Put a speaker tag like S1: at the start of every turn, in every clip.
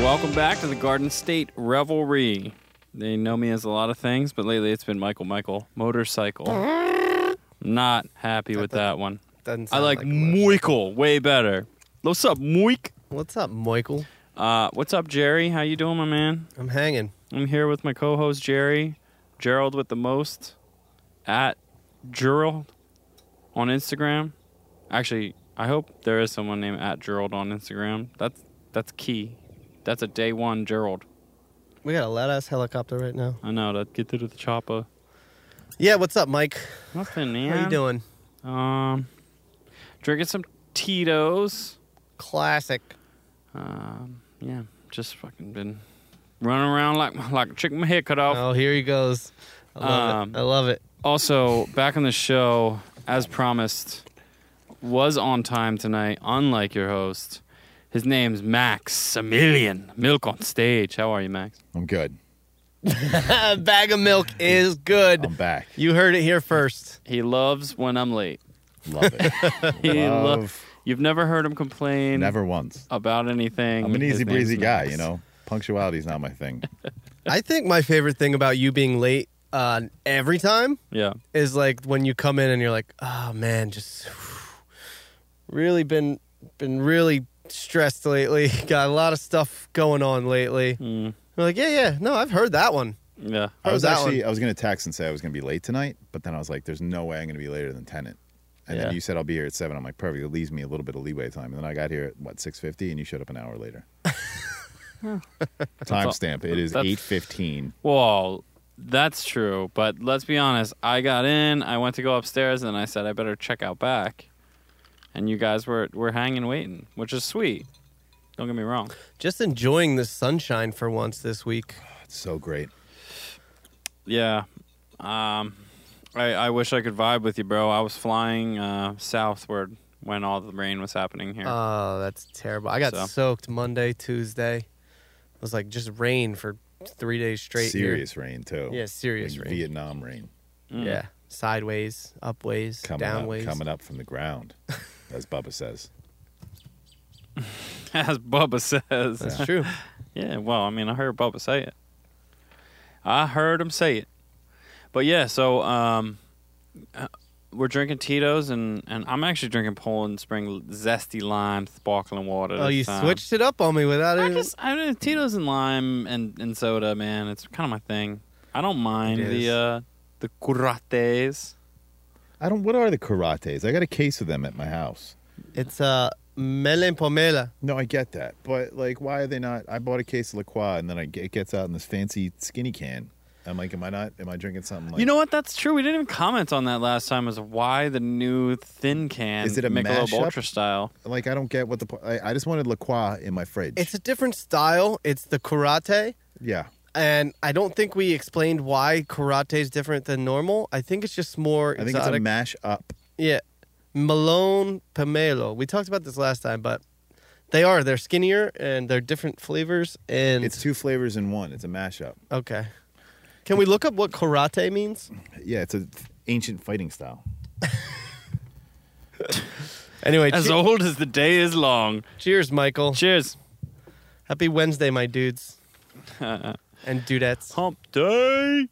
S1: Welcome back to the Garden State Revelry. They know me as a lot of things, but lately it's been Michael Michael Motorcycle. Not happy with that one.
S2: Doesn't
S1: I
S2: sound
S1: like
S2: a motor-
S1: Moikle way better. What's up, Moik?
S2: What's up, Michael?
S1: Uh, what's up, Jerry? How you doing, my man?
S2: I'm hanging.
S1: I'm here with my co-host Jerry, Gerald with the most, at Gerald on Instagram. Actually, I hope there is someone named at Gerald on Instagram. That's that's key. That's a day one Gerald.
S2: We got a loud ass helicopter right now.
S1: I know that get through to the chopper.
S2: Yeah, what's up, Mike?
S1: Nothing, man.
S2: How you doing?
S1: doing? Um, drinking some Tito's.
S2: Classic.
S1: Um, yeah, just fucking been running around like like a chicken with my head cut off.
S2: Oh, here he goes. I love
S1: Um,
S2: it. I love it.
S1: Also, back on the show, as promised, was on time tonight, unlike your host. His name's Maximilian Milk on stage. How are you, Max?
S3: I'm good.
S2: A bag of milk is good.
S1: um,
S3: I'm back.
S2: You heard it here first.
S1: He loves when I'm late.
S3: Love it.
S1: He lo-
S3: Love
S1: You've never heard him complain
S3: never once.
S1: about anything.
S3: I'm an
S1: His
S3: easy
S1: name's
S3: breezy guy,
S1: Max.
S3: you know. Punctuality's not my thing.
S2: I think my favorite thing about you being late uh, every time
S1: Yeah.
S2: is like when you come in and you're like, oh man, just really been been really stressed lately. Got a lot of stuff going on lately.
S1: Mm,
S2: You're like, yeah, yeah, no, I've heard that one.
S1: yeah.
S3: I was
S2: that
S3: actually
S2: one?
S3: I was gonna text and say I was gonna be late tonight, but then I was like, there's no way I'm gonna be later than tenant. And
S1: Yeah.
S3: then you said I'll be here at seven. I'm like, perfect. It leaves me a little bit of leeway time. And then I got here at what six fifty, and you showed up an hour later. Timestamp. It is
S1: That's-
S3: eight fifteen.
S1: Well, that's true. But let's be honest. I got in. I went to go upstairs, and I said I better check out back. And you guys were were hanging, waiting, which is sweet. Don't get me wrong.
S2: Just enjoying the sunshine for once this week.
S3: It's so great.
S1: Yeah. Um, I I wish I could vibe with you, bro. I was flying uh, southward when all the rain was happening here.
S2: Oh, that's terrible. I got
S1: So.
S2: soaked Monday, Tuesday. It was like just rain for three days straight. here.
S3: serious rain too.
S2: Yeah, serious
S3: Like
S2: rain.
S3: Vietnam rain
S1: Mm.
S2: Yeah. Sideways, upways,
S3: coming up,
S2: downways.
S3: coming up from the ground, as Bubba says.
S1: As Bubba says.
S2: That's true.
S1: Yeah, well, I mean, I heard Bubba say it. I heard him say it. But yeah, so um, uh, we're drinking Tito's, and, and I'm actually drinking Poland Spring Zesty Lime Sparkling Water.
S2: oh,
S1: this
S2: you
S1: time.
S2: switched it up on me without
S1: um, I
S2: it.
S1: just, I mean, Tito's and lime and, and soda, man. It's kind of my thing. I don't mind
S2: It
S1: the
S2: is.
S1: uh, the curates.
S3: I don't. What are the karates? I got a case of them at my house.
S2: It's uh, melon pomela.
S3: No, I get that, but like, why are they not? I bought a case of La Croix, and then I get, it gets out in this fancy skinny can. I'm like, am I not? Am I drinking something? Like,
S1: you know what? That's true. We didn't even comment on that last time. As why the new thin can
S3: Is it a
S1: Michelob
S3: mashup?
S1: Ultra style?
S3: like I don't get what the. po- I, I just wanted La Croix in my fridge.
S2: It's a different style. It's the karate.
S3: yeah,
S2: And I don't think we explained why karate is different than normal. I think it's just more
S3: I
S2: exotic.
S3: think it's a mash up.
S2: Yeah. Malone Pomelo. We talked about this last time, but they are. They're skinnier and they're different flavors. And
S3: It's two flavors in one. It's a mash up.
S2: okay. Can we look up what karate means?
S3: Yeah, it's an ancient fighting style.
S2: Anyway,
S1: As
S2: che-
S1: old as the day is long.
S2: cheers, Michael.
S1: Cheers.
S2: Happy Wednesday, my dudes and dudettes
S1: Hump day.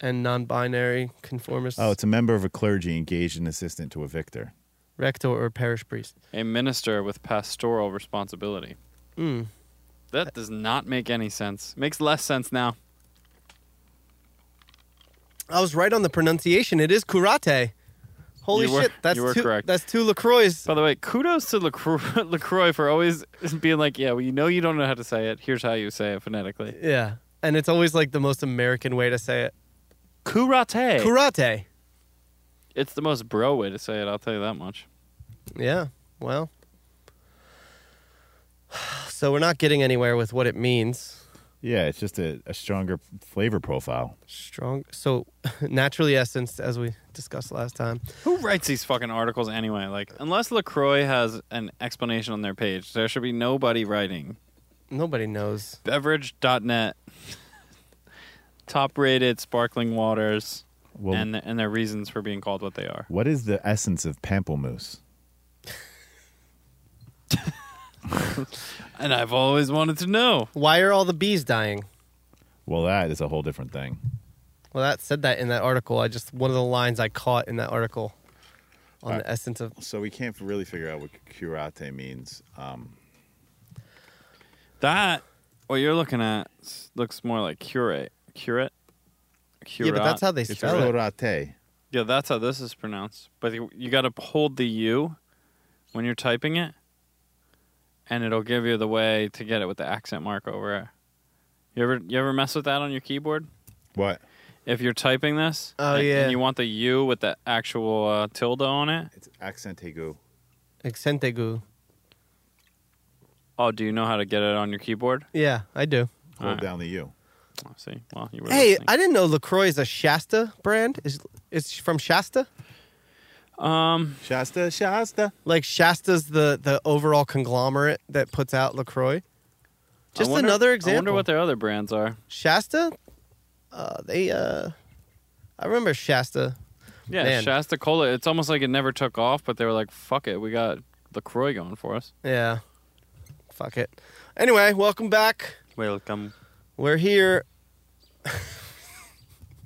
S2: and non binary conformists,
S3: Oh, it's a member of a clergy engaged in assistant to a victor.
S2: rector or parish priest.
S1: A minister with pastoral responsibility.
S2: Mm.
S1: That does not make any sense. Makes less sense now.
S2: I was right on the pronunciation. It is karate. Holy
S1: You were-
S2: shit. That's,
S1: you were
S2: two,
S1: correct.
S2: that's two LaCroix.
S1: By the way, kudos to LaCroix, LaCroix for always being like, yeah, well, you know you don't know how to say it. Here's how you say it phonetically.
S2: Yeah. And it's always like the most American way to say it.
S1: Kurate.
S2: Karate.
S1: it's the most bro way to say it, I'll tell you that much.
S2: Yeah. Well. So we're not getting anywhere with what it means.
S3: Yeah, it's just a, a stronger flavor profile.
S2: Strong. So naturally essenced, as we discussed last time.
S1: Who writes these fucking articles anyway? Like, unless LaCroix has an explanation on their page, there should be nobody writing.
S2: Nobody knows.
S1: Beverage.net. Top rated sparkling waters.
S3: Well,
S1: and and their reasons for being called what they are.
S3: what is the essence of pamplemousse?
S1: and I've always wanted to know.
S2: Why are all the bees dying?
S3: Well, that is a whole different thing.
S2: Well, that said that in that article. I just one of the lines I caught in that article on the essence of
S3: So we can't really figure out what curate means. Um,
S1: That what you're looking at s- looks more like curate, curate, curate.
S2: yeah, but that's how they
S3: it's
S2: spell it.
S3: curate.
S1: Yeah, that's how this is pronounced. But you, you got to hold the U when you're typing it, and it'll give you the way to get it with the accent mark over it. You ever you ever mess with that on your keyboard?
S3: What?
S1: If you're typing this,
S2: Oh,
S1: and,
S2: yeah.
S1: and you want the U with the actual uh, tilde on it.
S3: It's accentegu.
S2: Accentegu.
S1: Oh, do you know how to get it on your keyboard?
S2: Yeah, I do.
S3: Hold
S1: Alright.
S3: down the U.
S1: Oh, see, well, you were
S2: Hey,
S1: listening.
S2: I didn't know Lacroix is a Shasta brand. Is it's from Shasta?
S1: um,
S3: Shasta, Shasta.
S2: Like Shasta's the the overall conglomerate that puts out Lacroix.
S1: I
S2: Just
S1: wonder-
S2: another
S1: I
S2: example.
S1: wonder what their other brands are.
S2: Shasta. Uh, they. Uh, I remember Shasta.
S1: Yeah,
S2: Man.
S1: Shasta Cola. It's almost like it never took off, but they were like, "Fuck it, we got Lacroix going for us."
S2: Yeah. Fuck it. Anyway, welcome back.
S1: Welcome.
S2: We're here.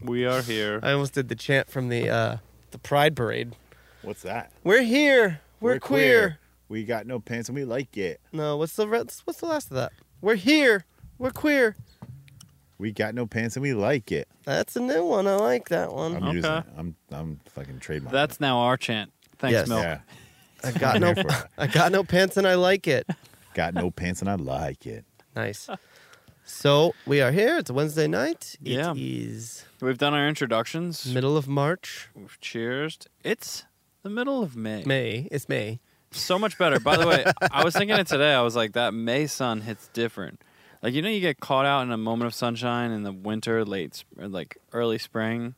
S1: We are here.
S2: I almost did the chant from the uh, the Pride Parade.
S3: What's that?
S2: We're here. We're, queer.
S3: We got no pants and we like it.
S2: No, what's the re- what's the last of that? We're here. We're queer.
S3: We got no pants and we like it.
S2: That's a new one. I like that
S3: I'm
S2: one.
S1: Okay.
S3: using it. I'm I'm fucking trademarking.
S1: That's now our chant. Thanks,
S2: Yes.
S1: Milk.
S3: yeah.
S2: I got no I got no pants and I like it.
S3: Got no pants and I like it.
S2: Nice. So we are here. It's Wednesday night. It
S1: Yeah.
S2: is
S1: We've done our introductions.
S2: middle of March.
S1: We've cheersed. It's the middle of May.
S2: May. It's May.
S1: So much better. By the way, I was thinking it today. I was like, that May sun hits different. Like you know, you get caught out in a moment of sunshine in the winter, late, sp- or like early spring,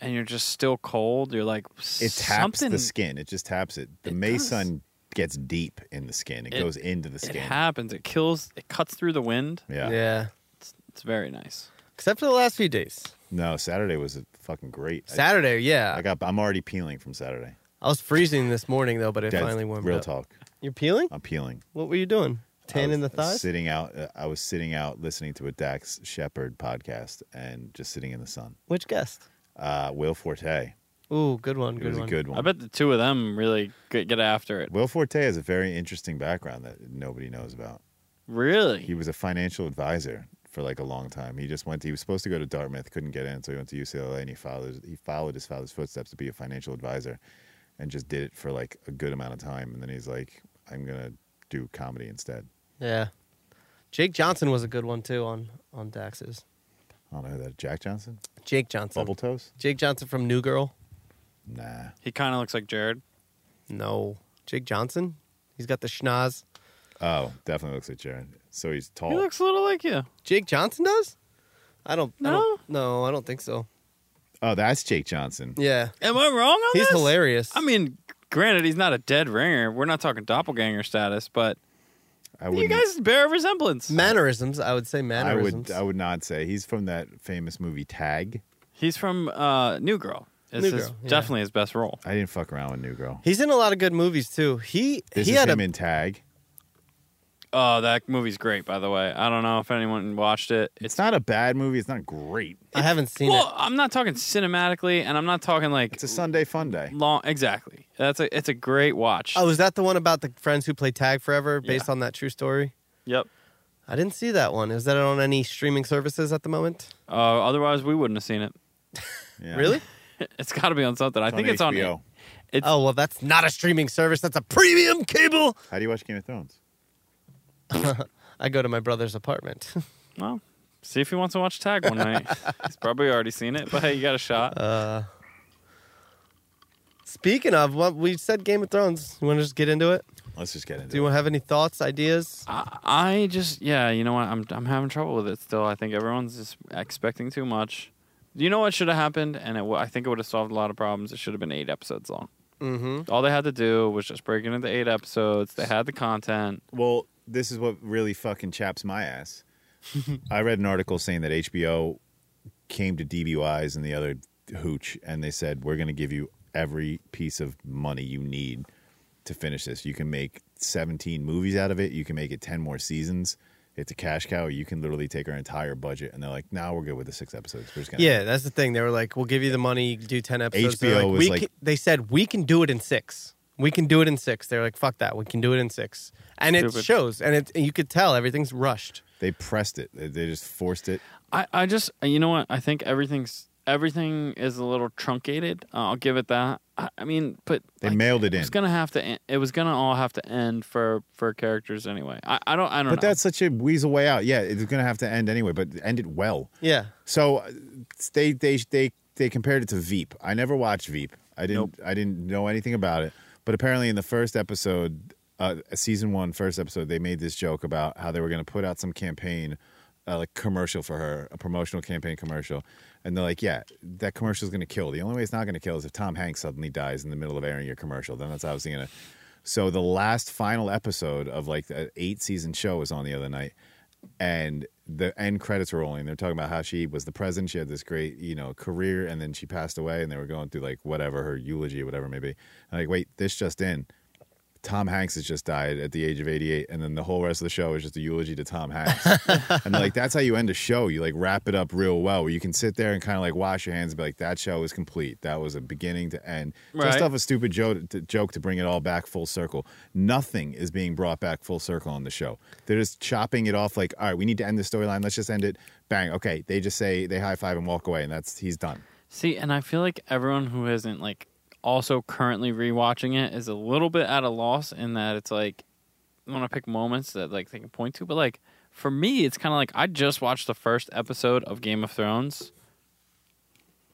S1: and you're just still cold. You're like,
S3: It taps
S1: something.
S3: the skin. It just taps it. The
S1: It
S3: May
S1: does.
S3: sun gets deep in the skin. It,
S1: It-
S3: goes into the
S1: It
S3: skin.
S1: happens. It kills. It cuts through the wind.
S3: yeah.
S2: yeah.
S1: It's, it's very nice.
S2: Except for the last few days.
S3: No, Saturday was a fucking great. I-
S2: Saturday, yeah.
S3: I, got. I'm already peeling from Saturday.
S2: I was freezing this morning though, but it
S3: That's
S2: finally warmed
S3: Real
S2: up.
S3: talk.
S2: You're peeling?
S3: I'm peeling.
S2: What were you doing? Tan
S3: I
S2: in the
S3: was
S2: thighs?
S3: Sitting out. uh, I was sitting out listening to a Dax Shepard podcast and just sitting in the sun.
S2: Which guest?
S3: Uh, Will Forte.
S2: Ooh, good one.
S3: It
S2: Good
S3: was
S2: one.
S3: a good one.
S1: I bet the two of them really get, get after it.
S3: Will Forte has a very interesting background that nobody knows about. He
S1: Really?
S3: was a financial advisor for like a long time. He just went. To, he was supposed to go to Dartmouth, couldn't get in, so he went to UCLA and he followed. He followed his father's footsteps to be a financial advisor, and just did it for like a good amount of time. And then he's like, "I'm gonna do comedy instead."
S2: Yeah. Jake Johnson was a good one too on on Dax's.
S3: I don't know who that. Jack Johnson,
S2: Jake Johnson.
S3: Bubble Toast.
S2: Jake Johnson from New Girl?
S3: Nah,
S1: He kind of looks like Jared.
S2: No. Jake Johnson? He's got the schnoz.
S3: Oh, definitely looks like Jared. So he's tall.
S1: He
S2: Oh.
S1: looks a little like you.
S2: Jake Johnson does? I don't I
S1: No?
S2: don't, no, I don't think so.
S3: oh, that's Jake Johnson.
S2: Yeah.
S1: Am I wrong on
S2: He's
S1: this?
S2: hilarious.
S1: I mean, granted, he's not a dead ringer. We're not talking doppelganger status, but
S3: I
S1: you
S3: wouldn't-
S1: guys bear a resemblance.
S2: mannerisms, I would say
S3: I
S2: mannerisms.
S3: would. I would not say he's from that famous movie Tag.
S1: He's from uh, New Girl. It's
S2: New
S1: his-
S2: Girl, yeah.
S1: definitely his best role.
S3: I didn't fuck around with New Girl.
S2: He's in a lot of good movies too. He
S3: This
S2: he
S3: is
S2: had
S3: him
S2: a
S3: in Tag.
S1: Oh, that movie's great, by the way. I don't know if anyone watched it.
S3: It's not a bad movie. It's not great.
S2: I haven't seen
S1: Well, I'm not talking cinematically, and I'm not talking like
S3: It's a Sunday fun day.
S1: long. Exactly. That's a. It's a great watch.
S2: it. Oh, is that the one about the friends who play tag forever based
S1: Yeah.
S2: on that true story?
S1: Yep.
S2: I didn't see that one. Is that on any streaming services at the moment?
S1: Uh, otherwise, we wouldn't have seen it.
S3: Yeah.
S2: Really?
S1: It's got to be on something. I think it's
S3: HBO.
S1: on. It's
S2: Oh well, that's not a streaming service. That's a premium cable.
S3: How do you watch Game of Thrones?
S2: I go to my brother's apartment.
S1: Well, see if he wants to watch Tag one night. He's probably already seen it, but hey, you got a shot.
S2: Speaking of, what we said Game of Thrones. You want to just get into it?
S3: Let's just get into
S2: Do
S3: it.
S2: you want to have any thoughts, ideas?
S1: I, I just, yeah, you know what? I'm, I'm having trouble with it still. I think everyone's just expecting too much. You know what should have happened, and it, wa- I think it would have solved a lot of problems. It should have been eight episodes long.
S2: Mm-hmm.
S1: All they had to do was just break it into eight episodes. They had the content.
S3: Well, this is what really fucking chaps my ass. I read an article saying that HBO came to DBYs and the other hooch, and they said, We're going to give you every piece of money you need to finish this. You can make 17 movies out of it. You can make it 10 more seasons. It's a cash cow. You can literally take our entire budget. And they're like, now we're good with the six episodes. We're just gonna
S2: Yeah, that's the thing. They were like, "We'll give you the money, you can do ten episodes." They're
S3: HBO
S2: like,
S3: was
S2: we
S3: like-
S2: can- they said we can do it in six. We can do it in six. They're like, "Fuck that, we can do it in six. and it
S1: Stupid.
S2: shows, and it and you could tell everything's rushed.
S3: They pressed it. They- They just forced it.
S1: I, I just you know what I think everything's everything is a little truncated. I'll give it that. I, I mean, but
S3: They
S1: like,
S3: mailed it
S1: it
S3: in.
S1: was gonna have to. en- It was gonna all have to end for for characters anyway. I, I don't I don't.
S3: but
S1: know.
S3: that's such a weasel way out. Yeah, it's going to have to end anyway, but end it well.
S2: Yeah,
S3: So uh, they they they they compared it to Veep. I never watched Veep. I didn't I didn't know anything about it. But apparently in the first episode, uh, season one first episode, they made this joke about how they were going to put out some campaign, uh, like commercial for her, a promotional campaign commercial, and they're like, yeah, that commercial is going to kill. The only way it's not going to kill is if Tom Hanks suddenly dies in the middle of airing your commercial. Then that's obviously going to. So the last final episode of like the eight season show was on the other night and the end credits were rolling. They're talking about how she was the president. She had this great, you know, career, and then she passed away. And they were going through like whatever her eulogy, whatever it may be. And like, wait, this just in. Tom Hanks has just died at the age of 88, and then the whole rest of the show is just a eulogy to Tom Hanks. and like, that's how you end a show. You like wrap it up real well, where you can sit there and kind of like wash your hands and be like, that show is complete. That was a beginning to end. Just
S1: Right.
S3: off a stupid joke to, joke to bring it all back full circle. Nothing is being brought back full circle on the show. They're just chopping it off like, all right, we need to end the storyline. Let's just end it. Bang. Okay. They just say they high five and walk away, and that's he's done.
S1: See, and I feel like everyone who isn't like also currently rewatching it is a little bit at a loss in that it's like I want to pick moments that like they can point to, but like for me, it's kind of like I just watched the first episode of Game of Thrones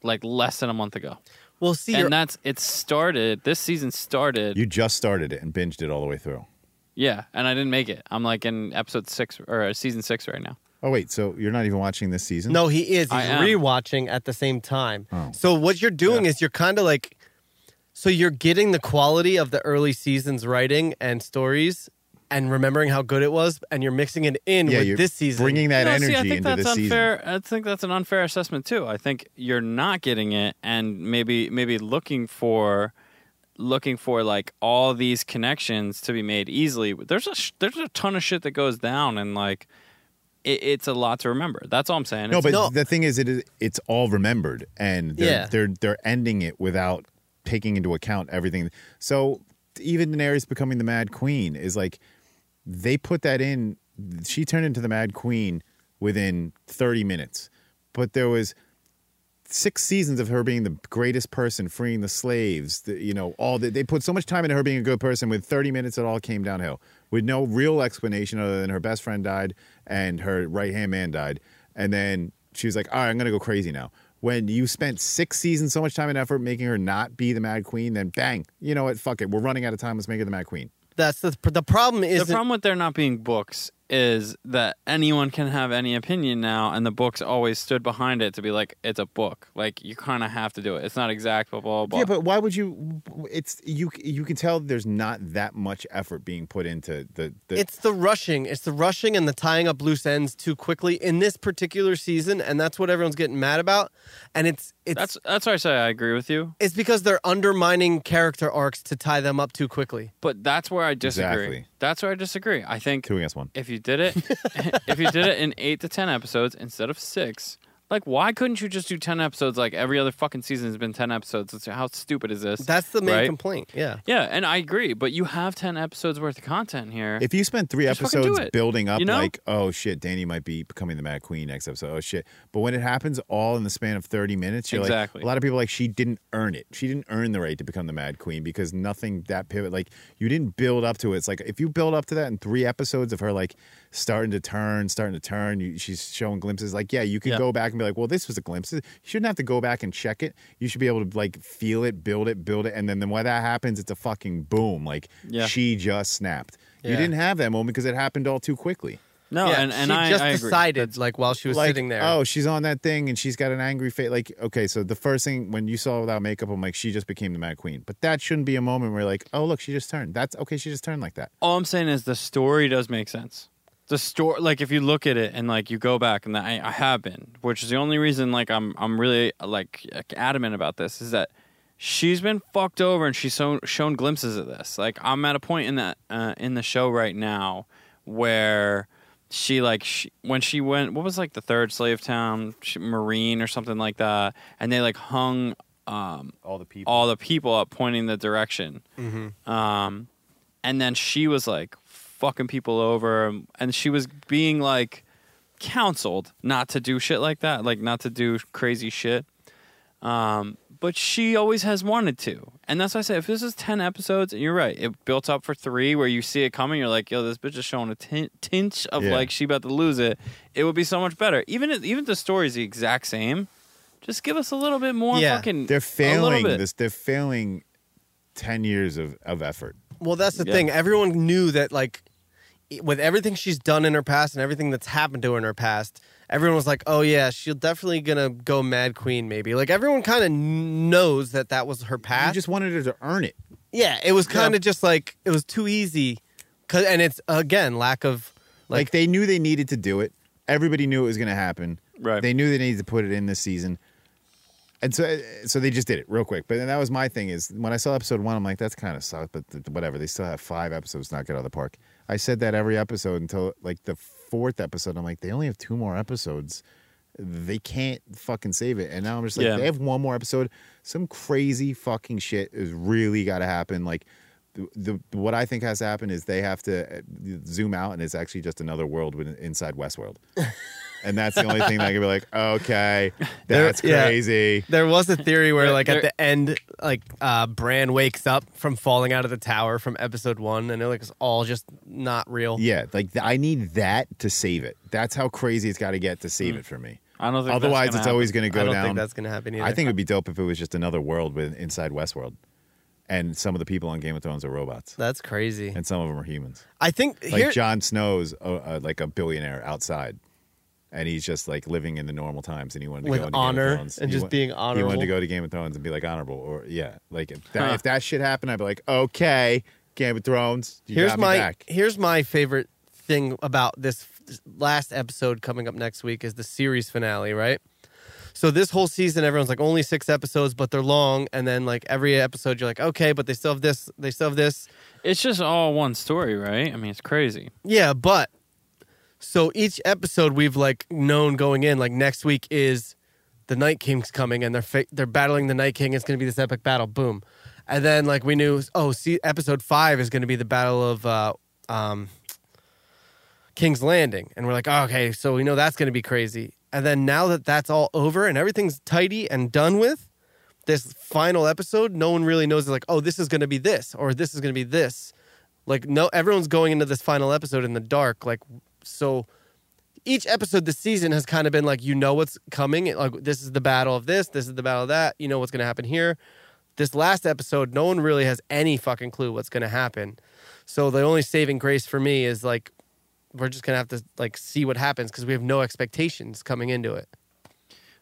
S1: like less than a month ago,
S2: we'll see.
S1: and that's it started. This season started,
S3: You just started it and binged it all the way through.
S1: yeah, and I didn't make it. I'm like in episode six or uh, season six right now.
S3: Oh, wait. So you're not even watching this season?
S2: No, he is.
S1: I
S2: He's
S1: am.
S2: rewatching at the same time.
S3: Oh.
S2: So what you're doing is you're kind of like, so you're getting the quality of the early seasons writing and stories, and remembering how good it was, and you're mixing it in
S3: Yeah,
S2: with
S3: you're
S2: this season.
S3: bringing that
S1: No,
S3: energy
S1: see, I think
S3: into
S1: that's
S3: this season.
S1: unfair. I think that's an unfair assessment too. I think you're not getting it, and maybe maybe looking for looking for like all these connections to be made easily. There's a sh- there's a ton of shit that goes down, and like it, it's a lot to remember. That's all I'm saying.
S3: No,
S1: It's-
S3: but
S2: No.
S3: the thing is, it is it's all remembered, and they're,
S2: Yeah.
S3: they're they're ending it without taking into account everything. So even Daenerys becoming the Mad Queen is like they put that in. She turned into the Mad Queen within thirty minutes, but there was six seasons of her being the greatest person, freeing the slaves. The, you know, all the, they put so much time into her being a good person. With thirty minutes, it all came downhill with no real explanation other than her best friend died and her right hand man died, and then she was like, "All right, I'm gonna go crazy now." When you spent six seasons, so much time and effort making her not be the Mad Queen, then bang, you know what? Fuck it, we're running out of time. Let's make her the Mad Queen.
S2: That's the the problem. Is
S1: the problem with there not being books is that anyone can have any opinion now, and the books always stood behind it to be like it's a book. Like you kind of have to do it. It's not exact, blah blah blah.
S3: Yeah, but why would you? It's you. You can tell there's not that much effort being put into the. the
S2: it's the rushing. It's the rushing and the tying up loose ends too quickly in this particular season, and that's what everyone's getting mad about. And it's it's
S1: that's that's why I say I agree with you.
S2: it's because they're undermining character arcs to tie them up too quickly.
S1: But that's where I disagree.
S3: Exactly.
S1: That's where I disagree. I think
S3: two against one.
S1: if you did it, if you did it in eight to ten episodes instead of six, like why couldn't you just do ten episodes? Like every other fucking season has been ten episodes. It's- how stupid is this?
S2: That's the main
S1: Right?
S2: complaint. Yeah.
S1: yeah, and I agree. But you have ten episodes worth of content here.
S3: If you spent three
S1: Just fucking do
S3: episodes
S1: it,
S3: building up,
S1: you know?
S3: like, oh shit, Danny might be becoming the Mad Queen next episode. Oh shit! But when it happens all in the span of thirty minutes, you're
S1: Exactly.
S3: like, a lot of people are like she didn't earn it. She didn't earn the right to become the Mad Queen because nothing that pivot, like, you didn't build up to it. It's like if you build up to that in three episodes of her like starting to turn, starting to turn, you, she's showing glimpses. Like, yeah, you can
S1: Yeah.
S3: go back and be like, well, this was a glimpse. You shouldn't have to go back and check it. You should be able to like feel it, build it, build it, and then then when that happens, it's a fucking boom. Like,
S1: Yeah.
S3: she just snapped. You
S2: Yeah.
S3: didn't have that moment because it happened all too quickly.
S1: no,
S2: Yeah,
S1: and, and
S2: she
S1: I
S2: just
S1: I agree.
S2: decided like while she was
S3: like,
S2: sitting there.
S3: oh, she's on that thing and she's got an angry face. Like, okay, so the first thing when you saw her without makeup, I'm like, she just became the Mad Queen. But that shouldn't be a moment where you're like, oh, look, she just turned. That's okay, she just turned like that.
S1: all I'm saying is the story does make sense. The story, like if you look at it and like you go back, and I, I have been, which is the only reason like I'm I'm really like adamant about this is that she's been fucked over and she's shown, shown glimpses of this like i'm at a point in that uh, in the show right now where she like she, when she went what was like the third slave town she, marine or something like that and they like hung um,
S4: all the people.
S1: all the people up pointing the direction
S3: Mm-hmm.
S1: um, and then she was like fucking people over and she was being like counseled not to do shit like that like not to do crazy shit um, but she always has wanted to and that's why i say if this is 10 episodes and you're right it built up for three where you see it coming you're like yo this bitch is showing a tin- tinge of
S3: Yeah.
S1: like she about to lose it it would be so much better even if, even if the story's the exact same just give us a little bit more
S2: Yeah.
S1: fucking
S3: They're
S1: a little
S3: failing
S1: bit.
S3: this. They're failing ten years of, of effort.
S2: Well, that's the
S1: Yeah.
S2: thing. Everyone knew that, like, e- with everything she's done in her past and everything that's happened to her in her past, everyone was like, "Oh yeah, she's definitely gonna go Mad Queen." Maybe like everyone kind of knows that that was her
S3: I
S2: path.
S3: just wanted her to earn it.
S2: yeah, it was kind
S3: Yeah.
S2: of just like it was too easy, 'Cause- and it's again lack of
S3: Like,
S2: like,
S3: they knew they needed to do it. Everybody knew it was going to happen.
S1: Right.
S3: They knew they needed to put it in this season. And so, so they just did it real quick. But then that was my thing is when I saw episode one, I'm like, that's kind of sucked. But th- whatever, they still have five episodes to knock it out of the park. I said that every episode until like the fourth episode. I'm like, they only have two more episodes. They can't fucking save it. And now I'm just like,
S1: Yeah.
S3: they have one more episode. Some crazy fucking shit is really got to happen. Like, the, the what I think has to happen is they have to uh, zoom out, and it's actually just another world within, inside Westworld. And that's the only thing that I can be like, okay,
S2: There-
S3: that's
S2: yeah.
S3: crazy.
S2: there was a theory where
S1: There-
S2: like at
S1: there-
S2: the end, like uh, Bran wakes up from falling out of the tower from episode one, and it like it's all just not real.
S3: Yeah, like th- I need that to save it. That's how crazy it's got to get to
S2: Hmm.
S3: save it for me.
S1: i don't think that's
S3: Otherwise,
S1: gonna
S3: it's
S1: happen.
S3: always going to go
S2: I don't
S3: down.
S2: think that's gonna happen either.
S3: I think it would be dope if it was just another world with inside Westworld, and some of the people on Game of Thrones are robots,
S2: that's crazy.
S3: and some of them are humans.
S2: I think
S3: Like
S2: here,
S3: Jon Snow's uh, uh, like a billionaire outside, and he's just like living in the normal times, and he wanted to
S2: With
S3: go into Game
S2: honor
S3: of Thrones.
S2: and
S3: He
S2: just
S3: wa-
S2: being
S3: He wanted
S2: honorable.
S3: to go to Game of Thrones and be like honorable, or yeah, like if that,
S1: Huh.
S3: if that shit happened, I'd be like, okay, Game of Thrones, you
S2: here's
S3: got me
S2: my
S3: back.
S2: here's my favorite thing about this f- last episode coming up next week is the series finale, right? So this whole season, everyone's like only six episodes, but they're long, and then like every episode, you're like, okay, but they still have this, they still have this,
S1: It's just all one story, right? I mean, it's crazy.
S2: yeah, but so each episode we've like known going in, like next week is the Night King's coming and they're fa- they're battling the Night King. It's going to be this epic battle. Boom, and then like we knew, oh, see, episode five is going to be the battle of uh, um, King's Landing, and we're like, oh, okay, so we know that's going to be crazy. And then now that that's all over and everything's tidy and done with, this final episode, no one really knows. Like, oh, this is going to be this, or this is going to be this. Like, no, everyone's going into this final episode in the dark. Like, so each episode this season has kind of been like, you know what's coming. Like, this is the battle of this. This is the battle of that. You know what's going to happen here. This last episode, no one really has any fucking clue what's going to happen. So the only saving grace for me is like, we're just going to have to like see what happens because we have no expectations coming into it.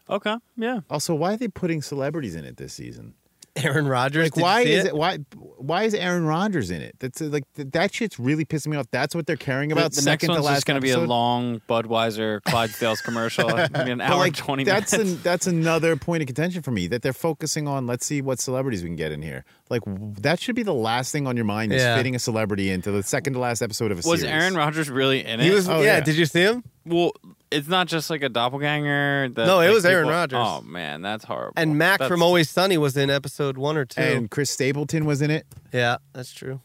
S1: Okay, yeah.
S3: Also, why are they putting celebrities in it this season?
S2: Aaron Rodgers.
S3: Like, why is it? Why why is Aaron Rodgers in it? That's uh, like th- that shit's really pissing me off. That's what they're caring about.
S1: the, the
S3: second
S1: next
S3: to
S1: one's
S3: last
S1: just going to be a
S3: episode?
S1: long Budweiser Clydesdales commercial. I mean, an
S3: But,
S1: hour
S3: like,
S1: and twenty
S3: that's
S1: minutes.
S3: An, that's another point of contention for me that they're focusing on. Let's see what celebrities we can get in here. Like w- that should be the last thing on your mind is
S2: Yeah.
S3: fitting a celebrity into the second to last episode of a
S1: was
S3: series.
S1: Aaron Rodgers really in it?
S2: He was. uh,
S3: Oh,
S2: yeah,
S3: yeah.
S2: Did you see him?
S1: well, it's not just like a doppelganger. That,
S2: No, it
S1: like,
S2: was Aaron
S1: people-
S2: Rodgers.
S1: Oh man, that's horrible.
S2: And Mac
S1: That's-
S2: from Always Sunny was in episode one or two.
S3: and Chris Stapleton was in it?
S2: yeah, that's true.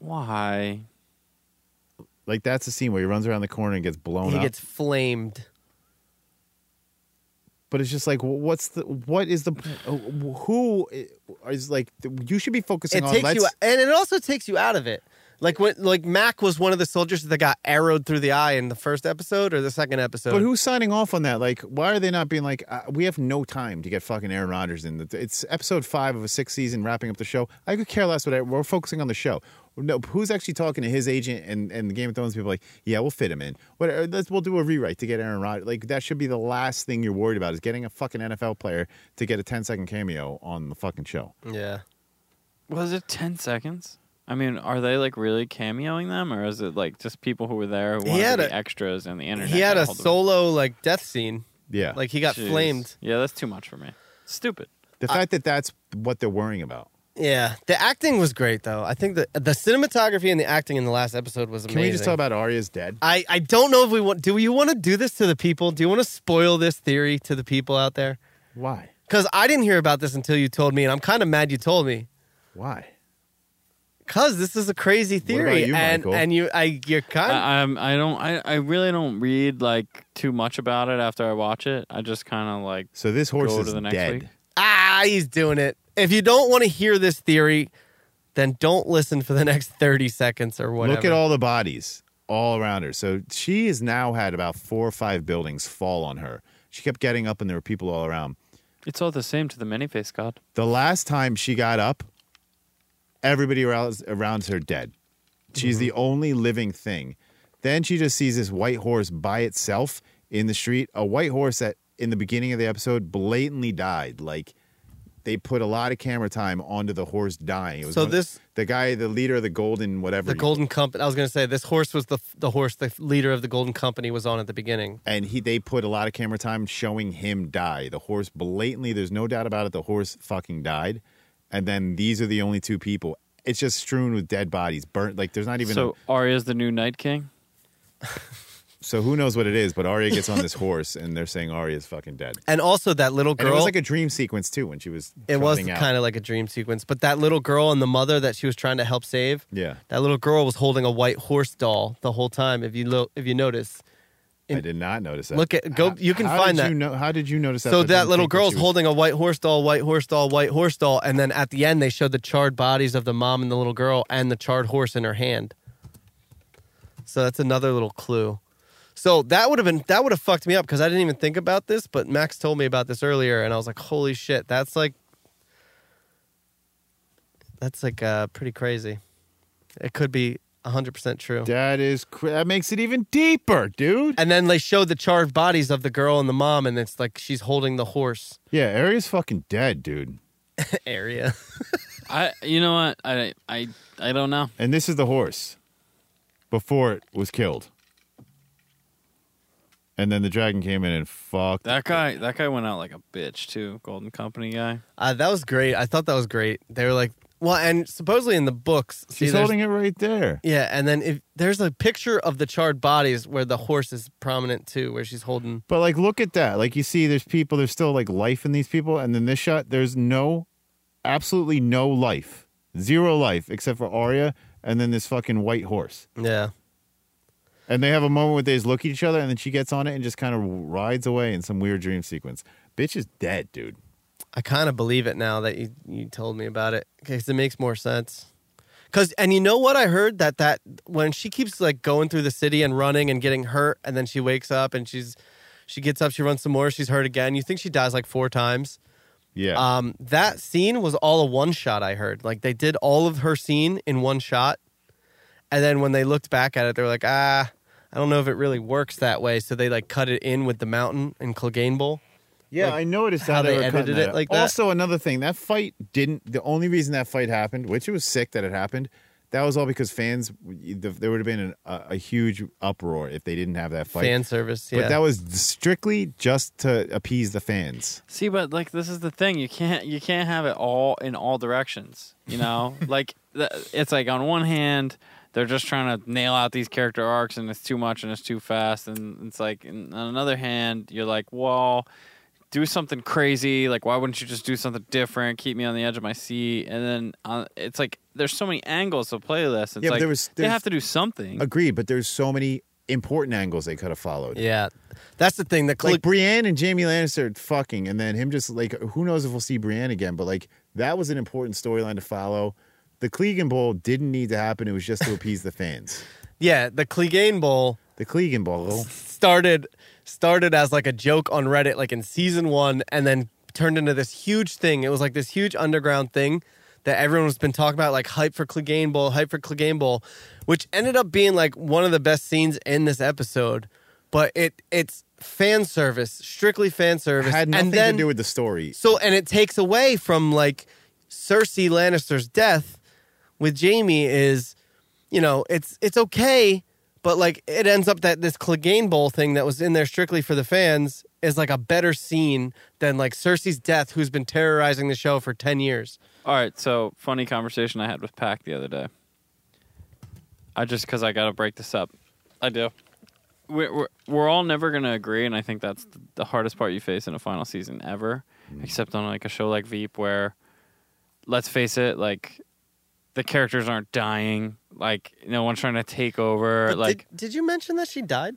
S1: why?
S3: Like that's the scene where he runs around the corner and gets blown
S2: he
S3: up.
S2: gets flamed.
S3: but it's just like wh- what's the what is the uh, who i- is like you should be focusing
S2: It
S3: on
S2: takes
S3: let's
S2: you, and it also takes you out of it. Like when, like Mac was one of the soldiers that got arrowed through the eye in the first episode or the second episode.
S3: But who's signing off on that? Like, why are they not being like, uh, we have no time to get fucking Aaron Rodgers in? It's episode five of a six season wrapping up the show. I could care less what I, we're focusing on the show. No, who's actually talking to his agent and, and the Game of Thrones people? Like, yeah, we'll fit him in. What? uh, Let's we'll do a rewrite to get Aaron Rodgers. Like, that should be the last thing you're worried about is getting a fucking NFL player to get a 10 second cameo on the fucking show.
S2: Yeah,
S1: Was it ten seconds? I mean, are they like really cameoing them, or is it like just people who were there who
S2: He
S1: wanted
S2: had
S1: to
S2: a-
S1: be extras and the internet?
S2: he had
S1: got
S2: a
S1: hold of it?
S2: solo like death scene.
S3: Yeah,
S2: Like he got
S1: Jeez.
S2: flamed.
S1: Yeah, that's too much for me. Stupid.
S3: The fact that that's what they're worrying about.
S2: Yeah, the acting was great though. I think the the cinematography and the acting in the last episode was
S3: Can
S2: amazing.
S3: we just talk about Arya's dead?
S2: I I don't know if we want. Do you want to do this to the people? Do you want to spoil this theory to the people out there?
S3: Why?
S2: Because I didn't hear about this until you told me, and I'm kind of mad you told me.
S3: Why?
S2: Cause this is a crazy theory,
S3: about you,
S2: and
S3: Michael?
S2: and you I you're kind.
S1: I, I'm. I don't. I. I really don't read like too much about it after I watch it. I just kind of like.
S3: So this horse
S1: Go to
S3: is
S1: the next
S3: dead.
S1: week.
S2: ah, he's doing it. If you don't want to hear this theory, then don't listen for the next 30 seconds or whatever.
S3: Look at all the bodies all around her. So she has now had about four or five buildings fall on her. She kept getting up, and there were people all around.
S1: It's all the same to the many face god.
S3: The last time she got up, everybody around, around her dead. She's
S2: Mm-hmm.
S3: the only living thing. Then she just sees this white horse by itself in the street. A white horse that in the beginning of the episode blatantly died. Like they put a lot of camera time onto the horse dying. It was
S2: So
S3: one of-
S2: this-
S3: the guy, the leader of the golden whatever,
S2: the
S3: you-
S2: Golden Company. I was going to say this horse was the the horse the leader of the Golden Company was on at the beginning.
S3: and he they put a lot of camera time showing him die. The horse blatantly, there's no doubt about it. The horse fucking died, and then these are the only two people. It's just strewn with dead bodies, burnt. Like there's not even. So,
S1: So Arya's the new Night King.
S3: so who knows what it is? But Arya gets on this horse, and they're saying Arya's fucking dead.
S2: And also that little
S3: And
S2: girl.
S3: it was like a dream sequence too when she was.
S2: it was
S3: coming out.
S2: kind of like a dream sequence, but that little girl and the mother that she was trying to help save.
S3: Yeah,
S2: That little girl was holding a white horse doll the whole time. If you lo- if you notice,
S3: I did not notice that.
S2: Look at- go-
S3: How-
S2: you can
S3: how
S2: find
S3: did
S2: that.
S3: You know, how did you notice that?
S2: so
S3: but I
S2: that
S3: didn't
S2: little
S3: think that
S2: girl's
S3: she was-
S2: holding a white horse doll, white horse doll, white horse doll, and then at the end they showed the charred bodies of the mom and the little girl and the charred horse in her hand. So that's another little clue. So that would have been that would have fucked me up because I didn't even think about this, but Max told me about this earlier, and I was like, holy shit, that's like that's like uh, pretty crazy. It could be hundred percent true.
S3: That is cra- that makes it even deeper, dude.
S2: And then they showed the charred bodies of the girl and the mom, and it's like she's holding the horse
S3: Yeah, Arya's fucking dead, dude.
S2: area.
S1: I. You know what? I. I. I don't know.
S3: And this is the horse before it was killed. And then the dragon came in and fucked.
S1: That guy. That guy went out like a bitch too. Golden Company guy.
S2: Uh, that was great. I thought that was great. They were like, well, and supposedly in the books, see,
S3: She's
S2: there's-
S3: holding it right there.
S2: Yeah, and then if there's a picture of the charred bodies where the horse is prominent too, where she's holding.
S3: But like, look at that. Like you see, there's people. There's still like life in these people. And then this shot, there's no, absolutely no life, zero life except for Arya and then this fucking white horse.
S2: Yeah,
S3: And they have a moment where they just look at each other, and then she gets on it and just kind of rides away in some weird dream sequence. Bitch is dead, dude.
S2: I kind of believe it now that you you told me about it because it makes more sense. Cause and you know what I heard that that when she keeps like going through the city and running and getting hurt, and then she wakes up and she's she gets up, she runs some more, she's hurt again. You think she dies like four times?
S3: Yeah.
S2: Um, that scene was all a one shot. I heard like they did all of her scene in one shot, and then when they looked back at it, they were like, ah, I don't know if it really works that way. So they like cut it in with the mountain and Clegane Bowl.
S3: Yeah,
S2: like,
S3: I noticed
S2: how
S3: how they,
S2: they
S3: were cutting
S2: edited
S3: that
S2: it
S3: up.
S2: like that.
S3: Also, another thing that fight didn't. The only reason that fight happened, which it was sick that it happened, that was all because fans. There would have been an, a, a huge uproar if they didn't have that fight.
S2: Fan service, yeah.
S3: But that was strictly just to appease the fans.
S1: See, but like this is the thing. You can't. You can't have it all in all directions. You know. like th- it's like on one hand. They're just trying to nail out these character arcs, and it's too much, and it's too fast, and it's like. and on another hand, you're like, well, do something crazy. Like, why wouldn't you just do something different? Keep me on the edge of my seat. And then uh, it's like there's so many angles to play this. It's
S3: Yeah, but
S1: like
S3: there was-
S1: they
S3: there's-
S1: have to do something.
S3: Agreed, but there's so many important angles they could have followed.
S2: yeah, that's the thing. The Cle-
S3: Like Brienne and Jamie Lannister fucking, and then him just like who knows if we'll see Brienne again, but like that was an important storyline to follow. The Clegan Bowl didn't need to happen; it was just to appease the fans.
S2: yeah, the Clegane Bowl
S3: The Clegan Bowl.
S2: started started as like a joke on Reddit, like in season one, and then turned into this huge thing. It was like this huge underground thing that everyone has been talking about, like hype for Clegane Bowl, hype for Clegane Bowl, which ended up being like one of the best scenes in this episode. But it it's fan service, strictly fan service,
S3: had nothing
S2: and then,
S3: to do with the story.
S2: so and it takes away from like Cersei Lannister's death with Jamie is, you know, it's it's okay, But like it ends up that this Clegane Bowl thing that was in there strictly for the fans is like a better scene than like Cersei's death, who's been terrorizing the show for ten years.
S1: All right, so funny conversation I had with Pack the other day. I just because I got to break this up. I do. We're, we're we're all never gonna agree, and I think that's th- the hardest part you face in a final season ever. Except on like a show like Veep, where let's face it, like the characters aren't dying. Like no one's trying to take over.
S2: But
S1: like
S2: did, did you mention that she died?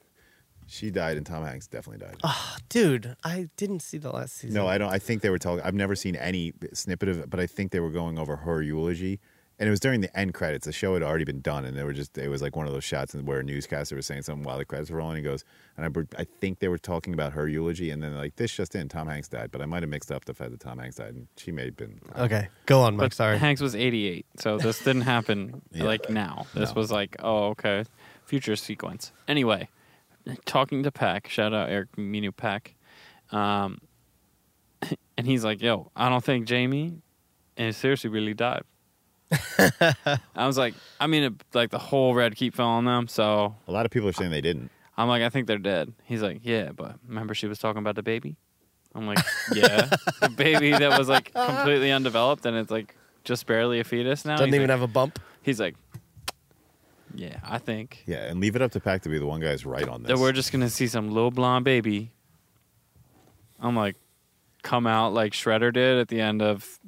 S3: She died, and Tom Hanks definitely died.
S2: Oh, dude, I didn't see the last season.
S3: No, I don't. I think they were talking. I've never seen any snippet of it, but I think they were going over her eulogy. And it was during the end credits. The show had already been done, and they were just it was like one of those shots where a newscaster was saying something while the credits were rolling. He goes, and I, br- I think they were talking about her eulogy, and then like this just in, Tom Hanks died. But I might have mixed up the fact that Tom Hanks died, and she may have been.
S2: Okay, go on, Mike.
S1: But
S2: Sorry.
S1: Hanks was 88, so this didn't happen
S3: Yeah.
S1: like now. This
S3: No.
S1: was like, oh, okay, future sequence. Anyway, talking to Pack, shout out Eric Minu Pack, um, and he's like, yo, I don't think Jamie and seriously really died. I was like, I mean, it, like the whole red keep fell on them, so
S3: A lot of people are saying they didn't.
S1: I'm like, I think they're dead. He's like, yeah, but remember she was talking about the baby? I'm like, yeah. the baby that was like completely undeveloped and it's like just barely a fetus now.
S2: Doesn't
S1: he's
S2: even
S1: like,
S2: have a bump.
S1: He's like, yeah, I think
S3: Yeah, and leave it up to Pack to be the one guy who's right on this.
S1: that we're just going to see some little blonde baby. I'm like, come out like Shredder did at the end of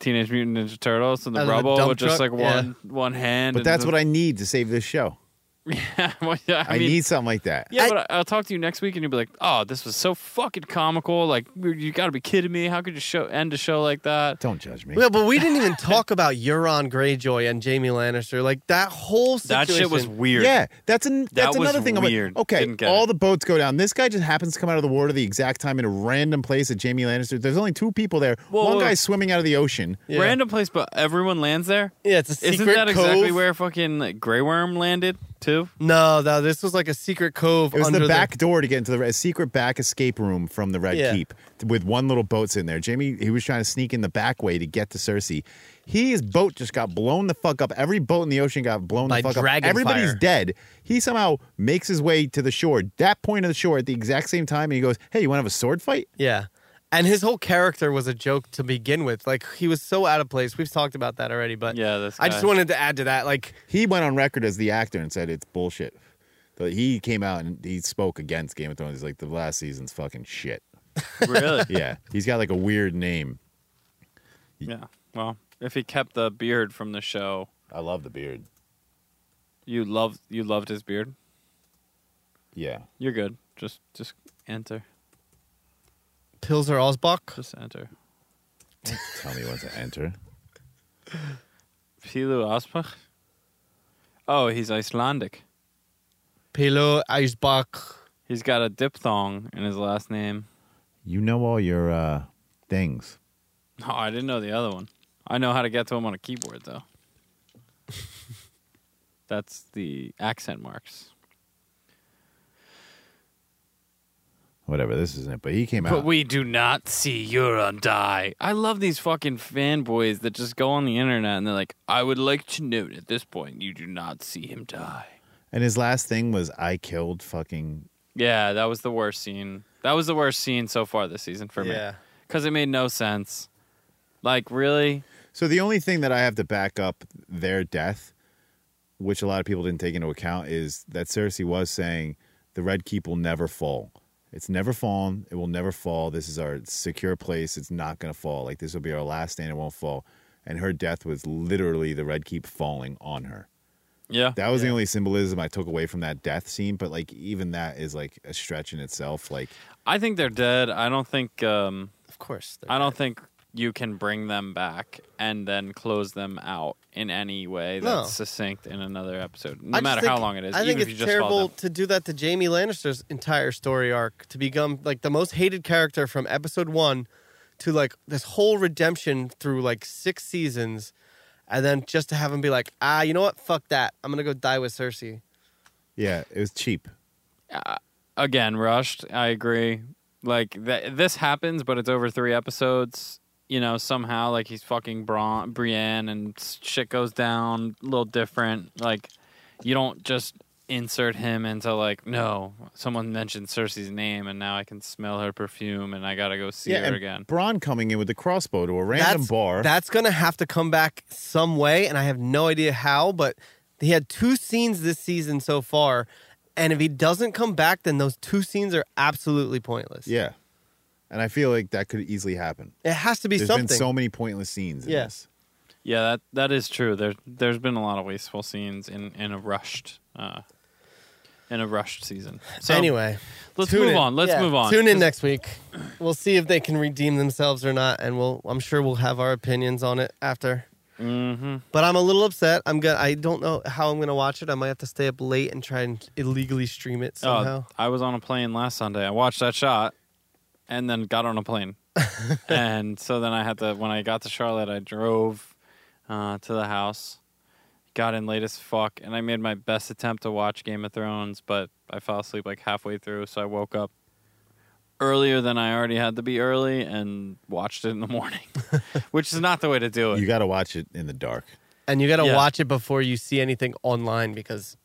S1: Teenage Mutant Ninja Turtles and the
S2: Out of the
S1: rubble
S2: dump
S1: with just
S2: truck?
S1: like one one hand.
S3: but
S1: and
S3: that's
S1: the-
S3: what I need to save this show.
S1: yeah, well, yeah, I,
S3: I,
S1: mean,
S3: need something like that.
S1: Yeah,
S2: I-
S1: but I- I'll talk to you next week, and you'll be like, "Oh, this was so fucking comical! Like, you- you got to be kidding me! How could you show end a show like that?"
S3: Don't judge me.
S2: Well, but we didn't even talk about Euron Greyjoy and Jamie Lannister. Like that whole
S1: That
S2: situation.
S1: shit was weird.
S3: Yeah, that's an that's
S1: was
S3: another thing.
S1: weird.
S3: I'm like,
S1: Didn't
S3: okay,
S1: get
S3: all
S1: it.
S3: the boats go down. This guy just happens to come out of the water the exact time in a random place at Jamie Lannister. There's only two people there.
S1: Whoa,
S3: One
S1: whoa.
S3: guy's swimming out of the ocean.
S2: Yeah.
S1: random place, but everyone lands there.
S2: Yeah, it's a secret
S1: Isn't that
S2: cove.
S1: exactly where fucking like, Grey Worm landed too?
S2: No, no, this was like a secret cove.
S3: It was
S2: under
S3: the back door to get into the a secret back escape room from the Red
S2: Yeah.
S3: Keep with one little boat's in there. Jamie, he was trying to sneak in the back way to get to Cersei. His boat just got blown the fuck up. Every boat in the ocean got blown
S2: By
S3: the fuck
S2: dragon
S3: up. Everybody's
S2: fire.
S3: dead. He somehow makes his way to the shore, that point of the shore at the exact same time, and he goes, "Hey, you want to have a sword fight?"
S2: Yeah. And his whole character was a joke to begin with. Like he was so out of place. We've talked about that already, but
S1: Yeah, this
S2: I just
S1: guy.
S2: wanted to add to that. Like
S3: he went on record as the actor and said it's bullshit. But he came out and he spoke against Game of Thrones. He's like, the last season's fucking shit.
S1: Really?
S3: Yeah, he's got like a weird name.
S1: yeah. Well, if he kept the beard from the show,
S3: I love the beard.
S1: you loved you loved his beard.
S3: Yeah,
S1: You're good. Just just enter.
S2: Pills or Osbach.
S1: Just enter.
S3: tell me when to enter.
S1: Pilu Aspach. Oh, he's Icelandic.
S2: Pilo Eisbach.
S1: He's got a diphthong in his last name.
S3: You know all your uh, things.
S1: Oh, I didn't know the other one. I know how to get to him on a keyboard, though. That's the accent marks.
S3: Whatever, this isn't it. But he came out.
S1: But we do not see Euron die. I love these fucking fanboys that just go on the internet and they're like, I would like to note at this point, you do not see him die.
S3: and his last thing was, I killed fucking.
S1: Yeah, that was the worst scene. That was the worst scene so far this season for
S2: Yeah.
S1: me. Because it made no sense. Like, really?
S3: So the only thing that I have to back up their death, which a lot of people didn't take into account, is that Cersei was saying the Red Keep will never fall. It's never fallen. It will never fall. This is our secure place. It's not going to fall. Like this will be our last stand. It won't fall. And her death was literally the Red Keep falling on her.
S1: Yeah.
S3: That was the only symbolism I took away from that death scene. But like even that is like a stretch in itself. Like
S1: I think they're dead. I don't think. Um,
S2: Of course.
S1: I don't think you can bring them back and then close them out in any way
S2: No.
S1: that's succinct in another episode, no
S2: I just
S1: matter
S2: think-
S1: how long it is.
S2: I
S1: even
S2: think
S1: if
S2: it's
S1: you just follow
S2: terrible
S1: them.
S2: to do that to Jamie Lannister's entire story arc to become like the most hated character from episode one to like this whole redemption through like six seasons, and then just to have him be like, ah, you know what? Fuck that. I'm gonna go die with Cersei.
S3: yeah, it was cheap.
S1: again rushed. I agree. Like th- this happens, but it's over three episodes. You know, somehow like he's fucking Bron- Brienne, and s- shit goes down a little different. Like you don't just insert him into like no someone mentioned cersei's name and now i can smell her perfume and i gotta go see her
S3: and
S1: again
S3: Braun coming in with the crossbow to a random
S2: that's,
S3: bar.
S2: That's gonna have to come back some way, and I have no idea how. But he had two scenes this season so far, and if he doesn't come back, then those two scenes are absolutely pointless.
S3: yeah, and I feel like that could easily happen.
S2: it has to be
S3: There's
S2: something.
S3: been so many pointless scenes. In
S2: Yeah.
S3: this.
S1: yeah that that is true there there's been a lot of wasteful scenes in in a rushed uh in a rushed season so
S2: anyway,
S1: let's
S2: tune
S1: move
S2: in.
S1: on let's
S2: Yeah,
S1: move on
S2: Tune in next week. We'll see if they can redeem themselves or not, and we'll. I'm sure we'll have our opinions on it after.
S1: mm-hmm.
S2: But I'm a little upset. I'm gonna. I don't know how I'm gonna watch it. I might have to stay up late and try and illegally stream it somehow.
S1: Oh, I was on a plane last Sunday. I watched that shot and then got on a plane. and so then I had to, when I got to Charlotte, I drove uh, to the house, got in late as fuck, and I made my best attempt to watch Game of Thrones, but I fell asleep like halfway through. So I woke up earlier than I already had to be early and watched it in the morning, which is not the way to do it.
S3: You got to watch it in the dark.
S2: And you got to
S1: Yeah.
S2: watch it before you see anything online because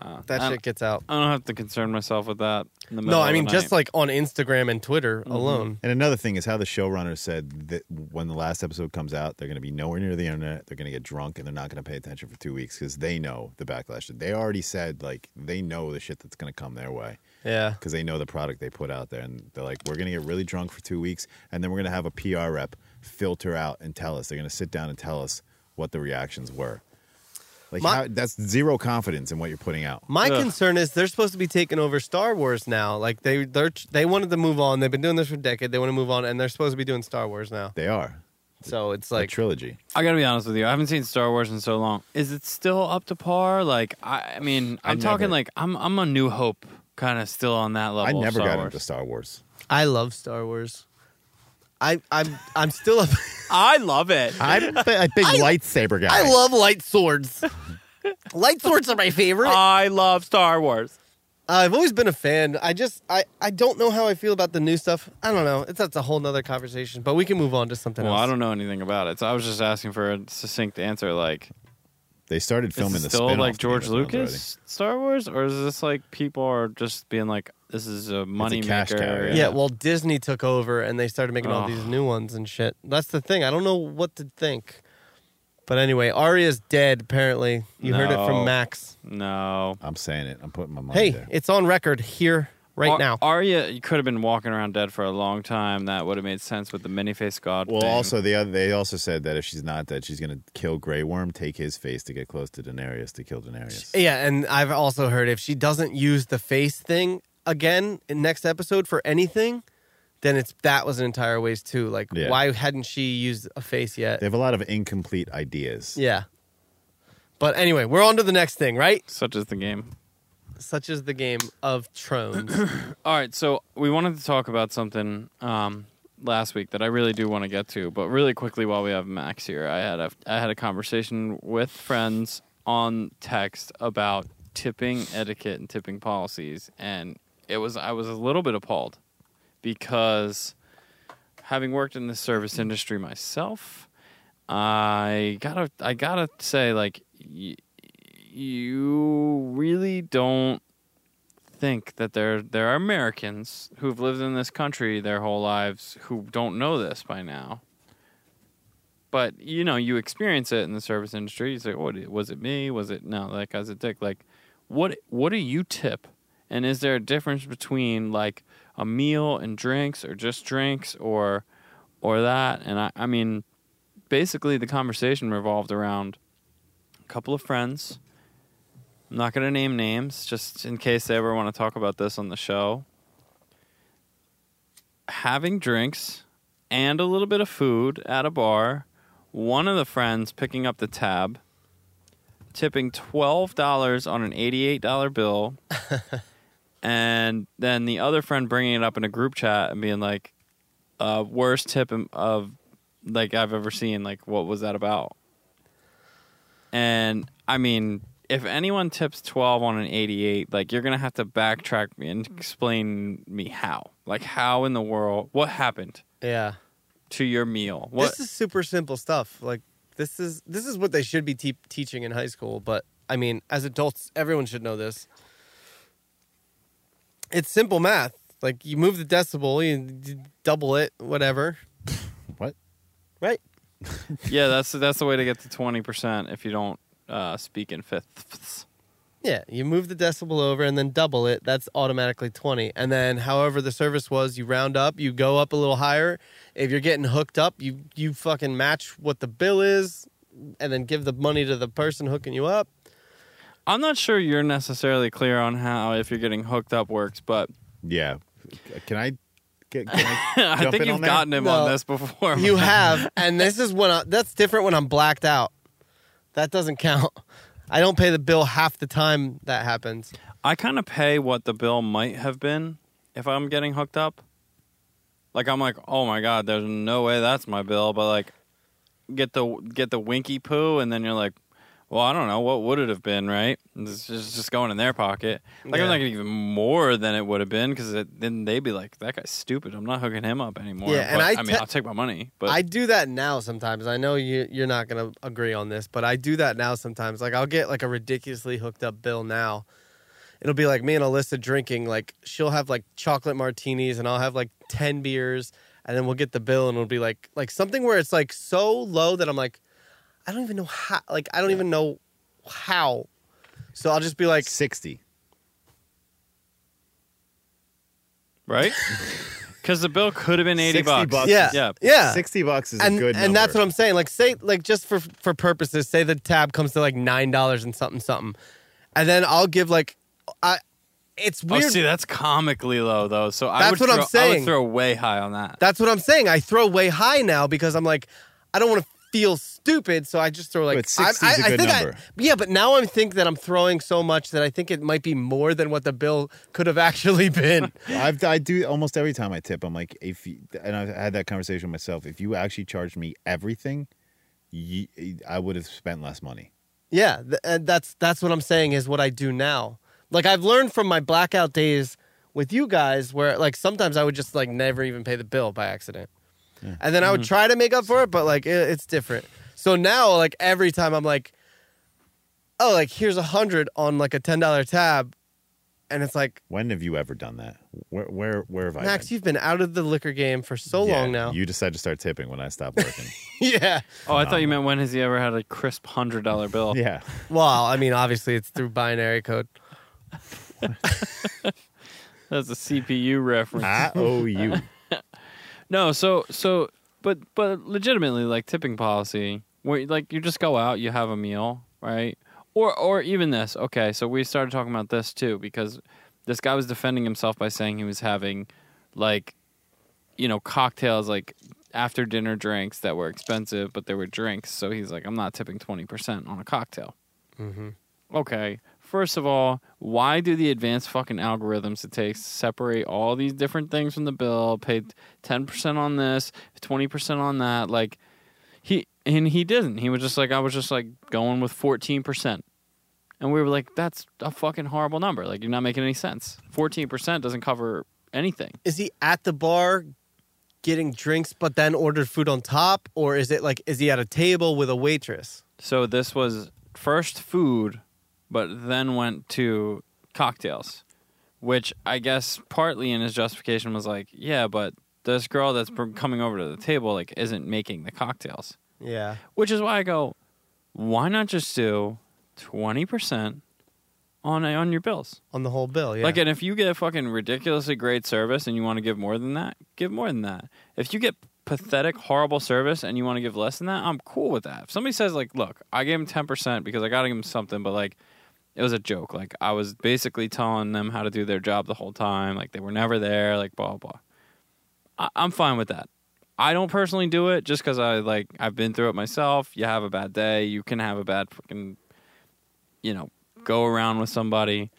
S1: Uh,
S2: that
S1: I,
S2: shit gets out.
S1: I don't have to concern myself with that. In the middle
S2: No, I
S1: of
S2: mean
S1: the
S2: just
S1: night. Mm-hmm.
S2: like on Instagram and Twitter alone.
S3: And another thing is how the showrunner said that when the last episode comes out, they're going to be nowhere near the internet. They're going to get drunk and they're not going to pay attention for two weeks because they know the backlash. They already said like they know the shit that's going to come their way
S2: Yeah.
S3: because they know the product they put out there, and they're like, we're going to get really drunk for two weeks, and then we're going to have a PR rep filter out and tell us. They're going to sit down and tell us what the reactions were. Like
S2: My-
S3: how, that's zero confidence in what you're putting out.
S2: My
S1: Ugh.
S2: concern is they're supposed to be taking over Star Wars now. Like they they're they wanted to move on. They've been doing this for a decade. They want to move on and they're supposed to be doing Star Wars now.
S3: They are
S2: So it's
S3: like
S2: like
S3: trilogy.
S1: I gotta be honest with you. I haven't seen Star Wars in so long. Is it still up to par? Like, I, I mean,
S3: I
S1: I'm talking
S3: never-
S1: like I'm I'm a New Hope kind of still on that level.
S3: I
S1: of
S3: never
S1: Star
S3: got
S1: Wars.
S3: into Star Wars.
S2: I love Star Wars. I I'm I'm still a
S1: I love it.
S3: I'm a big lightsaber guy.
S2: I love light swords. light swords are my favorite.
S1: I love Star Wars.
S2: Uh, I've always been a fan. I just I, I don't know how I feel about the new stuff. I don't know. It's that's a whole nother conversation, but we can move on to something
S1: Well,
S2: else.
S1: I don't know anything about it, so I was just asking for a succinct answer. Like,
S3: They started
S1: is
S3: filming
S1: it
S3: the
S1: still
S3: spin-off
S1: like
S3: Game of
S1: George
S3: Thrones already.
S1: Lucas Star Wars, or is this like people are just being like, this is a money
S3: cash cow,
S1: maker?
S3: yeah.
S2: yeah. well, Disney took over and they started making all
S1: Ugh.
S2: these new ones and shit. That's the thing. I don't know what to think. But anyway, Arya's dead apparently. You heard it
S1: No.
S2: from Max.
S1: No.
S3: I'm saying it. I'm putting my money
S2: Hey,
S3: there.
S2: it's on record here right
S1: Ar-
S2: now.
S1: Arya could have been walking around dead for a long time. That would have made sense with the many face god.
S3: well,
S1: thing.
S3: also the other, they also said that if she's not dead, she's gonna kill Grey Worm, take his face to get close to Daenerys to kill Daenerys.
S2: yeah, and I've also heard if she doesn't use the face thing again in next episode for anything, then it's that was an entire waste too. Like
S3: Yeah.
S2: why hadn't she used a face yet?
S3: They have a lot of incomplete ideas.
S2: Yeah. But anyway, we're on to the next thing, right?
S1: such is the game.
S2: Such as the game of Thrones.
S1: All right, so we wanted to talk about something um, last week that I really do want to get to, but really quickly while we have Max here, I had a I had a conversation with friends on text about tipping etiquette and tipping policies, and it was I was a little bit appalled because having worked in the service industry myself, I gotta I gotta say like y- you really don't think that there there are Americans who've lived in this country their whole lives who don't know this by now. But you know, you experience it in the service industry. You say, "What was it me? Was it no? That guy's a dick." Like, what what do you tip? And is there a difference between like a meal and drinks, or just drinks, or or that? And I, I mean, basically, the conversation revolved around a couple of friends I'm not going to name names, just in case they ever want to talk about this on the show. Having drinks and a little bit of food at a bar, one of the friends picking up the tab, tipping $12 on an $88 bill, and then the other friend bringing it up in a group chat and being like, uh, worst tip im- of like I've ever seen. Like, what was that about? And I mean, if anyone tips 12 on an 88, like you're going to have to backtrack me and explain me how. Like how in the world what happened
S2: yeah.
S1: to your meal? What
S2: This is super simple stuff. Like this is this is what they should be te- teaching in high school, but I mean, as adults, everyone should know this. It's simple math. Like you move the decibel, you d- double it, whatever.
S3: What?
S2: Right.
S1: Yeah, that's that's the way to get to twenty percent if you don't uh, speak in fifths.
S2: Yeah, you move the decibel over and then double it. That's automatically 20. And then however the service was, you round up, you go up a little higher. If you're getting hooked up, you you fucking match what the bill is and then give the money to the person hooking you up.
S1: I'm not sure you're necessarily clear on how if you're getting hooked up works, but
S3: Yeah. Can I? Can, can I
S1: I
S3: jump
S1: think
S3: in
S1: you've
S3: on that?
S1: gotten him on
S2: No.
S1: this before.
S2: You have, and this is when I, that's different when I'm blacked out. That doesn't count. I don't pay the bill half the time that happens.
S1: I kind of pay what the bill might have been if I'm getting hooked up. Like I'm like, oh my god, there's no way that's my bill. But like, get the get the winky poo, and then you're like, well, I don't know what would it have been, right? And It's just it's just going in their pocket. Like I'm
S2: Yeah.
S1: not gonna give them more than it would have been because then they'd be like, that guy's stupid. I'm not hooking him up anymore.
S2: Yeah, and
S1: But,
S2: I
S1: mean,
S2: te-
S1: I'll take my money, but
S2: I do that now sometimes. I know you you're not gonna agree on this, but I do that now sometimes. Like I'll get like a ridiculously hooked up bill now. It'll be like me and Alyssa drinking. Like she'll have like chocolate martinis, and I'll have like ten beers, and then we'll get the bill, and it'll be like like something where it's like so low that I'm like, I don't even know how. Like I don't even know how. So I'll just be like,
S3: sixty.
S1: right? Because the bill could have been eighty
S3: 60
S1: bucks.
S3: bucks.
S2: yeah,
S1: yeah.
S2: yeah.
S3: Sixty bucks is
S2: and
S3: a good.
S2: and that's what
S3: number.
S2: I'm saying. Like say like just for for purposes, say the tab comes to like nine dollars and something something, and then I'll give like I. It's
S1: Oh,
S2: weird.
S1: see, that's comically low though. So I
S2: That's
S1: would
S2: what
S1: throw,
S2: I'm
S1: I
S2: saying.
S1: would throw way high on that.
S2: that's what I'm saying. I throw way high now because I'm like, I don't want to feel stupid, so I just throw like.
S3: But 60
S2: I,
S3: is a
S2: I- I
S3: good
S2: think I-
S3: number.
S2: yeah, but now I'm think that I'm throwing so much that I think it might be more than what the bill could have actually been.
S3: I've, I do almost every time I tip. I'm like, if you, and I've had that conversation with myself. If you actually charged me everything, you, I would have spent less money.
S2: Yeah, th- and that's that's what I'm saying is what I do now. Like I've learned from my blackout days with you guys, where like sometimes I would just like never even pay the bill by accident, and then I
S3: Mm-hmm.
S2: would try to make up for it, but like it, it's different. So now, like every time I'm like, oh, like here's a hundred on like a ten dollar tab, and it's like
S3: When have you ever done that? Where where where have I?
S2: Max,
S3: been?
S2: you've been out of the liquor game for so
S3: Yeah,
S2: long now.
S3: You decide to start tipping when I stop working.
S2: yeah.
S1: Oh, I thought you meant when has he ever had a crisp hundred dollar bill?
S3: yeah,
S2: Well, I mean, obviously it's through binary code.
S1: that's a CPU reference.
S3: I owe you.
S1: No, so so, but but legitimately, like tipping policy, where like you just go out, you have a meal, right? Or or even this. Okay, so we started talking about this too because this guy was defending himself by saying he was having like you know cocktails like after dinner drinks that were expensive but they were drinks so he's like i'm not tipping 20% on a cocktail
S2: Mm-hmm.
S1: okay, first of all, why do the advanced fucking algorithms it takes to separate all these different things from the bill, pay 10% on this, 20% on that? Like, he, and he didn't. He was just like, I was just like going with 14%. And we were like, that's a fucking horrible number. Like, you're not making any sense. 14% doesn't cover anything.
S2: is he at the bar getting drinks but then ordered food on top or is it like is he at a table with a waitress
S1: So this was first food, but then went to cocktails, which I guess partly in his justification was like, yeah, but this girl that's br- coming over to the table like isn't making the cocktails,
S2: yeah
S1: which is why I go, why not just do twenty percent on on your bills?
S2: on the whole bill yeah
S1: Like, and if you get fucking ridiculously great service and you want to give more than that, give more than that. If you get pathetic, horrible service and you want to give less than that, I'm cool with that. If somebody says like, "Look, I gave him ten percent because I got to give him something," but like, it was a joke. Like, I was basically telling them how to do their job the whole time. Like, they were never there. Like, blah blah. blah. I- I'm fine with that. I don't personally do it just because I like I've been through it myself. You have a bad day, you can have a bad fucking, you know, go around with somebody,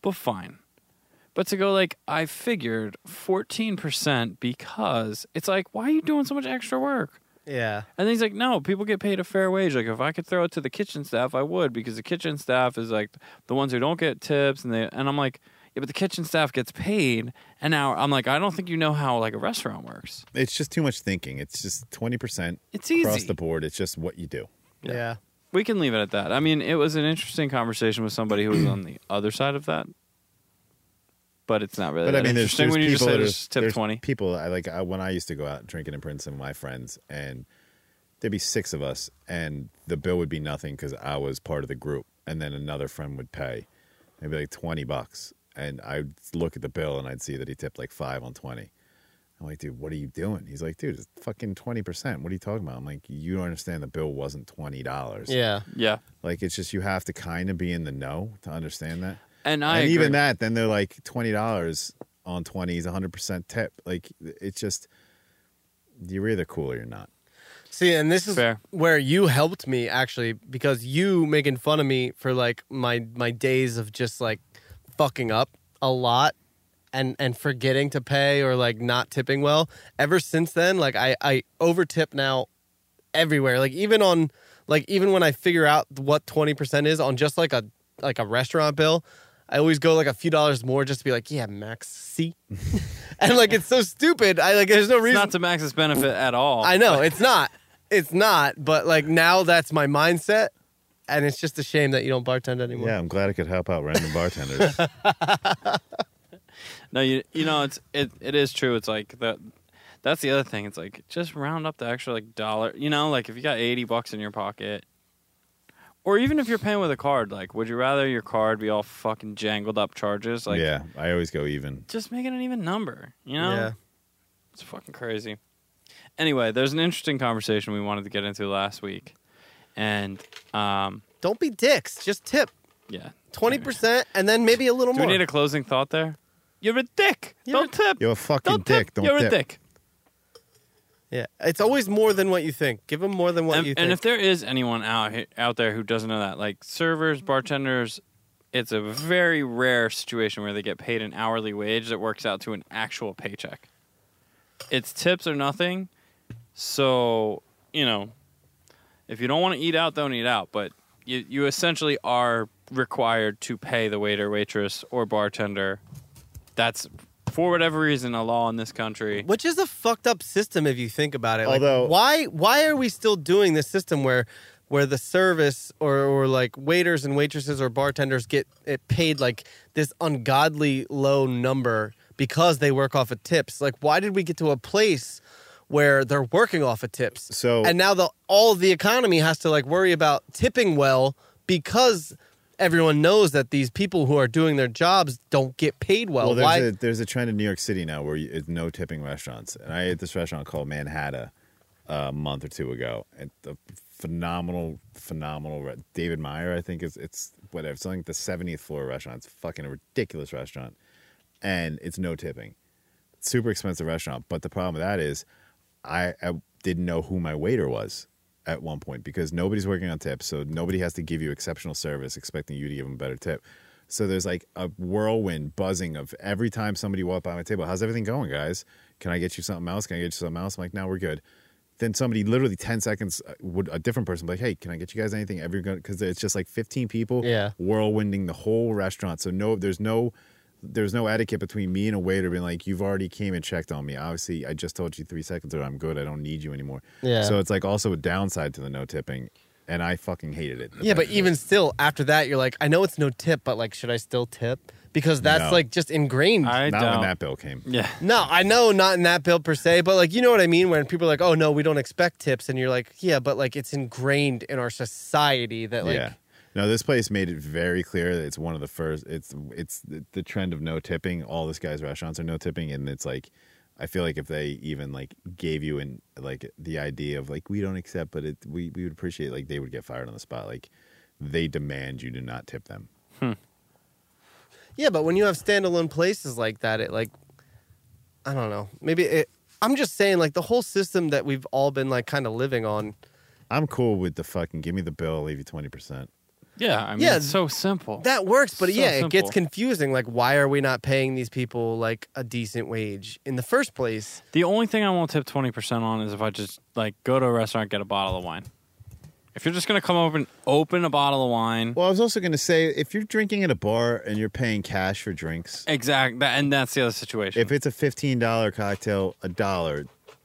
S1: but fine. But to go like I figured fourteen percent because it's like why are you doing so much extra work?
S2: yeah
S1: And then he's like, no, people get paid a fair wage. Like, if I could throw it to the kitchen staff, I would because the kitchen staff is like the ones who don't get tips, and they and I'm like, yeah, but the kitchen staff gets paid an hour. I'm like, I don't think you know how like a restaurant works.
S3: It's just too much thinking. It's just twenty percent
S1: It's easy.
S3: across the board. It's just what you do.
S2: yeah,
S1: Yeah. we can leave it at that. I mean, it was an interesting conversation with somebody who was on the other side of that. But it's not really.
S3: But I
S1: that
S3: mean, there's,
S1: interesting
S3: there's
S1: when you just
S3: people
S1: say
S3: that are-
S1: there's tip
S3: there's
S1: twenty.
S3: People I like I, when I used to go out drinking in Princeton with my friends, and there'd be six of us, and the bill would be nothing because I was part of the group, and then another friend would pay, it'd be like twenty bucks, and I'd look at the bill and I'd see that he tipped like five on twenty. I'm like, dude, what are you doing? He's like, dude, it's fucking twenty percent. What are you talking about? I'm like, you don't understand. The bill wasn't twenty dollars.
S2: Yeah.
S1: Yeah,
S3: like it's just you have to kind of be in the know to understand that
S1: and I
S3: and even
S1: agree.
S3: that, then they're like twenty dollars on twenty is hundred percent tip. Like it's just you're either cool or you're not.
S2: See, and this is
S1: Fair.
S2: where you helped me actually because you making fun of me for like my my days of just like fucking up a lot and and forgetting to pay or like not tipping well. Ever since then, like I I overtip now everywhere. Like even on like even when I figure out what 20% is on just like a like a restaurant bill, I always go like a few dollars more just to be like, yeah, max C. and like it's so stupid. I like there's no
S1: It's
S2: reason
S1: not to Max's benefit at all.
S2: I know it's not. It's not. But like now, that's my mindset, and it's just a shame that you don't bartend anymore.
S3: Yeah, I'm glad I could help out random bartenders.
S1: No, you you know it's it it is true. It's like that. That's the other thing. It's like just round up the extra like dollar. You know, like if you got eighty bucks in your pocket, or even if you're paying with a card, like would you rather your card be all fucking jangled up charges? Like,
S3: yeah, I always go even.
S1: just make it an even number. You know,
S2: Yeah.
S1: it's fucking crazy. Anyway, there's an interesting conversation we wanted to get into last week, and um,
S2: Don't be dicks. Just tip
S1: yeah,
S2: twenty percent, and then maybe a little
S1: Do we
S2: more.
S1: need a closing thought there? You're a dick.
S2: You're
S1: Don't tip.
S3: You're a fucking
S1: Don't
S3: dick.
S1: tip.
S3: Don't
S1: You're
S3: tip.
S1: a dick.
S2: yeah, it's always more than what you think. Give them more than what
S1: and,
S2: you think.
S1: and if there is anyone out he- out there who doesn't know that, like servers, bartenders, it's a very rare situation where they get paid an hourly wage that works out to an actual paycheck. It's tips or nothing. So, you know, if you don't want to eat out, don't eat out. But you, you essentially are required to pay the waiter, waitress, or bartender. That's, for whatever reason, a law in this country.
S2: which is a fucked up system if you think about it. Like,
S3: Although-
S2: why why are we still doing this system where where the service or, or like waiters and waitresses or bartenders get it paid like this ungodly low number because they work off of tips? Like, why did we get to a place where they're working off of tips?
S3: So-
S2: and now the all the economy has to like worry about tipping well because. Everyone knows that these people who are doing their jobs don't get paid well.
S3: Well,
S2: Why?
S3: there's a, there's a trend in New York City now where you, it's no tipping restaurants, and I ate this restaurant called Manhattan uh, a month or two ago, and a phenomenal, phenomenal re- David Meyer, I think is it's whatever something like the 70th floor restaurant. It's fucking a ridiculous restaurant, and it's no tipping, super expensive restaurant. But the problem with that is, I, I didn't know who my waiter was at one point because nobody's working on tips, so nobody has to give you exceptional service expecting you to give them a better tip. So there's like a whirlwind buzzing of every time somebody walked by my table, how's everything going, guys? Can I get you something else? Can I get you something else? I'm like, no, we're good. Then somebody literally 10 seconds uh, would a different person be like, hey, can I get you guys anything? Everyone, because it's just like 15 people
S2: Yeah.
S3: whirlwinding the whole restaurant. So no, there's no there's no etiquette between me and a waiter being like, you've already came and checked on me. Obviously, I just told you three seconds ago I'm good. I don't need you anymore.
S2: Yeah.
S3: So it's like also a downside to the no tipping, and I fucking hated it.
S2: Yeah, but even still, after that, you're like, I know it's no tip, but like, should I still tip? Because that's
S3: No.
S2: like just ingrained.
S1: I
S3: not
S1: don't.
S3: when that bill came.
S1: yeah.
S2: no, I know not in that bill per se, but like, you know what I mean? When people are like, oh no, we don't expect tips. And you're like, yeah, but like, it's ingrained in our society that like,
S3: yeah. No, this place made it very clear that it's one of the first. It's it's the, the trend of no tipping. All this guy's restaurants are no tipping, and it's like, I feel like if they even like gave you an like the idea of like we don't accept, but it we we would appreciate like they would get fired on the spot. Like they demand you to not tip them.
S2: yeah, but when you have standalone places like that, it like, I don't know. Maybe it, I'm just saying like the whole system that we've all been like kind of living on.
S3: I'm cool with the fucking give me the bill, I'll leave you twenty percent.
S1: Yeah. I mean,
S2: Yeah,
S1: it's so simple.
S2: That works, but
S1: So
S2: yeah, it gets
S1: simple.
S2: confusing. Like, why are we not paying these people like a decent wage in the first place?
S1: The only thing I won't tip twenty percent on is if I just like go to a restaurant get a bottle of wine. If you're just gonna come over and open a bottle of wine,
S3: Well, I was also going to say if you're drinking at a bar and you're paying cash for drinks,
S1: exact that, and that's the other situation.
S3: if it's a fifteen dollar cocktail, a dollar,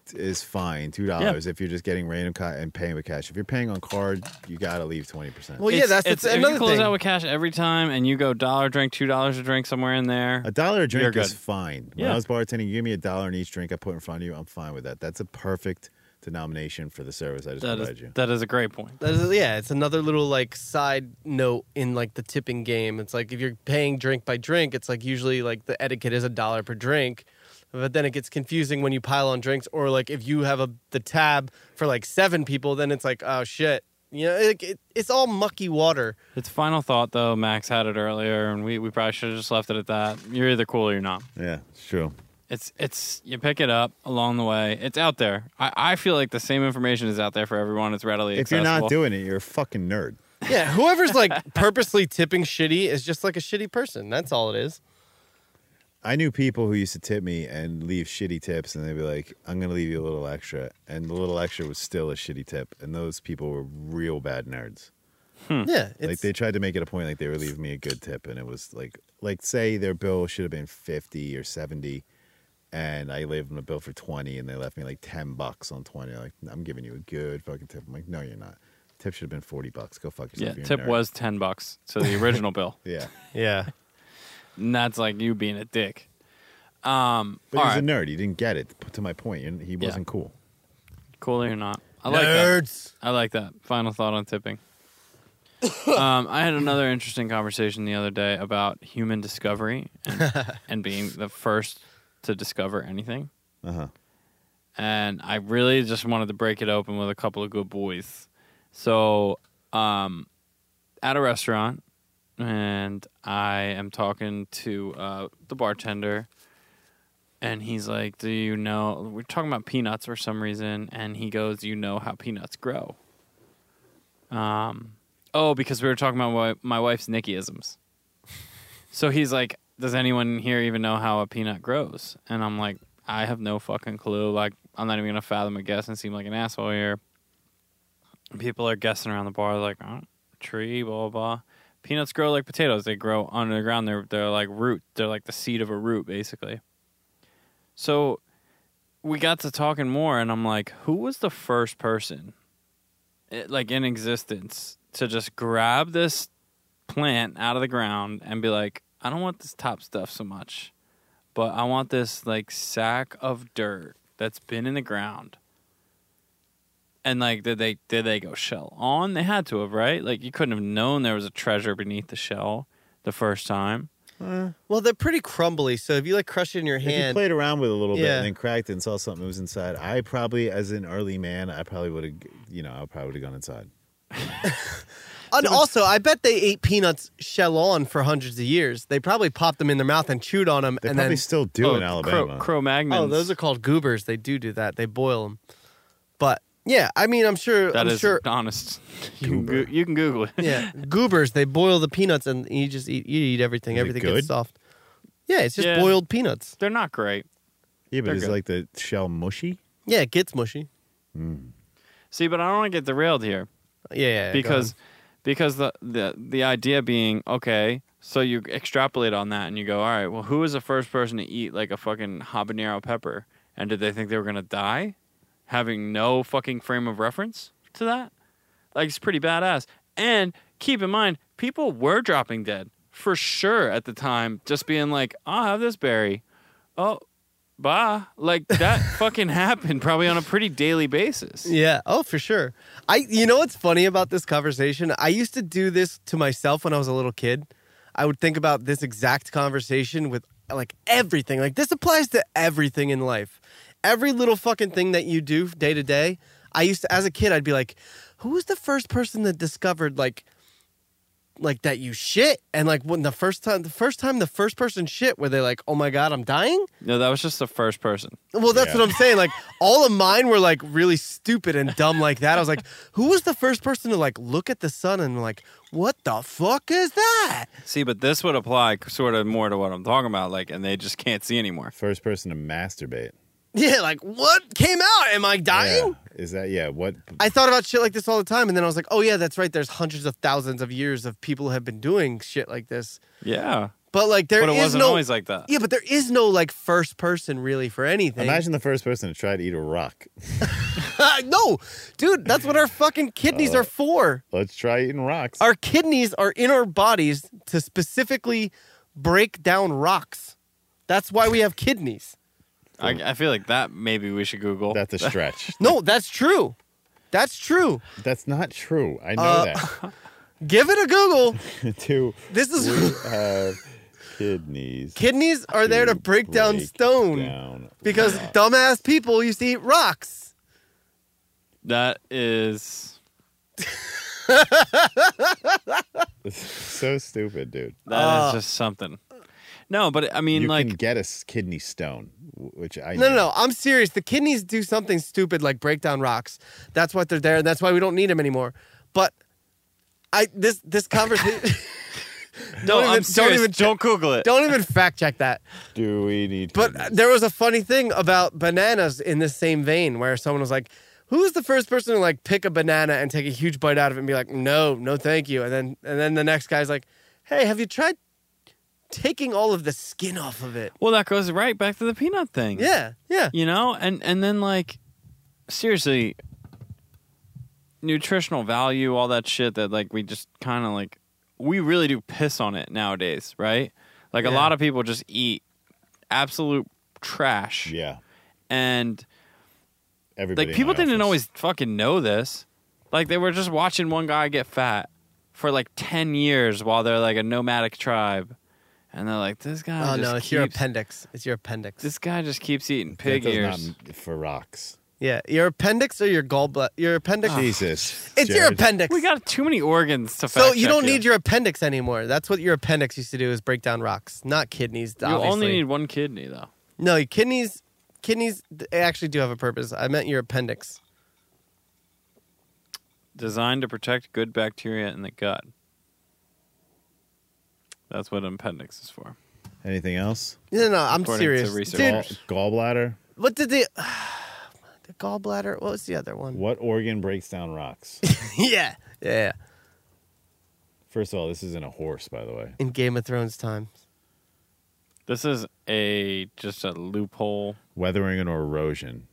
S3: Direct is fine, two dollars if you're just getting random ca- and paying with cash. If you're paying on card, you gotta leave twenty percent.
S2: Well, yeah,
S1: It's-
S2: that's the
S1: it's,
S2: th-
S1: if
S2: another
S1: you close
S2: thing.
S1: out with cash every time, and you go dollar drink, two dollars a drink somewhere in there.
S3: A dollar a drink
S1: You're
S3: is
S1: good.
S3: fine. When
S1: Yeah.
S3: I was bartending, you give me a dollar in each drink I put in front of you. I'm fine with that. That's a perfect denomination for the service I just
S1: That
S3: provided
S1: is
S3: you.
S1: that is a great point.
S2: That is, yeah, it's another little like side note in like the tipping game. It's like if you're paying drink by drink, it's like usually like the etiquette is a dollar per drink. But then it gets confusing when you pile on drinks, or like if you have a the tab for like seven people, then it's like oh shit, you know, it, it, it's all mucky water.
S1: It's final thought though. Max had it earlier, and we, we probably should have just left it at that. You're either cool or you're not.
S3: Yeah, it's true.
S1: It's it's you pick it up along the way. It's out there. I, I feel like the same information is out there for everyone. It's readily
S3: If you're
S1: accessible.
S3: not doing it, you're a fucking nerd.
S2: Yeah, whoever's like purposely tipping shitty is just like a shitty person. That's all it is.
S3: I knew people who used to tip me and leave shitty tips, and they'd be like, "I'm gonna leave you a little extra," and the little extra was still a shitty tip. And those people were real bad nerds.
S2: Yeah, it's,
S3: like they tried to make it a point, like they were leaving me a good tip, and it was like, like say their bill should have been fifty or seventy, and I gave them a bill for twenty, and they left me like ten bucks on twenty. Like I'm giving you a good fucking tip. I'm like, no, you're not. Tip should have been forty bucks. Go fuck
S1: yeah,
S3: yourself. you're a
S1: tip
S3: nerd."
S1: was ten bucks to the original bill,
S3: yeah,
S2: yeah.
S1: and that's like you being a dick. Um,
S3: but
S1: all
S3: he's
S1: right,
S3: a nerd. He didn't get it. To my point, You're- he
S1: Yeah.
S3: wasn't cool.
S1: cool or you're not. I like that.
S2: nerds.
S1: I like that. Final thought on tipping. um, I had another interesting conversation the other day about human discovery and, and being the first to discover anything.
S3: Uh huh.
S1: And I really just wanted to break it open with a couple of good boys. So, um, at a restaurant, and I am talking to uh, the bartender, and he's like, "Do you know?" We're talking about peanuts for some reason, and he goes, "Do you know how peanuts grow?" Um, oh, because we were talking about wi- my wife's Nickyisms. so he's like, "Does anyone here even know how a peanut grows?" And I'm like, "I have no fucking clue. Like, I'm not even gonna fathom a guess and seem like an asshole here." And People are guessing around the bar, like, oh, "Tree, blah blah." blah. Peanuts grow like potatoes. They grow underground. They're they're like root. They're like the seed of a root, basically. So we got to talking more, and I'm like, who was the first person, eh, like in existence, to just grab this plant out of the ground and be like, I don't want this top stuff so much, but I want this like sack of dirt that's been in the ground. And like, did they did they go shell on? They had to have, right? Like, you couldn't have known there was a treasure beneath the shell the first time.
S2: Well, they're pretty crumbly, so if you like crush it in your
S3: If you
S2: hand,
S3: played around with it a little bit
S2: Yeah.
S3: and then cracked it and saw something that was inside, I probably, as an early man, I probably would have, you know, I probably would have gone inside.
S2: And also, I bet they ate peanuts shell on for hundreds of years. They probably popped them in their mouth and chewed on them,
S3: They
S2: and
S3: probably
S2: then
S3: still do in Alabama.
S1: Oh, Cro- Cro-Magnons.
S2: oh, those are called goobers. They do do that. They boil them. But yeah, I mean, I'm sure.
S1: That
S2: I'm
S1: is
S2: sure.
S1: honest. You can,
S3: Goober.
S1: goo- you can Google it.
S2: Yeah, goobers. They boil the peanuts, and you just eat. You eat everything.
S3: Is it
S2: everything
S3: good?
S2: gets soft. Yeah, it's just
S1: Yeah.
S2: boiled peanuts.
S1: They're not great.
S3: yeah, but
S1: They're
S3: is
S1: good.
S3: like the shell mushy?
S2: Yeah, it gets mushy.
S1: See, but I don't want to get derailed here
S2: Yeah, yeah, yeah, go
S1: because
S2: on.
S1: because the, the the idea being okay, so you extrapolate on that and you go, all right, well, who was the first person to eat like a fucking habanero pepper, and did they think they were gonna die, having no fucking frame of reference to that? Like it's pretty badass. And keep in mind, people were dropping dead for sure at the time, just being like, I'll have this berry. Oh, bye. Like that fucking happened probably on a pretty daily basis.
S2: Yeah. Oh, for sure. I. You know what's funny about this conversation? I used to do this to myself when I was a little kid. I would think about this exact conversation with like everything. Like this applies to everything in life. Every little fucking thing that you do day to day. I used to, as a kid, I'd be like, "Who was the first person that discovered like, like that you shit?" And like when the first time, the first time the first person shit, were they like, "Oh my god, I'm dying"?
S1: No, that was just the first person.
S2: Well, that's
S3: Yeah.
S2: what I'm saying. Like all of mine were like really stupid and dumb like that. I was like, who was the first person to like look at the sun and like, what the fuck is that?
S1: See, but this would apply sort of more to what I'm talking about, like, and they just can't see anymore.
S3: First person to masturbate.
S2: Yeah, like what came out? Am I dying?
S3: Yeah. Is that, yeah, what?
S2: I thought about shit like this all the time, and then I was like, oh yeah, that's right. There's hundreds of thousands of years of people have been doing shit like this.
S1: Yeah.
S2: But like there
S1: but it
S2: is
S1: wasn't
S2: no e-,
S1: always like that.
S2: yeah, but there is no like first person really for anything.
S3: Imagine the first person to try to eat a rock.
S2: no, dude, that's what our fucking kidneys
S1: Uh.
S2: are for.
S3: Let's try eating rocks.
S2: Our kidneys are in our bodies to specifically break down rocks. That's why we have kidneys.
S1: I, I feel like that maybe we should Google.
S3: That's a stretch.
S2: No, that's true. That's true.
S3: That's not true. I know
S2: Uh, Give it a Google.
S3: that. Two
S2: This is
S3: have kidneys.
S2: kidneys are there to break down
S3: break
S2: stone
S3: down
S2: because dumbass people used to eat rocks.
S1: that is
S3: It's so stupid, dude.
S1: that is
S2: Uh,
S1: just something. No, but I mean,
S3: you
S1: like,
S3: can get a s- kidney stone, w- which I
S2: No, no, no. I'm serious. The kidneys do something stupid like break down rocks. That's what they're there. and That's why we don't need them anymore. But I this this conversation.
S1: no,
S2: Don't even-
S1: I'm
S2: don't
S1: serious. Don't,
S2: even-
S1: Google it.
S2: don't even fact check that.
S3: Do we need?
S2: But
S3: kidneys?
S2: there was a funny thing about bananas in this same vein where someone was like, "Who's the first person to like pick a banana and take a huge bite out of it and be like, "No, no, thank you." And then and then the next guy's like, "Hey, have you tried taking all of the skin off of it?"
S1: Well, that goes right back to the peanut thing.
S2: Yeah. Yeah.
S1: you know, and and then like, seriously, nutritional value, all that shit that like we just kind of like, we really do piss on it nowadays, right? Like a
S2: Yeah.
S1: lot of people just eat absolute trash,
S3: yeah,
S1: and
S3: everybody.
S1: like
S3: in
S1: people
S3: my
S1: didn't
S3: office-
S1: always fucking know this. Like they were just watching one guy get fat for like ten years while they're like a nomadic tribe, and they're like, this guy.
S2: Oh
S1: just
S2: no, it's
S1: keeps,
S2: your appendix. It's your appendix.
S1: This guy just keeps eating
S3: That
S1: pig
S3: does
S1: ears.
S3: Not, for rocks.
S2: yeah, your appendix or your gallbladder. Your appendix.
S1: Ah.
S3: Jesus,
S2: It's your
S3: Jared.
S2: appendix.
S1: We got too many organs to.
S2: so
S1: fact
S2: you
S1: check
S2: don't need your appendix anymore. That's what your appendix used to do is break down rocks, not kidneys.
S1: You
S2: obviously.
S1: only need one kidney though.
S2: No, your kidneys kidneys they actually do have a purpose. I meant your appendix.
S1: Designed to protect good bacteria in the gut. That's what an appendix is for.
S3: Anything else?
S2: No, no, I'm
S1: According to
S2: serious.
S1: research.
S2: Dude,
S3: Gall- gallbladder.
S2: what did they the gallbladder? What was the other one?
S3: What organ breaks down rocks?
S2: yeah. Yeah.
S3: First of all, this isn't a horse, by the way.
S2: In Game of Thrones times.
S1: This is a just a loophole.
S3: Weathering and erosion.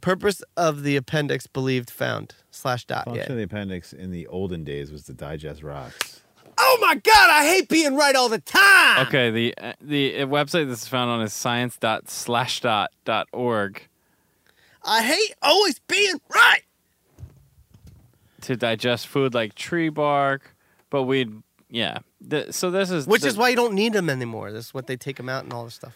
S2: Purpose of the appendix believed found. Slash dot.
S3: Function of
S2: Yeah.
S3: the appendix in the olden days was to digest rocks.
S2: Oh my god, I hate being right all the time.
S1: Okay, the uh, the uh, website this is found on is science.slashdot.org
S2: I hate always being right.
S1: to digest food like tree bark, but we yeah. Th- so this is
S2: Which
S1: the-
S2: is why you don't need them anymore. This is what they take them out and all this stuff.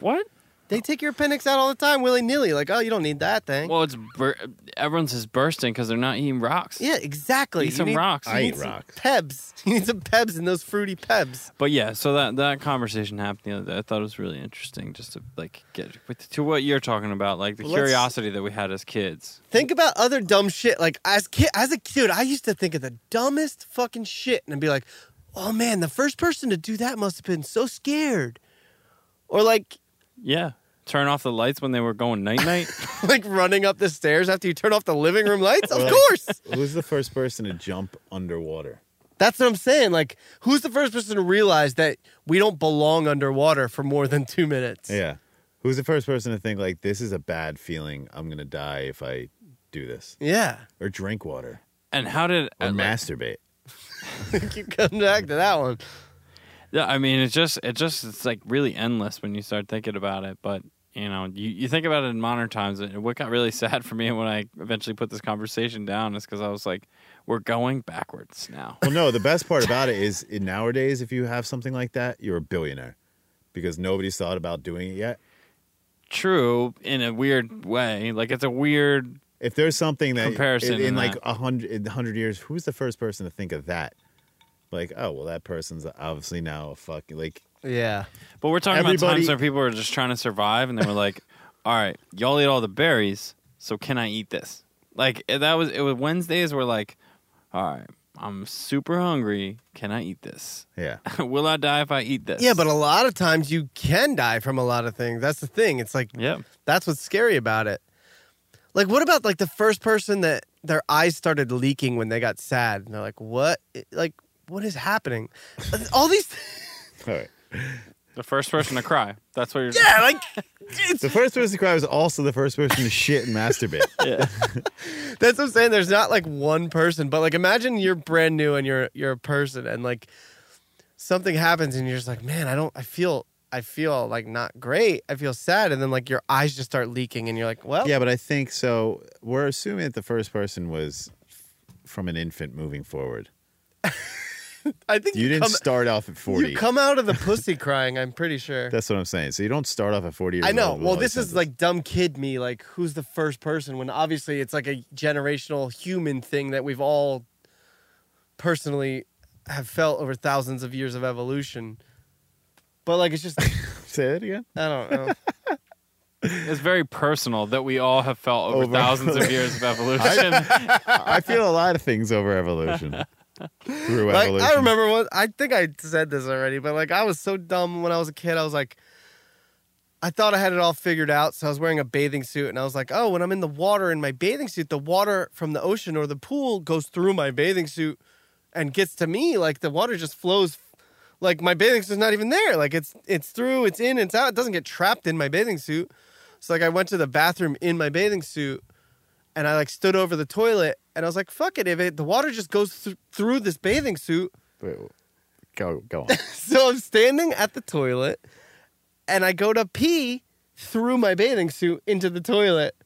S1: what?
S2: They take your appendix out all the time willy nilly. Like, oh, you don't need that thing.
S1: Well, it's bur- everyone's is bursting because they're not eating rocks.
S2: yeah, exactly.
S1: Eat
S2: You
S1: some
S2: need-
S1: rocks.
S2: you
S3: I
S2: need
S3: eat
S2: some
S3: rocks.
S2: Pebs. You need some pebs in those fruity pebs.
S1: But yeah, so that that conversation happened the other day. I thought it was really interesting, just to like get with, to what you're talking about, like the
S2: Well, let's-
S1: curiosity that we had as kids.
S2: Think about other dumb shit. Like as kid, as a kid, I used to think of the dumbest fucking shit and I'd be like, "Oh man, the first person to do that must have been so scared," or like,
S1: Yeah, turn off the lights when they were going night night.
S2: like running up the stairs after you turn off the living room lights. Of
S3: Right.
S2: course,
S3: Who's the first person to jump underwater?
S2: that's what I'm saying. Like, who's the first person to realize that we don't belong underwater for more than two minutes?
S3: Yeah. Who's the first person to think like this is a bad feeling? I'm gonna die if I do this
S2: yeah.
S3: or drink water
S1: and how did
S3: or
S1: uh, like,
S3: masturbate.
S2: Keep coming back to that one.
S1: yeah, I mean, it's just it just it's like really endless when you start thinking about it. But you know, you, you think about it in modern times. And what got really sad for me when I eventually put this conversation down is because I was like, we're going backwards now.
S3: Well, no. The best part about it is in nowadays, if you have something like that, you're a billionaire because nobody's thought about doing it yet.
S1: True, in a weird way. Like it's a weird
S3: If there's something that
S1: Comparison
S3: in,
S1: in
S3: in like
S1: that.
S3: a hundred in a hundred years, who's the first person to think of that? Like, oh well, that person's obviously now a fucking like
S2: Yeah.
S1: But we're talking about
S3: Everybody-
S1: times where people were just trying to survive, and they were like, "All right, y'all eat all the berries, so can I eat this?" Like eh, that was it. Was Wednesdays were like, "All right, I'm super hungry. Can I eat this?
S3: yeah.
S1: Will I die if I eat this?"
S2: Yeah, but a lot of times you can die from a lot of things. That's the thing. It's like
S1: yeah,
S2: that's what's scary about it. Like what about like the first person that their eyes started leaking when they got sad and they're like, "What?" It- Like what is happening? All these,
S3: All right.
S1: The first person to cry. That's what you're.
S2: yeah, like it's,
S3: The first person to cry was also the first person to shit and masturbate.
S1: Yeah.
S2: that's what I'm saying. There's not like one person, but like imagine you're brand new and you're you're a person, and like something happens, and you're just like, man, I don't, I feel, I feel like not great. I feel sad, and then like your eyes just start leaking, and you're like, well,
S3: Yeah, but I think so. We're assuming that the first person was from an infant moving forward.
S2: I think
S3: You didn't
S2: come,
S3: start off at 40.
S2: You come out of the pussy crying. I'm pretty sure.
S3: That's what I'm saying. So you don't start off at 40 years
S2: I know.
S3: old with
S2: Well,
S3: all these
S2: this is
S3: symptoms.
S2: like dumb kid me. Like, who's the first person? When obviously it's like a generational human thing that we've all personally have felt over thousands of years of evolution. But like, it's just I
S3: Say that again?
S2: don't know.
S1: It's very personal that we all have felt over
S3: Over-
S1: thousands of years of evolution.
S3: I feel a lot of things over evolution. Through
S2: like,
S3: evolution.
S2: I remember what I think I said this already, but like, I was so dumb when I was a kid. I was like. I thought I had it all figured out, so I was wearing a bathing suit, and I was like, "Oh, when I'm in the water in my bathing suit, the water from the ocean or the pool goes through my bathing suit, and gets to me like the water just flows like my bathing suit's not even there like it's it's through it's in it's out it doesn't get trapped in my bathing suit so like i went to the bathroom in my bathing suit and i like stood over the toilet and i was like fuck it if it the water just goes thr- through this bathing suit
S3: Wait, go, go on.
S2: so i'm standing at the toilet and i go to pee through my bathing suit into the toilet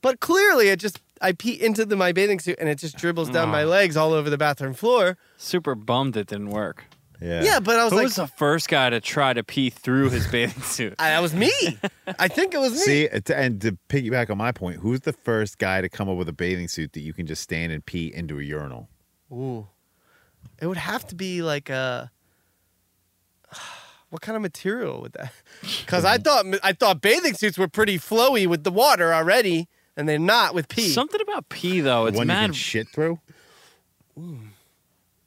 S2: but clearly it just i pee into the, my bathing suit and it just dribbles down my
S1: Aw.
S2: legs all over the bathroom floor
S1: Super bummed it didn't work.
S3: Yeah.
S2: yeah but i was
S1: Who
S2: like
S1: was the first guy to try to pee through his bathing suit?
S2: I, that was me. I think it was me.
S3: See, t- and to piggyback on my point, who's the first guy to come up with a bathing suit that you can just stand and pee into a urinal?
S2: Ooh. It would have to be like a. What kind of material would that? Because I thought I thought bathing suits were pretty flowy with the water already, and they're not with pee.
S1: Something about pee though. It's
S3: One you can
S1: mad.
S3: shit through?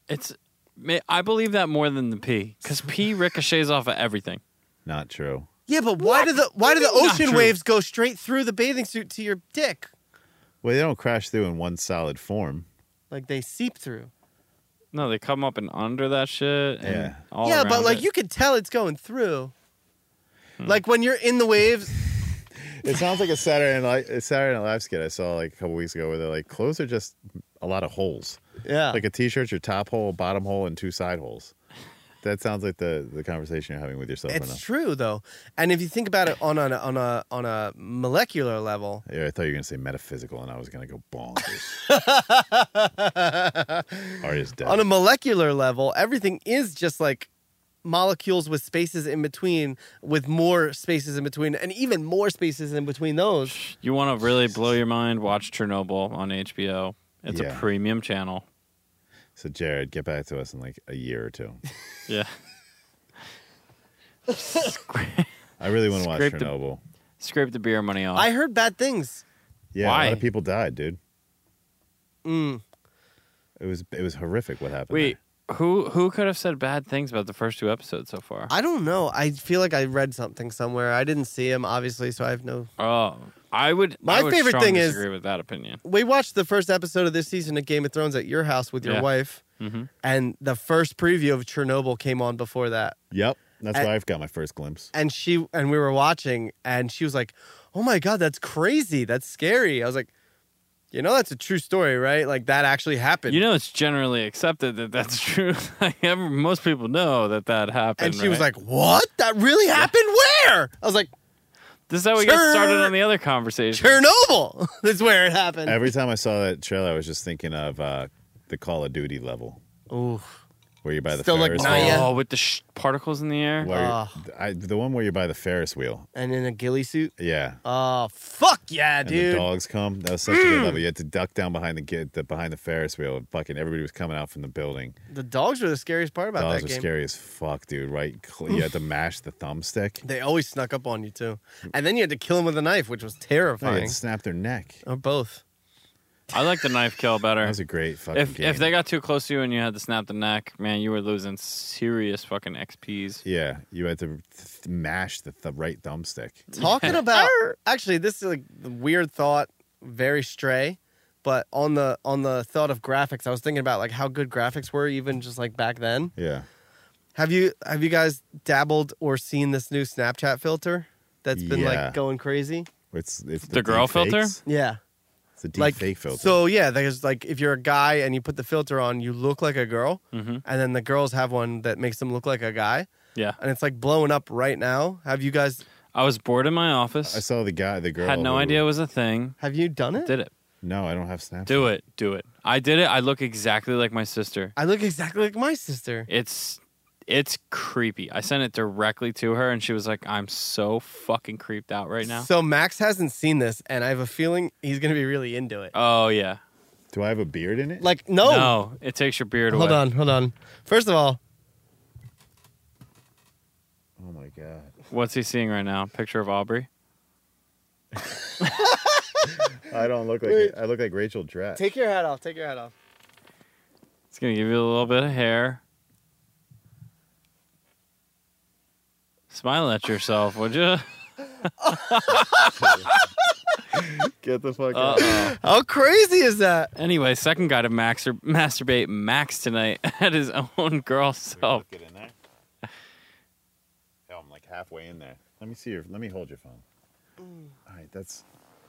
S1: it's. ma- I believe that more than the pee, because pee ricochets off of everything.
S3: Not true.
S2: yeah, but why do the why do the
S1: What do you mean not
S2: ocean
S1: true?
S2: waves go straight through the bathing suit to your dick?
S3: Well, they don't crash through in one solid form.
S2: Like they seep through.
S1: No, they come up and under that shit. And
S3: Yeah.
S1: all
S2: yeah, but
S1: around
S2: like
S1: it. Hmm.
S2: you could tell it's going through. Like when you're in the waves,
S3: It sounds like a Saturday Night a Saturday Night Live skit I saw like a couple weeks ago where they're like, clothes are just a lot of holes.
S2: yeah.
S3: Like a t-shirt's your top hole, bottom hole, and two side holes. That sounds like the the conversation you're having with yourself right
S2: it's
S3: now.
S2: true though, and if you think about it on a, on a on a molecular level,
S3: Yeah, I thought you were gonna say metaphysical, and I was gonna go bonkers. Art is dead.
S2: on a molecular level, everything is just like molecules with spaces in between, with more spaces in between, and even more spaces in between those.
S1: You want to really blow your mind? Watch Chernobyl on HBO. It's a
S3: Yeah.
S1: premium channel.
S3: so Jared, get back to us in like a year or two.
S1: Yeah.
S3: I really want to watch
S1: Scrape the-
S3: Chernobyl.
S1: Scrape the beer money off.
S2: I heard bad things.
S3: Yeah, a
S1: Why?
S3: lot of people died, dude.
S2: Mm.
S3: It was it was horrific what happened.
S1: Wait, who who could have said bad things about the first two episodes so far?
S2: I don't know. I feel like I read something somewhere. I didn't see him, obviously, so I have no.
S1: oh, I would.
S2: My
S1: I would
S2: favorite
S1: strongly
S2: thing is-
S1: disagree with that opinion.
S2: We watched the first episode of this season of Game of Thrones at your house with your
S1: Yeah.
S2: wife,
S1: hmm
S2: and the first preview of Chernobyl came on before that.
S3: there. Yep, that's
S2: I-
S3: where I've got my first glimpse.
S2: and she and we were watching and she was like oh my god that's crazy that's scary i was like you know that's a true story right like that actually happened
S1: You know, it's generally accepted that that's true. Like, every- most people know that that happened.
S2: and she was
S1: right?
S2: like what that really happened where i was like
S1: "This is how we get
S2: "Sure."
S1: started on the other conversation."
S2: chernobyl that's where it happened
S3: Every time I saw that trailer, I was just thinking of uh, the Call of Duty level
S2: Ooh.
S3: where you're by the
S2: Still like
S3: Ferris
S1: Oh,
S2: Not
S3: wheel.
S2: yet.
S1: with the sh- particles in the air.
S3: Where you-
S2: Ah.
S3: I, the one where you're by the Ferris wheel.
S2: and in a ghillie suit
S3: Yeah.
S2: oh fuck yeah
S3: and
S2: dude
S3: the dogs come. That was such a
S1: Mm.
S3: good level. You had to duck down behind the, kid, the behind the Ferris wheel. and Fucking everybody was coming out from the building.
S2: the dogs were the scariest part about
S3: Dogs
S2: that
S3: were
S2: game
S3: scary as fuck, dude. Right? Cl- You had to mash the thumbstick.
S2: they always snuck up on you too and then you had to kill them with a knife which was
S3: No, you had
S2: terrifying
S3: to snap their neck.
S2: or both
S1: I like the knife kill
S3: That
S1: better.
S3: was a great fucking
S1: If
S3: game.
S1: if they got too close to you and you had to snap the neck, man, you were losing serious fucking XP's.
S3: yeah, you had to th- mash the th- right thumbstick.
S2: Talking about actually, this is like the weird thought, very stray, But on the on the thought of graphics, I was thinking about like how good graphics were even just like back then.
S3: Yeah.
S2: Have you have you guys dabbled or seen this new Snapchat filter that's been
S3: Yeah.
S2: like going crazy?
S3: It's, it's
S1: The girl
S3: deep
S1: filter?
S3: fakes.
S2: Yeah.
S3: It's a deep
S2: like
S3: fake filter.
S2: So yeah, there's like if you're a guy and you put the filter on, you look like a girl,
S1: Mm-hmm.
S2: and then the girls have one that makes them look like a guy,
S1: Yeah.
S2: and it's like blowing up right now. Have you guys
S1: I was bored in my
S3: I
S1: office.
S3: saw the guy, the girl.
S1: Had no
S3: who-
S1: idea it was a thing.
S2: have you done it?
S1: Did it.
S3: No, I don't have Snapchat.
S1: Do it. Do it. I did it. I look exactly like my sister.
S2: I look exactly like my sister.
S1: It's it's creepy. I sent it directly to her and she was like, I'm so fucking creeped out right now.
S2: So Max hasn't seen this, and I have a feeling he's gonna be really into it.
S1: oh yeah.
S3: Do I have a beard in it?
S2: Like no,
S1: No. It takes your beard
S2: Oh. hold
S1: away.
S2: on, hold on. First of all,
S3: oh my god.
S1: What's he seeing right now? Picture of Aubrey?
S3: I don't look like
S2: Wait.
S3: it. I look like Rachel Dratch.
S2: take your hat off. Take your hat off.
S1: It's gonna give you a little bit of hair. Smile at yourself, would you?
S3: Get the fuck
S1: Uh-oh.
S2: How crazy is that?
S1: anyway, second guy to maxer- masturbate Max tonight at his own girl self.
S3: Get in there. Oh, I'm like halfway in there. Let me see your. Let me hold your phone. All right, that's.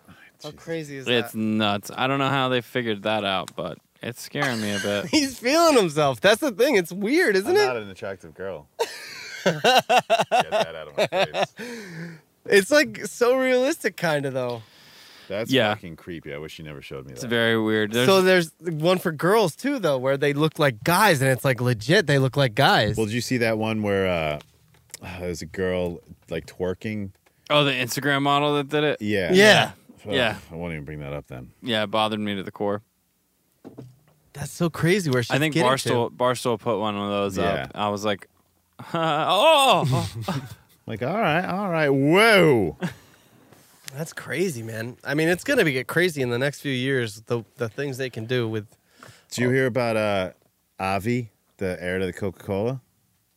S3: all right,
S2: Mm. How
S3: Jesus.
S2: crazy is that?
S1: It's nuts. I don't know how they figured that out, but it's scaring me a bit.
S2: He's feeling himself. That's the thing. It's weird,
S3: I'm
S2: isn't it?
S3: not an attractive girl. Get that out of my face.
S2: It's like so realistic, kind of though.
S3: That's
S1: Yeah.
S3: fucking creepy. I wish you never showed me
S1: It's
S3: that.
S1: very weird. There's,
S2: so there's one for girls too, though, where they look like guys, and it's like legit. They look like guys.
S3: well, did you see that one where uh, there's a girl like twerking?
S1: oh, the Instagram model that did it?
S3: Yeah.
S2: Yeah.
S3: Ugh,
S1: Yeah.
S3: I won't even bring that up then.
S1: Yeah, it bothered me to the core.
S2: That's so crazy. Where she's
S1: I think
S2: getting to.
S1: Barstool, Barstool put one of those
S3: Yeah.
S1: up. I was like, oh!
S3: Like, all right, all right, whoa.
S2: That's crazy, man. I mean, it's gonna be get crazy in the next few years. The the things they can do with.
S3: Did you hear about uh, Avi, the heir to the Coca Cola?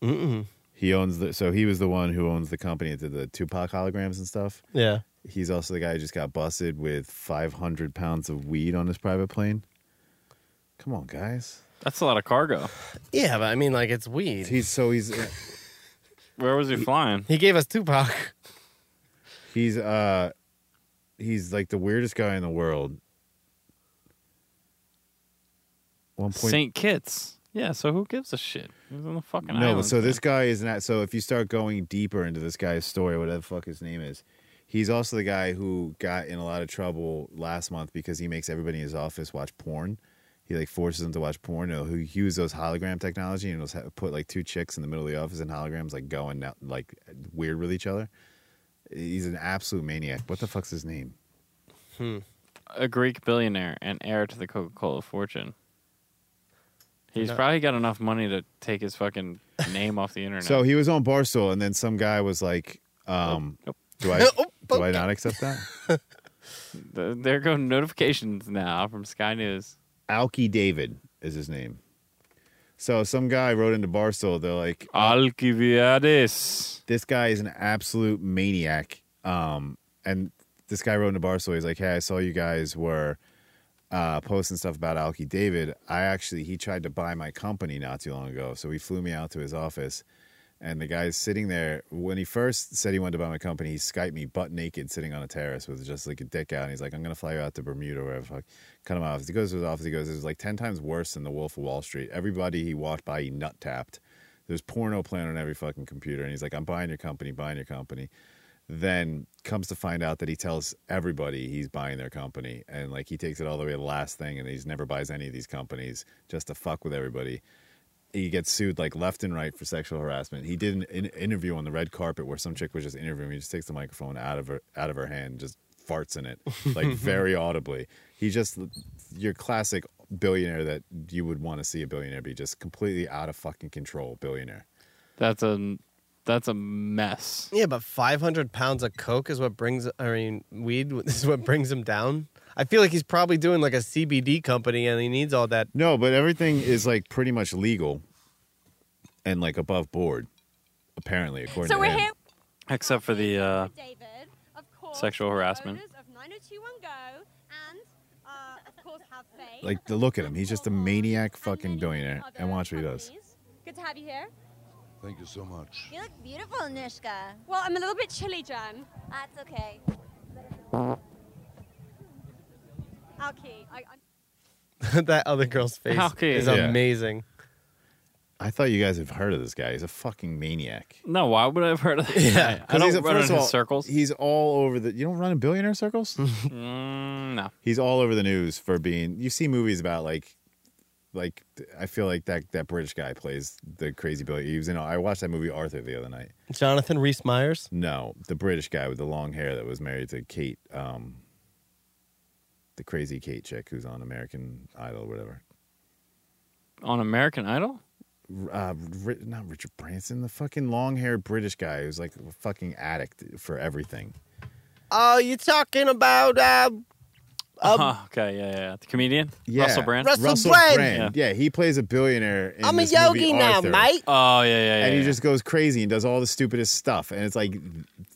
S2: Mm-mm.
S3: He owns the so he was the one who owns the company that did the Tupac holograms and stuff.
S2: Yeah.
S3: He's also the guy who just got busted with 500 pounds of weed on his private plane. Come on, guys.
S1: That's a lot of cargo.
S2: Yeah, but I mean, like it's weed.
S3: He's so he's
S1: Where was he flying?
S2: he gave us Tupac.
S3: he's uh he's like the weirdest guy in the world. One point
S1: St. Kitts. Yeah, so who gives a shit? He was on the fucking
S3: No, but
S1: island.
S3: so this guy is not. So if you start going deeper into this guy's story, whatever the fuck his name is, he's also the guy who got in a lot of trouble last month because he makes everybody in his office watch porn. He like forces them to watch porn. He'll- He used those hologram technology and was put like two chicks in the middle of the office and holograms like going out, like weird with each other. He's an absolute maniac. What the fuck's his name?
S1: a Greek billionaire and heir to the Coca Cola fortune. He's
S2: No.
S1: probably got enough money to take his fucking name off the internet.
S3: So he was on Barstool and then some guy was like, um,
S1: Nope.
S3: "Do I
S2: Nope.
S3: do I not accept that?"
S1: Th- there go notifications now from Sky News.
S3: Alki David is his name. So some guy wrote into Barstool. They're like,
S1: Alcibiades.
S3: this guy is an absolute maniac. Um, and this guy wrote into Barstool. He's like, hey, I saw you guys were uh, posting stuff about Alki David. I actually he tried to buy my company not too long ago, so he flew me out to his office. And the guy's sitting there. When he first said he wanted to buy my company, he Skyped me butt naked sitting on a terrace with just like a dick out. And he's like, I'm going to fly you out to Bermuda or wherever. the Fuck. Cut him off. He goes to his office. He goes, It was like 10 times worse than the Wolf of Wall Street. Everybody he walked by, he nut tapped. There's porno playing on every fucking computer. And he's like, I'm buying your company, buying your company. Then comes to find out that he tells everybody he's buying their company. And like he takes it all the way to the last thing. And he's never buys any of these companies just to fuck with everybody he gets sued like left and right for sexual harassment. He did an in- interview on the red carpet where some chick was just interviewing. him. He just takes the microphone out of her out of her hand, and just farts in it like very audibly. He just your classic billionaire that you would want to see a billionaire be just completely out of fucking control billionaire.
S1: That's a that's a mess.
S2: Yeah, but 500 pounds of coke is what brings. I mean, weed is what brings him down. I feel like he's probably doing like a CBD company, and he needs all that.
S3: No, but everything is like pretty much legal and like above board. Apparently, according
S4: So
S3: to
S4: we're
S3: him.
S4: here.
S1: Except for the uh,
S4: David, of course,
S1: sexual
S4: the oh
S1: harassment.
S4: owners Of 90210 and, uh, of course, have faith.
S3: Like, the look at him. He's just a maniac
S4: And
S3: fucking
S4: many
S3: billionaire.
S4: other
S3: And watch what he does.
S4: companies. Good to have you here.
S5: Thank you so much.
S6: You look beautiful, Nishka.
S4: Well, I'm a little bit chilly, Jan.
S6: That's okay.
S4: Alki, I, I'm
S2: that other girl's face
S1: Okay.
S2: is
S3: Yeah.
S2: amazing.
S3: I thought you guys have heard of this guy. He's a fucking maniac.
S1: No, why would I have heard of that?
S2: Yeah,
S1: guy? I
S3: 'Cause
S1: don't
S3: he's a-
S1: run
S3: first
S1: in his
S3: of all,
S1: circles.
S3: He's all over the. You don't run in billionaire circles.
S1: Mm, no.
S3: he's all over the news for being. You see movies about like, like I feel like that that British guy plays the crazy billionaire. He was in. I watched that movie Arthur the other night.
S2: Jonathan Rhys Myers.
S3: No, the British guy with the long hair that was married to Kate, um, the crazy Kate chick who's on American Idol or whatever.
S1: On American Idol?
S3: Uh, Ri- not Richard Branson, the fucking long haired British guy who's like a fucking addict for everything.
S2: Oh, you talking about uh, Uh-huh.
S1: Oh, okay, yeah, yeah, yeah. The comedian?
S3: Um, Yeah.
S1: Russell Brand?
S2: Russell- Brand.
S3: Brand. Yeah. he plays a billionaire. In
S2: I'm a
S3: this movie,
S2: yogi now,
S3: Arthur.
S2: mate.
S1: oh, yeah, yeah, yeah.
S3: and he
S1: yeah.
S3: just goes crazy and does all the stupidest stuff. And it's like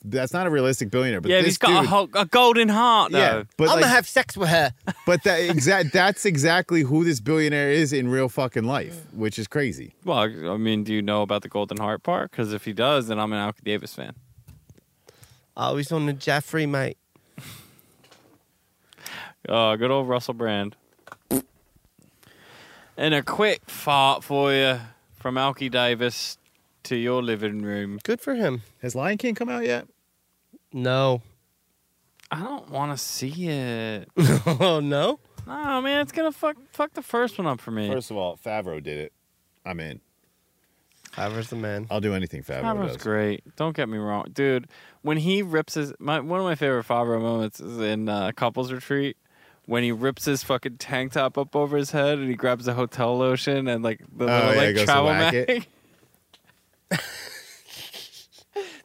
S3: that's not a realistic billionaire. But
S1: yeah,
S3: this
S1: he's got
S3: dude-
S1: a, ho- a golden heart, though.
S3: yeah, but
S2: I'm
S3: like,
S2: gonna have sex with her.
S3: but that exact that's exactly who this billionaire is in real fucking life, which is crazy.
S1: Well, I mean, do you know about the golden heart part? Because if he does, then I'm an Alki Davis fan.
S2: Oh, he's on the Jeffrey, mate.
S1: Uh, good old Russell Brand. And a quick fart for you from Alki Davis to your living room.
S2: Good for him.
S3: Has Lion King come out yet?
S2: No.
S1: I don't want to see it.
S2: oh no.
S1: no, man, it's gonna fuck fuck the first one up for me.
S3: First of all, Favreau did it. I'm in.
S2: Favre's the man.
S3: I'll do anything Favreau
S1: Favreau's
S3: does.
S1: great. Don't get me wrong, dude. When he rips his my one of my favorite Favreau moments is in uh, Couples Retreat when he rips his fucking tank top up over his head and he grabs the hotel lotion and like the
S3: Oh,
S1: little
S3: yeah,
S1: like
S3: goes to
S1: travel
S3: whack
S1: bag.
S3: it.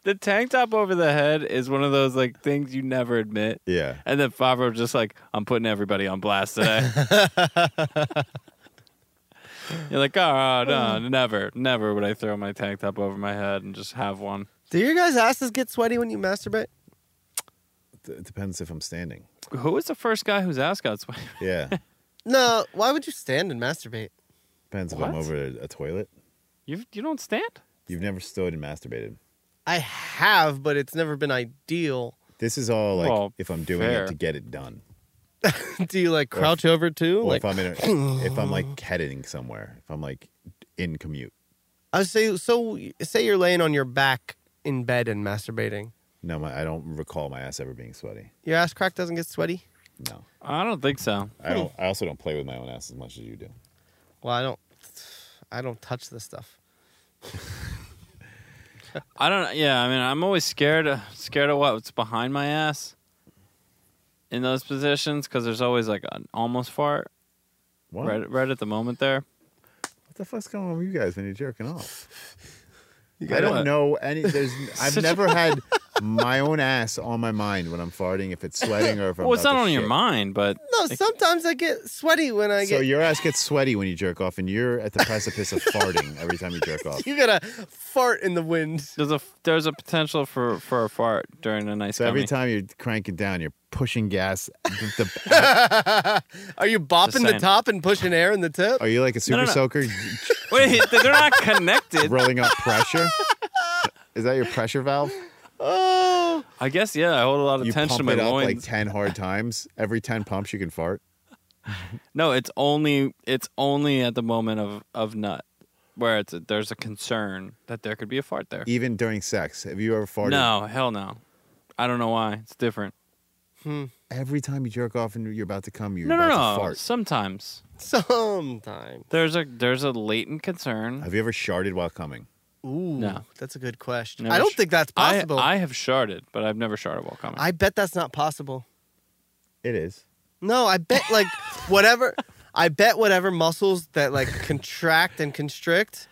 S1: the tank top over the head is one of those like things you never admit.
S3: Yeah,
S1: And then Favreau just like, I'm putting everybody on blast today. You're like, oh no, never, never would I throw my tank top over my head and just have one.
S2: Do your guys' asses get sweaty when you masturbate?
S3: D- it depends if I'm standing.
S1: Who was the first guy whose ass got sweaty?
S3: Yeah,
S2: No. Why would you stand and masturbate?
S3: depends if I'm
S1: What?
S3: over a, a toilet.
S1: You you don't stand?
S3: You've never stood and masturbated.
S2: I have, but it's never been ideal.
S3: This is all like
S1: Well,
S3: if I'm doing
S1: fair.
S3: it to get it done.
S2: Do you like crouch over too?
S3: Or if
S2: Like
S3: I'm in a, if I'm like heading somewhere, if I'm like in commute.
S2: I uh, say, so say you're laying on your back in bed and masturbating.
S3: No, my, I don't recall my ass ever being sweaty.
S2: Your ass crack doesn't get sweaty.
S3: No,
S1: I don't think so.
S3: I don't. I also don't play with my own ass as much as you do.
S2: Well, I don't. I don't touch this stuff.
S1: I don't. Yeah, I mean, I'm always scared of, scared of what's behind my ass in those positions because there's always like an almost fart
S3: What?
S1: right right at the moment there.
S3: What the fuck's going on with you guys when you're jerking off? I
S1: gotta-
S3: don't know any. There's. I've
S1: Such-
S3: never had my own ass on my mind when I'm farting, if it's sweating or if I'm.
S1: well, it's
S3: about
S1: not
S3: to
S1: on your
S3: shit.
S1: mind, but
S2: No, sometimes I get sweaty when I
S3: So
S2: get.
S3: your ass gets sweaty when you jerk off, and you're at the precipice of farting every time you jerk off.
S2: You gotta fart in the wind.
S1: there's a there's a potential for for a fart during a nice.
S3: So every
S1: gummy.
S3: time you're cranking down, you're pushing gas. The, the-
S2: Are you bopping the
S1: saying.
S2: top and pushing air in the tip?
S3: are you like a super
S1: No, no, no.
S3: soaker
S1: Wait, they're not connected.
S3: rolling up pressure? Is that your pressure valve?
S2: Oh,
S1: I guess yeah. I hold a lot of
S3: you
S1: tension
S3: pump
S1: in my
S3: it up
S1: loins.
S3: like 10 hard times every 10 pumps you can fart
S1: No, it's only it's only at the moment of of nut where it's there's a concern that there could be a fart there.
S3: even during sex have you ever farted
S1: No, hell no. I don't know why. It's different.
S3: every time you jerk off and you're about to come you're
S1: No, no,
S3: about
S1: no.
S3: to fart
S1: Sometimes
S2: sometime.
S1: there's a there's a latent concern.
S3: have you ever sharted while coming
S2: Ooh,
S1: No.
S2: that's a good question.
S1: Never
S2: I don't
S1: sh-
S2: think that's
S1: I,
S2: possible.
S1: I have sharded, but I've never sharded while coming.
S2: I bet that's not possible.
S3: it is
S2: No, I bet like whatever. I bet whatever muscles that like contract and constrict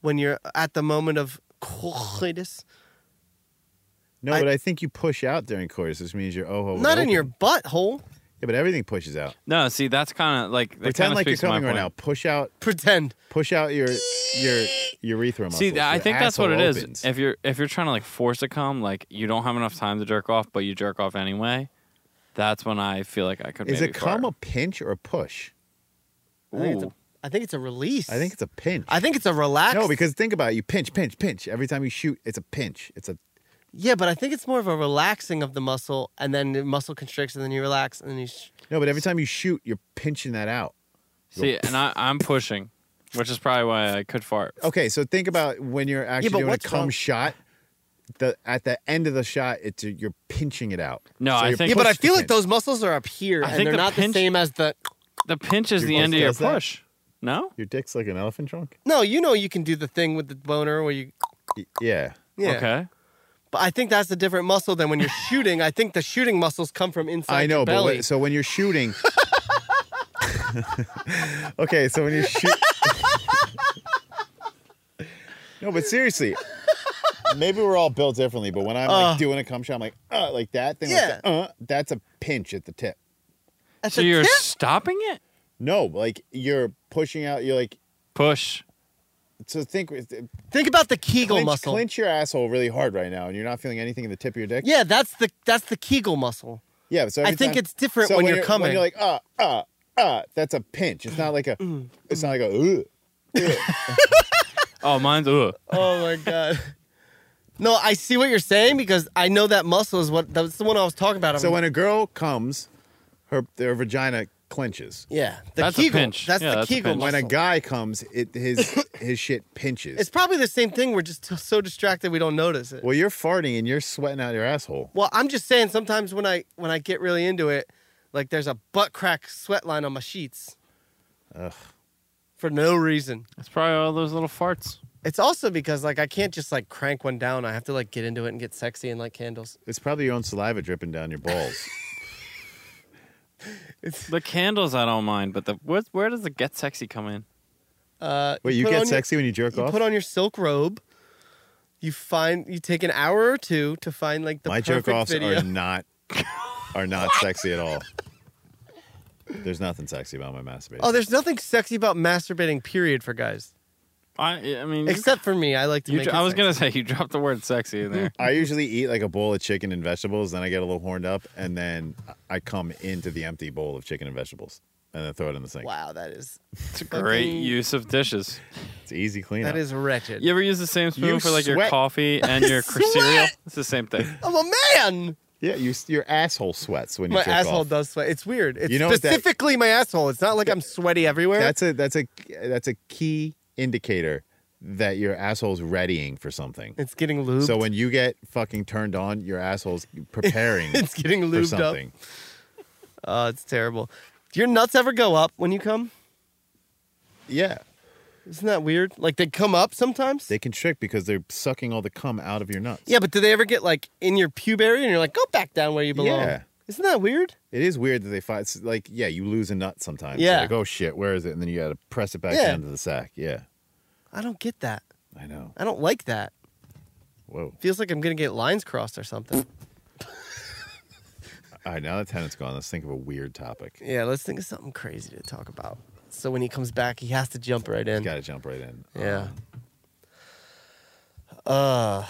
S2: when you're at the moment of coitus.
S3: no
S2: I-
S3: but i think you push out during coitus which means your oh
S2: Not in your butthole.
S3: yeah but everything pushes out
S1: no, see, that's kind of like that
S3: pretend
S1: kinda
S3: like you're
S1: speaks to my
S3: coming right now
S1: point.
S3: push out
S2: Pretend.
S3: push out your your urethra muscles.
S1: See, I
S3: Your
S1: think that's what it
S3: asshole
S1: is.
S3: opens.
S1: If you're if you're trying to like force a cum, like you don't have enough time to jerk off, but you jerk off anyway. That's when I feel like I could.
S3: Is
S1: maybe
S3: it come
S1: fire.
S3: a pinch or a push?
S2: I think it's a-
S1: Ooh.
S2: I think it's a release.
S3: I think it's a pinch.
S2: I think it's a relaxed.
S3: no, because think about it. You pinch, pinch, pinch. Every time you shoot, it's a pinch. It's a
S2: yeah, but I think it's more of a relaxing of the muscle, and then the muscle constricts, and then you relax, and then you. Sh-
S3: no. But every time you shoot, you're pinching that out.
S1: See, and I, I'm pushing, which is probably why I could fart.
S3: Okay, so think about when you're actually
S2: but
S3: doing a
S2: what's
S3: cum
S2: wrong-
S3: shot. The at the end of the shot, it's you're pinching it out.
S1: No,
S3: So
S1: I
S3: you're
S1: think-
S2: yeah, but I
S3: pushed to
S2: feel like
S3: pinch.
S2: those muscles are up here,
S1: I
S2: and
S1: think
S2: they're
S1: the
S2: not
S1: pinch-
S2: the same as the.
S1: The pinch is
S3: Your
S1: the
S3: voice
S1: end of your
S3: does that?
S1: push. No,
S3: Your dick's like an elephant trunk.
S2: No, you know you can do the thing with the boner where you.
S3: Y- Yeah.
S2: Yeah.
S1: okay.
S2: But I think that's a different muscle than when you're shooting. I think the shooting muscles come from inside.
S3: I know,
S2: your
S3: but
S2: belly.
S3: what, so when you're shooting, okay, so when you shoot, no, but seriously, maybe we're all built differently. But when I'm like
S2: Uh.
S3: doing a cum shot, I'm like, uh, like that thing,
S2: Yeah.
S3: like that, uh, that's a pinch at the tip.
S2: At
S1: So
S2: the
S1: you're
S2: tip?
S1: stopping it?
S3: No, like you're pushing out. You're like,
S1: Push.
S3: so think,
S2: think about the Kegel
S3: clench,
S2: muscle.
S3: clench your asshole really hard right now, and you're not feeling anything in the tip of your dick.
S2: Yeah, that's the that's the Kegel muscle.
S3: yeah. So
S2: I
S3: every
S2: think
S3: time-
S2: it's different
S3: so
S2: when, you're, coming.
S3: When you're like, uh, uh, uh, that's a pinch. It's not like a.
S2: Mm.
S3: It's not like a. uh. Ugh.
S1: Oh, mine's ugh.
S2: oh my god. No, I see what you're saying because I know that muscle is what that's the one I was talking about.
S3: So when a girl comes, her their vagina clenches.
S2: yeah, the
S1: That's a
S2: Kegel,
S1: pinch.
S2: That's
S1: Yeah,
S2: the
S1: that's a
S2: Kegel
S1: pinch.
S3: When
S2: muscle.
S3: a guy comes, it his his shit pinches.
S2: it's probably the same thing. We're just so distracted we don't notice it.
S3: well, you're farting and you're sweating out your asshole.
S2: Well, I'm just saying sometimes when I when I get really into it, like there's a butt crack sweat line on my sheets.
S3: Ugh.
S2: For no reason.
S1: It's probably all those little farts.
S2: It's also because like I can't just like crank one down. I have to like get into it and get sexy and like candles.
S3: It's probably your own saliva dripping down your balls.
S1: The candles I don't mind, but the where, where does the get sexy come in?
S2: Uh,
S3: Wait, you
S2: put
S3: get
S2: on your-
S3: sexy when you jerk
S2: you
S3: off?
S2: put on your silk robe. You find you take an hour or two to find like the
S3: My jerk
S2: perfect
S3: offs
S2: video.
S3: are not are not sexy at all. There's nothing sexy about my masturbation.
S2: oh, there's nothing sexy about masturbating. Period for guys,
S1: I I mean, you-
S2: except for me. I like to.
S1: you,
S2: make
S1: dro-
S2: it
S1: I was
S2: sexy.
S1: gonna say you dropped the word sexy in there.
S3: I usually eat like a bowl of chicken and vegetables, then I get a little horned up, and then I come into the empty bowl of chicken and vegetables, and then throw it in the sink.
S2: Wow, that is
S1: It's a great
S2: Fucking-
S1: use of dishes.
S3: It's easy cleanup.
S2: that is wretched.
S1: You ever use the same spoon
S3: You
S1: for like your
S3: sweat.
S1: coffee and your
S2: Sweat.
S1: cereal? It's the same thing.
S2: I'm a man.
S3: Yeah, you, your asshole sweats when you
S2: My
S3: jerk
S2: asshole
S3: off.
S2: does sweat. It's weird. It's
S3: You know what that-
S2: specifically my asshole. It's not like I'm sweaty everywhere.
S3: That's a that's a that's a key indicator that your asshole's readying for something.
S2: it's getting lubed.
S3: So when you get fucking turned on, your asshole's preparing
S2: it's getting
S3: for
S2: lubed up.
S3: something.
S2: Oh, it's terrible. Do your nuts ever go up when you come?
S3: Yeah,
S2: Isn't that weird? Like they come up sometimes.
S3: they constrict because they're sucking all the cum out of your nuts.
S2: yeah, but do they ever get like in your pube area and you're like, go back down where you belong?
S3: Yeah.
S2: Isn't that weird?
S3: It is weird that they find it's like yeah, you lose a nut sometimes.
S2: Yeah.
S3: You're like oh shit, where is it? And then you got to press it back
S2: Yeah.
S3: down to the sack. Yeah,
S2: I don't get that.
S3: I know.
S2: I don't like that.
S3: Whoa.
S2: Feels like I'm gonna get lines crossed or something.
S3: All right, now that tenant's gone, let's think of a weird topic.
S2: yeah, let's think of something crazy to talk about. So when he comes back, he has to jump right in.
S3: Got to jump right in.
S2: Yeah.
S3: Um,
S2: Uh,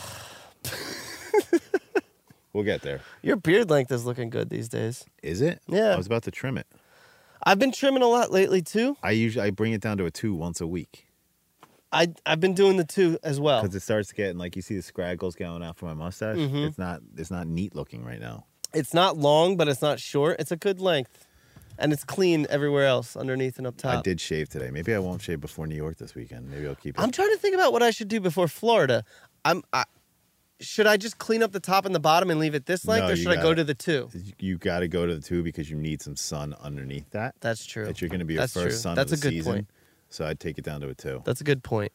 S3: we'll get there.
S2: your beard length is looking good these days.
S3: Is it?
S2: Yeah.
S3: I was about to trim it.
S2: I've been trimming a lot lately too.
S3: I usually I bring it down to a two once a week
S2: I I've been doing the two as well.
S3: because it starts getting like you see the scraggles going out from my mustache.
S2: Mhm.
S3: It's not it's not neat looking right now.
S2: It's not long, but it's not short. It's a good length, and it's clean everywhere else underneath and up top.
S3: I did shave today. Maybe I won't shave before New York this weekend. Maybe I'll keep it.
S2: I'm trying to think about what I should do before Florida. I'm. I, should I just clean up the top and the bottom and leave it this length,
S3: No,
S2: or
S3: you
S2: should I go
S3: gotta-
S2: to the two?
S3: you got to go to the two because you need some sun underneath that.
S2: That's true.
S3: That you're going to be your
S2: That's
S3: first
S2: true.
S3: son
S2: That's
S3: of the
S2: a good
S3: season.
S2: point.
S3: So I'd take it down to a two.
S2: That's a good point.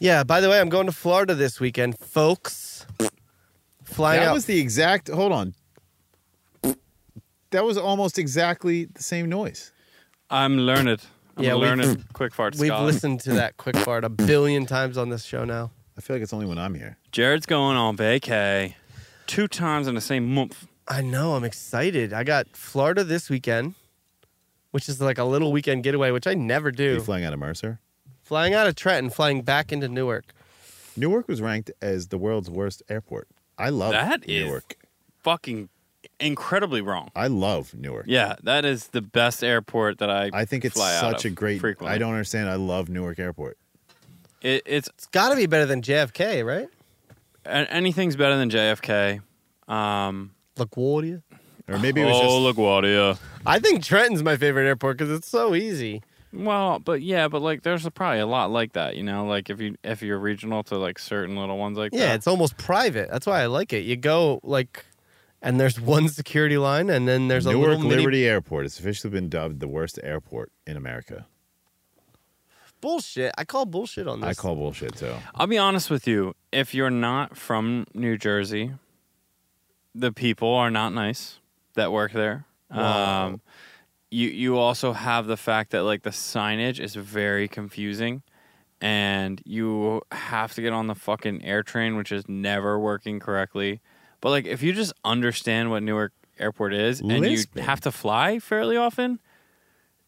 S2: Yeah. By the way, I'm going to Florida this weekend, folks. Flying
S3: that
S2: out.
S3: was the exact. Hold on. That was almost exactly the same noise.
S1: I'm learned. I'm
S2: Yeah,
S1: yeah,
S2: we've-
S1: learned. Quick fart,
S2: We've
S1: Scott.
S2: listened to that quick fart a billion times on this show now.
S3: I feel like it's only when I'm here.
S1: Jared's going on vacay two times in the same month.
S2: I know. I'm excited. I got Florida this weekend, which is like a little weekend getaway, which I never
S3: Are you
S2: do.
S3: flying out of Mercer?
S2: flying out of Trenton, flying back into Newark.
S3: Newark was ranked as the world's worst airport. I love
S1: That is-
S3: Newark.
S1: Fucking incredibly wrong.
S3: I love Newark.
S1: Yeah, that is the best airport that I.
S3: I think it's
S1: fly out
S3: such a
S1: of
S3: great.
S1: Frequently.
S3: I don't understand. I love Newark Airport.
S1: It, it's
S2: It's got to be better than JFK, right?
S1: a- anything's better than JFK. Um,
S2: LaGuardia.
S3: Or maybe it was just.
S1: oh LaGuardia.
S2: I think Trenton's my favorite airport because it's so easy.
S1: Well, but yeah, but like there's probably a lot like that, you know, like if you if you're regional to like certain little ones like
S2: Yeah,
S1: that.
S2: it's almost private. That's why I like it. You go like, and there's one security line, and then there's a
S3: Newark
S2: little mini-
S3: Liberty Airport. It's officially been dubbed the worst airport in America.
S2: bullshit. I call bullshit on this.
S3: I call bullshit too.
S1: I'll be honest with you, if you're not from New Jersey, the people are not nice that work there.
S2: Wow.
S1: Um you you also have the fact that like the signage is very confusing and you have to get on the fucking air train which is never working correctly. But like if you just understand what Newark Airport is and
S3: Lisbon.
S1: you have to fly fairly often,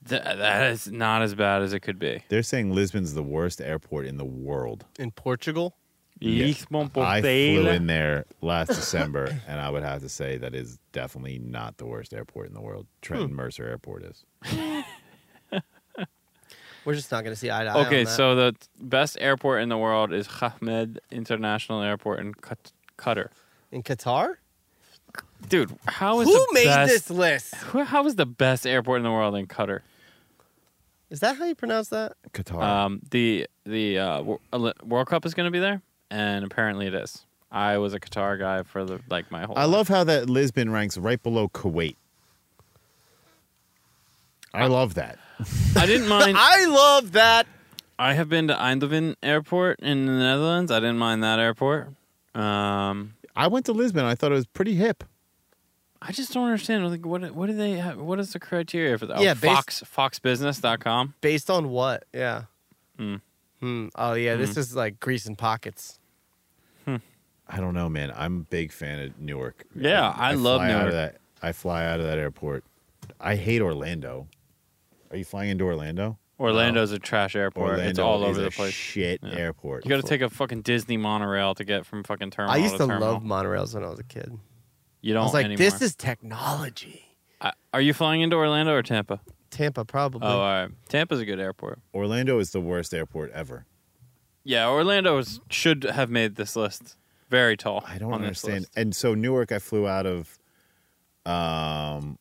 S1: th- that is not as bad as it could be.
S3: They're saying Lisbon's the worst airport in the world.
S2: in Portugal.
S3: Yes.
S1: Lisbon
S3: I flew
S1: Portela.
S3: in there last December, and I would have to say that is definitely not the worst airport in the world. Trenton Mercer Airport is.
S2: We're just not going to see eye to eye. on
S1: Okay,
S2: that.
S1: so the t- best airport in the world is Ahmed International Airport in Qat- Qatar.
S2: in Qatar,
S1: Dude, how is
S2: who
S1: the
S2: made
S1: best,
S2: this list?
S1: who- How is the best airport in the world in Qatar?
S2: Is that how you pronounce that?
S3: Qatar.
S1: Um, the the uh, Wor- Oli- World Cup is going to be there, and apparently it is. I was a Qatar guy for the like my whole.
S3: I love how that Lisbon ranks right below Kuwait. I love that.
S1: I didn't mind.
S2: I love that.
S1: I have been to Eindhoven Airport in the Netherlands. I didn't mind that airport. Um,
S3: I went to Lisbon. I thought it was pretty hip.
S1: I just don't understand. Like, what what do they have? What is the criteria for that?
S2: Yeah,
S1: oh,
S2: based-
S1: Fox foxbusiness.com.
S2: Based on what? Yeah.
S1: Hmm.
S2: Hmm. Oh yeah, this is like grease and pockets.
S3: I don't know, man. I'm a big fan of Newark.
S1: Yeah, I love
S3: fly Out of
S1: Newark.
S3: that, I fly out of that airport. I hate Orlando. Are you flying into Orlando?
S1: Orlando's a trash airport.
S3: Orlando
S1: it's all
S3: is
S1: over
S3: a
S1: the place.
S3: Shit
S1: Yeah.
S3: airport.
S1: you got to take a fucking Disney monorail to get from fucking terminal.
S2: I used to
S1: terminal.
S2: love monorails when I was a kid.
S1: You
S2: I
S1: don't
S2: was like,
S1: anymore.
S2: this is technology.
S1: I- are you flying into Orlando or Tampa?
S2: Tampa probably.
S1: Oh, all right. Tampa's a good airport.
S3: Orlando is the worst airport ever.
S1: Yeah, Orlando is, should have made this list. Very tall.
S3: I don't
S1: on this
S3: understand.
S1: list.
S3: And so Newark, I flew out of. Um,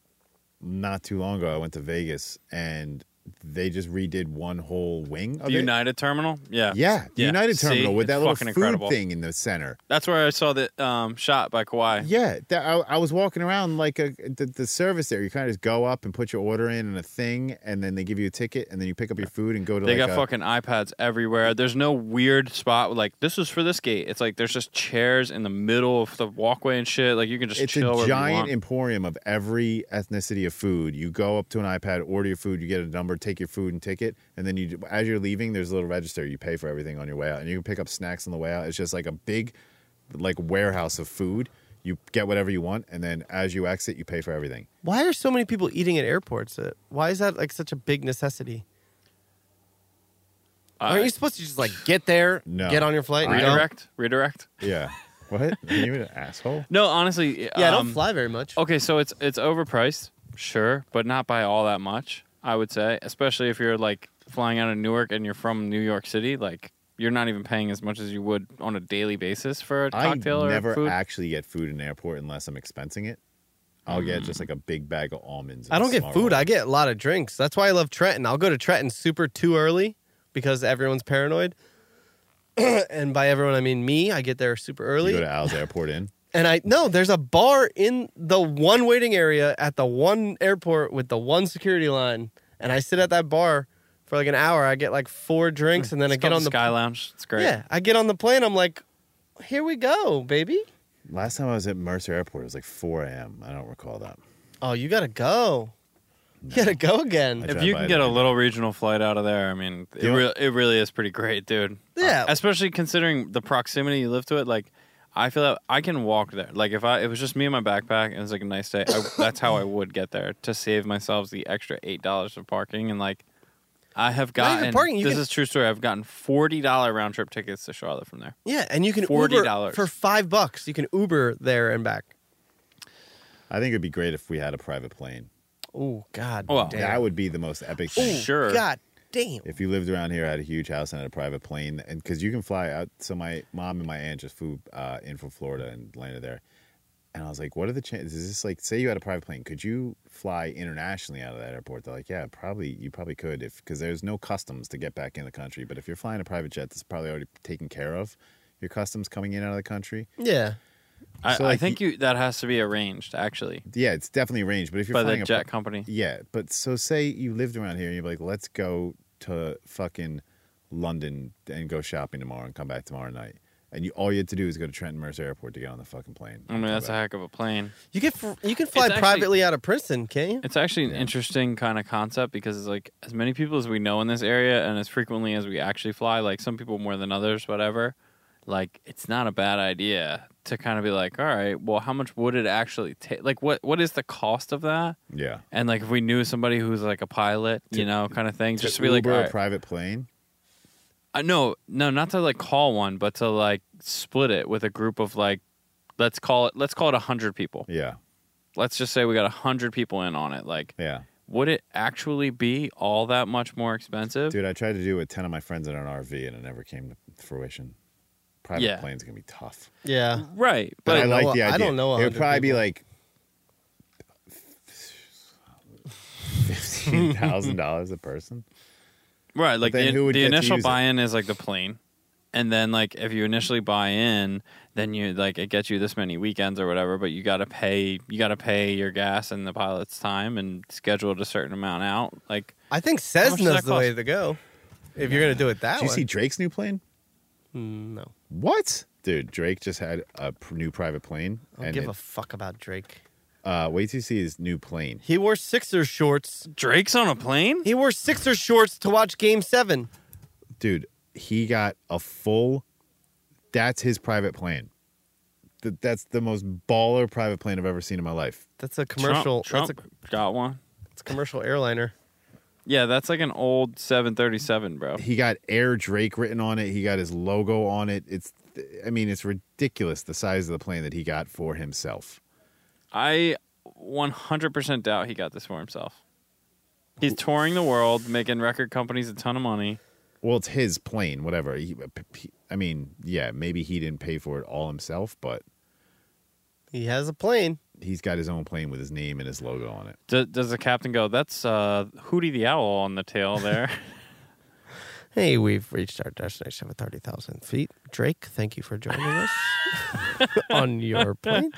S3: not too long ago, I went to Vegas and they just redid one whole wing of
S1: The
S3: it.
S1: United Terminal. Yeah.
S3: yeah, the
S1: Yeah.
S3: United
S1: See?
S3: Terminal with
S1: It's
S3: that little food
S1: fucking incredible.
S3: thing in the center.
S1: That's where I saw the um, shot by Kawhi.
S3: Yeah, that, I, I was walking around like a, the, the service there. You kind of just go up and put your order in and a thing, and then they give you a ticket, and then you pick up your food and go to.
S1: They
S3: like
S1: got
S3: a-
S1: fucking iPads everywhere. There's no weird spot with, like this is for this gate. It's like there's just chairs in the middle of the walkway and shit. Like you can just
S3: It's
S1: chill. wherever
S3: a
S1: you want.
S3: giant emporium of every ethnicity of food. You go up to an iPad, order your food, you get a number, take your food and ticket, and then you, as you're leaving, there's a little register. You pay for everything on your way out, and you can pick up snacks on the way out. It's just like a big, like warehouse of food. You get whatever you want, and then as you exit, you pay for everything.
S2: Why are so many people eating at airports? Uh, Why is that like such a big necessity? Aren't
S1: I-
S2: you supposed to just like get there,
S3: No.
S2: get on your flight, and go?
S1: redirect, redirect.
S3: Yeah. What? Are you an asshole?
S1: No, honestly,
S2: Yeah, I
S1: um,
S2: don't fly very much.
S1: Okay, so it's it's overpriced, sure, but not by all that much. I would say, especially if you're like flying out of Newark and you're from New York City, like you're not even paying as much as you would on a daily basis for a cocktail
S3: I
S1: or
S3: never
S1: food.
S3: actually get food in an airport unless I'm expensing it. I'll get
S1: Hmm.
S3: just like a big bag of almonds. and
S2: I
S3: a
S2: don't get
S3: small
S2: food.
S3: roll.
S2: I get a lot of drinks. That's why I love Trenton. I'll go to Trenton super too early because everyone's paranoid. and by everyone, I mean me. I get there super
S3: You
S2: early.
S3: go to Al's airport in.
S2: And I no, there's a bar in the one waiting area at the one airport with the one security line, and I sit at that bar for like an hour. I get like four drinks, and then
S1: Hmm.
S2: I
S1: It's
S2: get
S1: called
S2: on the
S1: Sky Lounge. It's great.
S2: yeah, I get on the plane. I'm like, here we go, baby.
S3: Last time I was at Mercer Airport, it was like 4 a.m. I don't recall that.
S2: Oh, you gotta go. You gotta go again.
S3: I-
S1: If
S3: drive
S1: you
S3: by
S1: can
S3: it
S1: get a
S3: every
S1: little regional flight out of there, I mean, it,
S3: You know-
S1: re- it really is pretty great, dude.
S2: Yeah.
S1: Uh, especially considering the proximity you live to it. Like, I feel that I can walk there. Like, if I it was just me and my backpack and it was like a nice day, I, that's how I would get there to save myself the extra eight dollars of parking. And like, I have
S2: Not even
S1: gotten
S2: parking, you
S1: this
S2: can-
S1: is a true story. I've gotten forty dollar round trip tickets to Charlotte from there.
S2: yeah, and you can Uber
S1: $40.
S2: for five bucks. You can Uber there and back.
S3: I think it'd be great if we had a private plane.
S2: Oh God.
S1: Well,
S2: damn.
S3: That would be the most epic
S2: Oh.
S3: thing.
S1: Sure.
S2: God damn.
S3: If you lived around here, had a huge house and had a private plane, and because you can fly out. So my mom and my aunt just flew uh, in from Florida and landed there, and I was like, "What are the chances? Is this like, say you had a private plane, could you fly internationally out of that airport?" They're like, "Yeah, probably. You probably could, if because there's no customs to get back in the country. But if you're flying a private jet, that's probably already taken care of. Your customs coming in and out of the country.
S2: Yeah.
S1: I,
S3: So,
S1: I
S3: like,
S1: think you that has to be arranged actually
S3: Yeah, it's definitely arranged. But if you're
S1: by the
S3: flying a pri-
S1: jet company.
S3: Yeah, but so say you lived around here and you're like, let's go to fucking London and go shopping tomorrow and come back tomorrow night. And you all you had to do is go to Trenton Mercer Airport to get on the fucking plane.
S1: I mean, that's a
S3: how
S1: heck of a plane.
S2: You can fr- you can fly
S1: actually-
S2: privately out of prison, can't you?
S1: It's actually an
S3: Yeah.
S1: interesting kind of concept because it's like as many people as we know in this area and as frequently as we actually fly, like some people more than others, whatever, like it's not a bad idea to kind of be like, all right, well, how much would it actually take? Like, what what is the cost of that?
S3: yeah.
S1: And like, if we knew somebody who's like a pilot, you
S3: To-
S1: know, kind of thing, just to
S3: To
S1: be like,
S3: Uber
S1: all
S3: a
S1: right,
S3: private plane.
S1: uh, no, no, not to like call one, but to like split it with a group of like, let's call it, let's call it a hundred people.
S3: Yeah,
S1: Let's just say we got a hundred people in on it. Like,
S3: yeah,
S1: would it actually be all that much more expensive?
S3: dude. I tried to do it with ten of my friends in an RV and it never came to fruition. Private
S1: Yeah.
S3: plane's gonna be tough.
S2: Yeah.
S1: Right,
S3: But I,
S1: but
S2: don't
S3: like
S2: know-
S3: the
S2: I
S3: idea.
S2: don't know
S3: It would
S2: 100
S3: probably be
S2: people.
S3: like fifteen thousand dollars a person.
S1: right, like
S3: then
S1: the,
S3: who would
S1: the
S3: get to
S1: initial
S3: use it?
S1: buy-in is like the plane, and then like if you initially buy in, then you like it gets you this many weekends or whatever, but you got to pay you got to pay your gas and the pilot's time and scheduled a certain amount out. Like,
S2: I think
S1: much does
S2: Cessna's
S1: that
S2: the way to go. If you're gonna do it that
S3: Did you
S2: way.
S3: see Drake's new plane?
S2: Mm, no.
S3: What? Dude, Drake just had a pr- new private plane.
S2: I don't give a fuck about Drake.
S3: a uh, wait till you see his new plane.
S2: He wore Sixers shorts.
S1: Drake's on a plane.
S2: He wore Sixers shorts to watch Game Seven.
S3: Dude, he got a full. That's his private plane. Th- that's the most baller private plane I've ever seen in my life.
S2: That's a
S1: Trump-
S2: commercial.
S1: Trump,
S2: That's, a,
S1: got one.
S2: that's a commercial airliner.
S1: Yeah, that's like an old 737, bro.
S3: He got Air Drake written on it. He got his logo on it. It's, I mean, it's ridiculous the size of the plane that he got for himself.
S1: I 100% doubt he got this for himself. He's touring the world, making record companies a ton of money.
S3: Well, it's his plane, whatever. He, he- I mean, yeah, maybe he didn't pay for it all himself, but
S2: He has a plane.
S3: he's got his own plane with his name and his logo on it.
S1: Do, does the captain go, that's uh, Hootie the Owl on the tail there?
S2: Hey, we've reached our destination of 30,000 feet. Drake, thank you for joining us on your plane.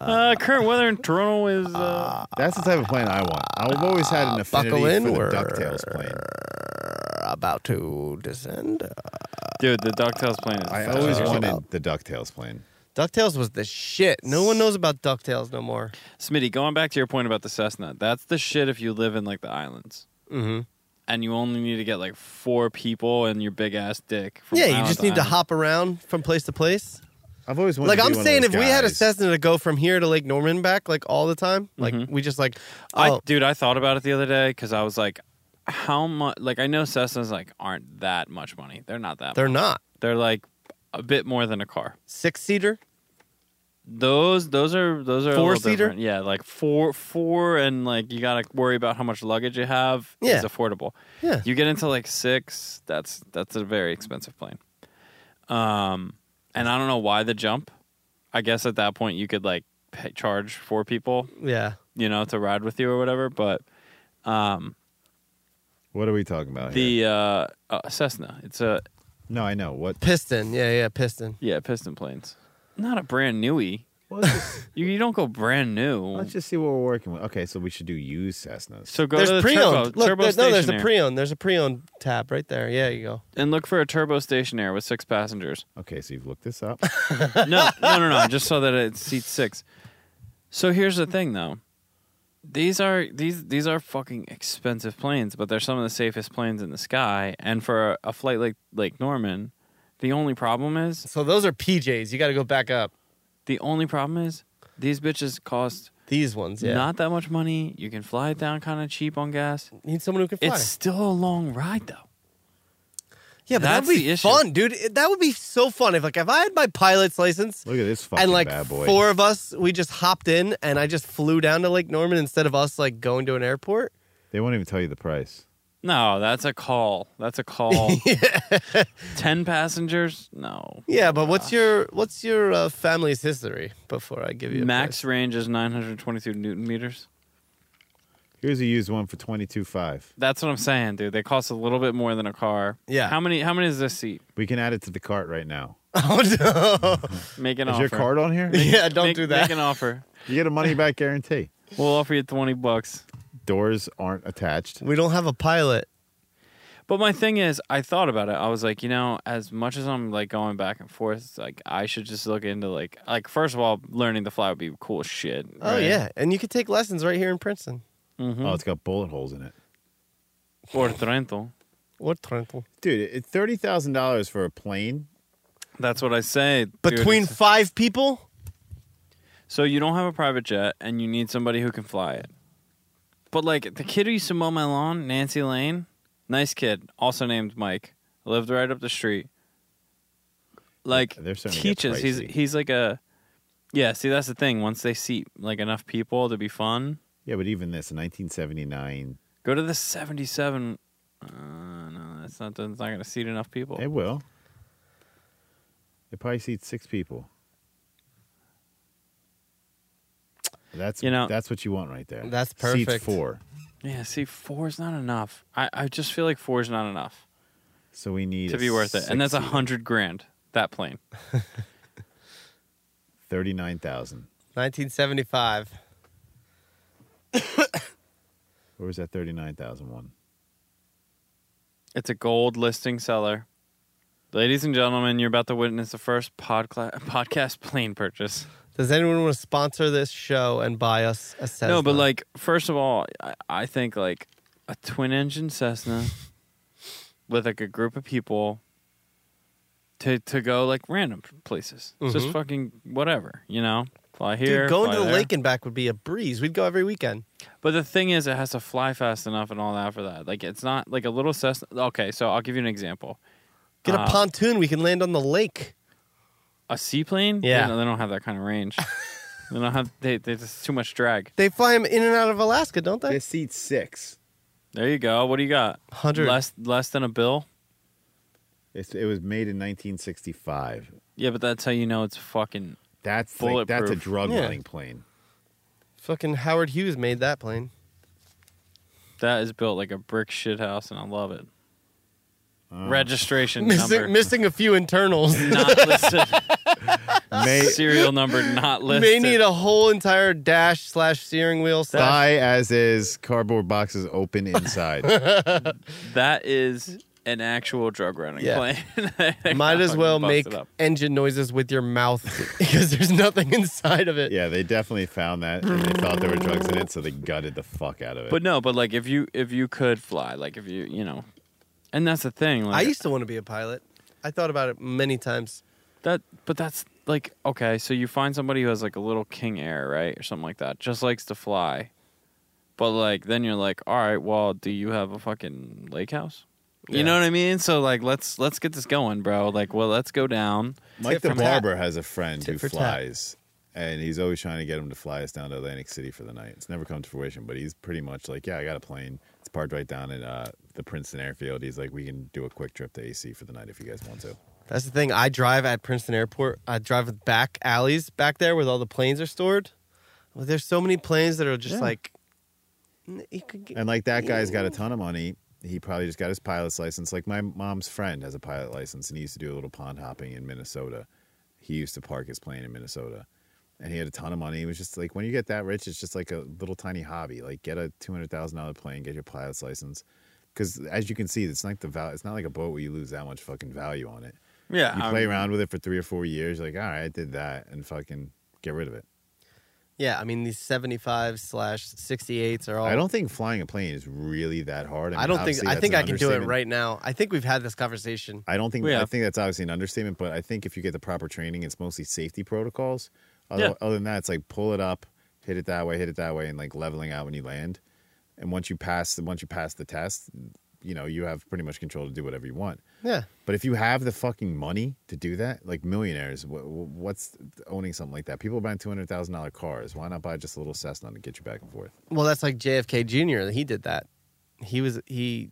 S1: uh, current weather in Toronto is. Uh,
S3: That's the type of plane I want. I've always had an affinity
S2: buckle in,
S3: for
S2: we're-
S3: the Ducktales plane.
S2: We're about to descend.
S1: dude, the DuckTales plane is.
S3: I
S1: fast.
S3: always
S2: Uh,
S3: wanted the Ducktales plane.
S2: DuckTales was the shit. No one knows about DuckTales no more.
S1: Smitty, going back to your point about the Cessna, that's the shit if you live in like the islands.
S2: Mm-hmm.
S1: And you only need to get like four people and your big ass dick. From
S2: Yeah, you
S1: island
S2: just need to
S1: island.
S2: hop around from place to place.
S3: I've always wanted.
S2: Like
S3: to be
S2: I'm
S3: one of
S2: saying, if
S3: those
S2: we had a
S3: guys.
S2: Cessna to go from here to Lake Norman back, like all the time, like
S3: Mm-hmm.
S1: Mhm.
S2: we just like,
S1: I,
S2: oh,
S1: dude, I thought about it the other day because I was like, how much? Like, I know Cessnas like aren't that much money. They're not that.
S2: they're
S1: much.
S2: not
S1: They're like a bit more than a car.
S2: six seater.
S1: Those, those are, those are a little
S2: Four-seater?
S1: different. Yeah, like four, four, and like you gotta worry about how much luggage you have.
S2: Yeah.
S1: is affordable.
S2: Yeah,
S1: You get into like six. That's that's a very expensive plane. Um, and I don't know why the jump. I guess at that point you could like pay, charge four people,
S2: yeah.
S1: you know, to ride with you or whatever. But, um.
S3: what are we talking about? here?
S1: the uh, uh Cessna. It's a
S3: no, I know what.
S2: Piston, yeah, yeah, piston.
S1: yeah, piston planes. Not a brand newy. You, you don't go brand new.
S3: Let's just see what we're working with. Okay, so we should do used Cessnas.
S1: so go to the
S2: there's pre-owned.
S1: turbo,
S2: Look,
S1: turbo
S2: there- no, there's a
S1: stationary
S2: pre-owned. There's a pre-owned tab right there. Yeah, you go.
S1: and look for a turbo stationaire with six passengers.
S3: okay, so you've looked this up.
S1: no, no, no, no. Just so that it seats six. So here's the thing, though. These are these these are fucking expensive planes, but they're some of the safest planes in the sky. And for a, a flight like Lake Norman, the only problem is
S2: So those are PJs. You got to go back up.
S1: the only problem is these bitches cost
S2: These ones, yeah.
S1: Not that much money. You can fly it down kind of cheap on gas.
S2: Need someone who can fly.
S1: It's still a long ride though.
S2: Yeah, but
S1: That's
S2: that'd
S1: the
S2: be
S1: issue.
S2: fun, dude. It- That would be so fun if like if I had my pilot's license
S3: Look at this fucking
S2: and like
S3: bad boy.
S2: four of us we just hopped in and I just flew down to Lake Norman instead of us like going to an airport.
S3: They won't even tell you the price.
S1: No, that's a call. That's a call. Ten passengers? No.
S2: Yeah, but what's your what's your uh, family's history before I give you a
S1: Max
S2: price?
S1: range is 922 newton meters.
S3: Here's a used one for twenty two five.
S1: That's what I'm saying, dude. They cost a little bit more than a car.
S2: Yeah.
S1: How many? How many is this seat?
S3: We can add it to the cart right now.
S2: Oh no!
S1: Make an
S3: Is
S1: offer.
S3: your card on here?
S2: yeah, don't
S1: Make-
S2: do that.
S1: Make an offer.
S3: You get a money back guarantee.
S1: We'll offer you 20 bucks.
S3: Doors aren't attached.
S2: we don't have a pilot.
S1: But my thing is, I thought about it. I was like, you know, as much as I'm like going back and forth, it's like I should just look into like, like first of all, learning to fly would be cool as shit.
S2: Oh yeah, and you could take lessons right here in Princeton
S1: Mm-hmm.
S3: Oh, it's got bullet holes in it.
S1: Or Trento.
S2: or Trenton.
S3: Dude, it- thirty thousand dollars for a plane.
S1: That's what I say. dude.
S2: Between
S1: It's-
S2: five people,
S1: So you don't have a private jet and you need somebody who can fly it. But like the kid who used to mow my lawn, Nancy Lane, nice kid, also named Mike, lived right up the street. Like
S3: They're starting to get
S1: teaches. He's
S3: pricey.
S1: he's like a yeah. See, that's the thing. Once they see like enough people to be fun,
S3: Yeah, but even this, nineteen seventy nine.
S1: go to the seventy-seven. Uh, no, that's not. That's not going to seat enough people.
S3: It will. It probably seats six people. That's
S1: You know-
S3: that's what you want right there.
S2: That's
S3: Seats
S2: perfect.
S3: four.
S1: Yeah. See, four is not enough. I I just feel like four is not enough
S3: So we need
S1: to
S3: a
S1: be worth it, and that's a
S3: six-seater.
S1: hundred grand. That plane.
S3: 39,000.
S2: 1975.
S3: Or was that 39,000 one?
S1: It's a gold listing seller. Ladies and gentlemen, you're about to witness the first podcla- podcast plane purchase.
S2: Does anyone want to sponsor this show and buy us a Cessna?
S1: No, but like, first of all, I, I think like a twin engine Cessna with like a group of people to to go like random places. Just
S2: Mhm.
S1: fucking whatever, you know? Fly
S2: dude,
S1: here.
S2: going
S1: fly
S2: to the
S1: there.
S2: lake and back would be a breeze. We'd go every weekend.
S1: But the thing is, it has to fly fast enough and all that for that. Like, it's not like a little Cessna. Okay, so I'll give you an example.
S2: Get
S1: Uh,
S2: a pontoon. We can land on the lake.
S1: A seaplane?
S2: Yeah.
S1: They don't, they don't have that kind of range. they don't have. They, they just too much drag.
S2: They fly them in and out of Alaska, don't they?
S3: This seats six.
S1: There you go. What do you got?
S2: 100.
S1: Less less than a bill.
S3: It's, it was made in 1965.
S1: Yeah, but that's how you know it's fucking.
S3: That's like, that's a
S1: Bulletproof.
S3: drug
S2: Yeah.
S3: running plane.
S2: Fucking Howard Hughes made that plane.
S1: That is built like a brick shit house, and I love it.
S2: Oh.
S3: Oh.
S1: Registration number
S2: Missing, missing a few internals.
S1: not listed.
S3: May
S1: Serial number not listed.
S2: May need a whole entire dash slash steering wheel. Slash.
S3: die as is cardboard boxes open inside.
S1: that is an actual drug running
S2: Yeah.
S1: plane.
S2: Might as
S1: Fucking
S2: well
S1: bust
S2: make
S1: it up.
S2: engine noises with your mouth because there's nothing inside of it.
S3: yeah, they definitely found that and they thought there were drugs in it, so they gutted the fuck out of it.
S1: But no, but like if you if you could fly, like if you you know, and that's the thing. Like,
S2: I used to want to be a pilot. I thought about it many times.
S1: That, but that's like okay. So you find somebody who has like a little King Air, right, or something like that, just likes to fly. But like, then you're like, all right, well, do you have a fucking lake house? You
S2: Yeah.
S1: know what I mean? So like, let's let's get this going, bro. Like, well, let's go down.
S3: Mike
S2: Tit
S3: the
S2: for tat.
S3: barber has a friend
S2: Tit
S3: who
S2: for tat.
S3: flies, and he's always trying to get him to fly us down to Atlantic City for the night. It's never come to fruition, but he's pretty much like, yeah, I got a plane. It's parked right down at uh, the Princeton Airfield. He's like, we can do a quick trip to AC for the night if you guys want to.
S2: That's the thing. I drive at Princeton Airport. I drive with back alleys back there where all the planes are stored. Well, there's so many planes that are just
S1: Yeah.
S2: like. n- You could get,
S3: And like that guy's got a ton of money. He probably just got his pilot's license. Like my mom's friend has a pilot license, and he used to do a little pond hopping in Minnesota. He used to park his plane in Minnesota, and he had a ton of money. He was just like, when you get that rich, it's just like a little tiny hobby. Like get a two hundred thousand dollar plane, get your pilot's license, because as you can see, it's not the val- It's not like a boat where you lose that much fucking value on it.
S1: Yeah,
S3: You
S2: Um,
S3: play around with it for three or four years. You're like, all right, I did that, and fucking get rid of it.
S2: yeah, I mean these 75 slash 68s are all.
S3: I don't think flying a plane is really that hard.
S2: Oh. I don't think.
S3: obviously
S2: I
S3: that's
S2: think
S3: an
S2: I can do it
S3: understatement.
S2: right now. I think we've had this conversation.
S3: I don't think
S1: Yeah.
S3: I think that's obviously an understatement, but I think if you get the proper training, it's mostly safety protocols. Other,
S1: Yeah.
S3: other than that, it's like pull it up, hit it that way, hit it that way, and like leveling out when you land. And once you pass, once you pass the test, you know, you have pretty much control to do whatever you want.
S2: Yeah.
S3: But if you have the fucking money to do that, like millionaires, wh- wh- what's owning something like that? People are buying two hundred thousand dollar cars. Why not buy just a little Cessna to get you back and forth?
S2: Well, that's like JFK Jr. He did that. He was he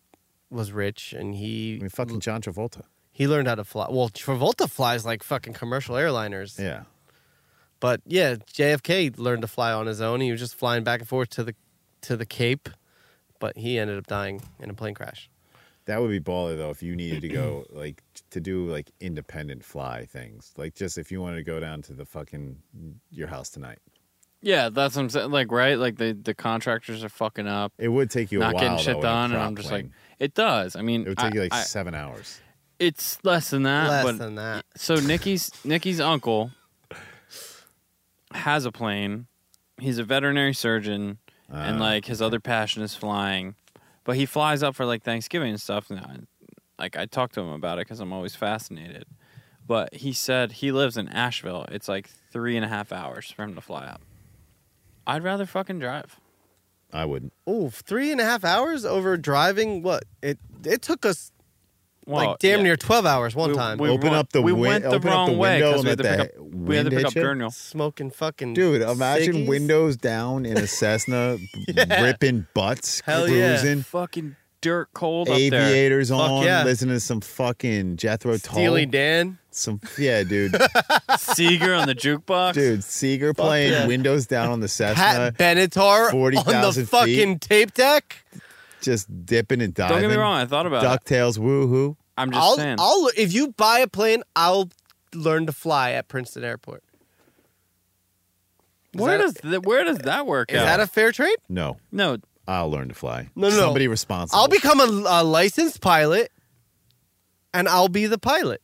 S2: was rich and
S3: I
S2: he
S3: mean, fucking John Travolta.
S2: he learned how to fly. Well, Travolta flies like fucking commercial airliners.
S3: Yeah,
S2: But yeah, JFK learned to fly on his own. He was just flying back and forth to the to the Cape, but he ended up dying in a plane crash.
S3: that would be baller though if you needed to go like to do like independent fly things. Like just if you wanted to go down to the fucking your house tonight,
S1: Yeah, that's what I'm saying. Like, right? Like the the contractors are fucking up,
S3: it would take you a
S1: not
S3: while.
S1: getting
S3: though, in
S1: shit
S3: a
S1: done, and
S3: prop
S1: I'm just
S3: plane.
S1: like, it does. I mean,
S3: it would take
S1: I-
S3: you like
S1: I-
S3: seven hours.
S1: it's less than that.
S2: Less
S1: Ah, but
S2: than that.
S1: so Nikki's Nikki's uncle has a plane. He's a veterinary surgeon, and
S3: Ah,
S1: like his other passion is flying. But he flies up for like Thanksgiving and stuff. And I, like I talked to him about it because I'm always fascinated. But he said he lives in Asheville. It's like three and a half hours for him to fly up. I'd rather fucking drive.
S3: I wouldn't.
S2: Oh, three and a half hours over driving. What it it took us
S1: Well,
S2: like damn
S1: yeah.
S2: near twelve hours one
S1: We-
S2: time.
S1: we-
S3: open
S1: went-
S3: up the
S1: we
S3: win-
S1: went the
S3: open up
S1: wrong way
S3: window
S1: 'cause we
S3: and
S1: had to
S3: let
S1: pick
S3: the
S1: up- we had
S3: wind
S1: to pick
S3: hit
S1: up
S3: you.
S1: Daniel.
S2: Smoking fucking
S3: Dude, imagine
S2: ciggies.
S3: windows down in a Cessna, b-
S2: Yeah.
S3: ripping butts,
S2: Hell yeah.
S3: cruising,
S1: Fucking dirt cold up there.
S3: aviators
S2: Fuck
S3: on,
S2: yeah.
S3: listening to some fucking Jethro
S2: Steely
S3: Tull,
S2: Dan.
S3: some yeah, dude,
S1: Seeger on the jukebox.
S3: dude, Seeger playing,
S2: yeah.
S3: windows down on the Cessna,
S2: Pat Benatar
S3: 40,000
S2: on the
S3: feet.
S2: fucking tape deck.
S3: just dipping and diving.
S1: Don't get me wrong. I thought about it.
S3: Ducktales, woohoo!
S1: I'm just
S2: I'll,
S1: saying.
S2: I'll if you buy a plane, I'll learn to fly at Princeton Airport. Is
S1: where
S2: that-
S1: does th- where does that work
S2: Is
S1: out?
S2: that a fair trade?
S3: No,
S1: no,
S3: I'll learn to fly.
S2: No, no, no.
S3: somebody responsible.
S2: I'll become a, a licensed pilot, and I'll be the pilot.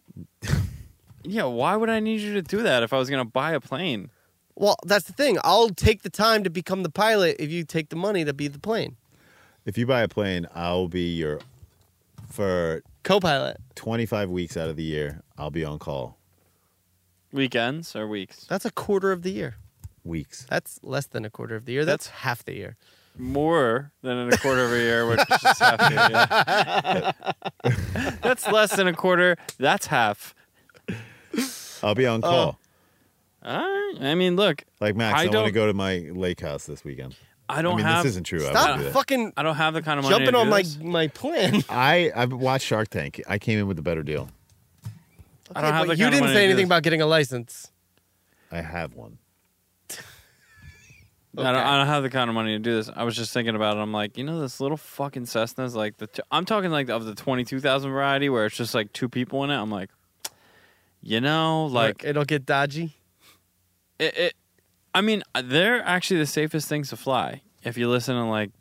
S1: yeah. Why would I need you to do that if I was gonna buy a plane?
S2: Well, that's the thing. I'll take the time to become the pilot if you take the money to be the plane
S3: If you buy a plane, I'll be your for
S2: co-pilot.
S3: 25 weeks out of the year. I'll be on call
S1: Weekends or weeks?
S2: That's a quarter of the year.
S3: weeks.
S2: That's less than a quarter of the year. That's half the year.
S1: More than in a quarter of a year, which is just half. the year. That's less than a quarter. That's half.
S3: I'll be on call.
S1: All right. I mean, look,
S3: Like Max, I,
S1: I
S3: want to
S1: don't-
S3: go to my lake house this weekend.
S1: I
S3: I
S1: don't
S3: mean,
S1: have.
S3: this isn't true. I
S2: Stop
S3: would do that.
S2: fucking
S1: I don't have the kind of money.
S2: jumping
S1: to do
S2: on my
S1: this.
S2: my plan.
S3: I I've watched Shark Tank. I came in with a better deal.
S1: I don't have the
S2: but you
S1: kind of
S2: didn't
S1: money to
S2: say
S1: do
S2: anything
S1: this.
S2: about getting a license.
S3: I have one.
S1: I, don't,
S2: Okay.
S1: I don't have the kind of money to do this. I was just thinking about it. I'm like, you know, this little fucking Cessna's like the. T- I'm talking like of the twenty two thousand variety where it's just like two people in it. I'm like, you know, like
S2: Or it'll get dodgy.
S1: it, it I mean, uh, they're actually the safest things to fly if you listen to like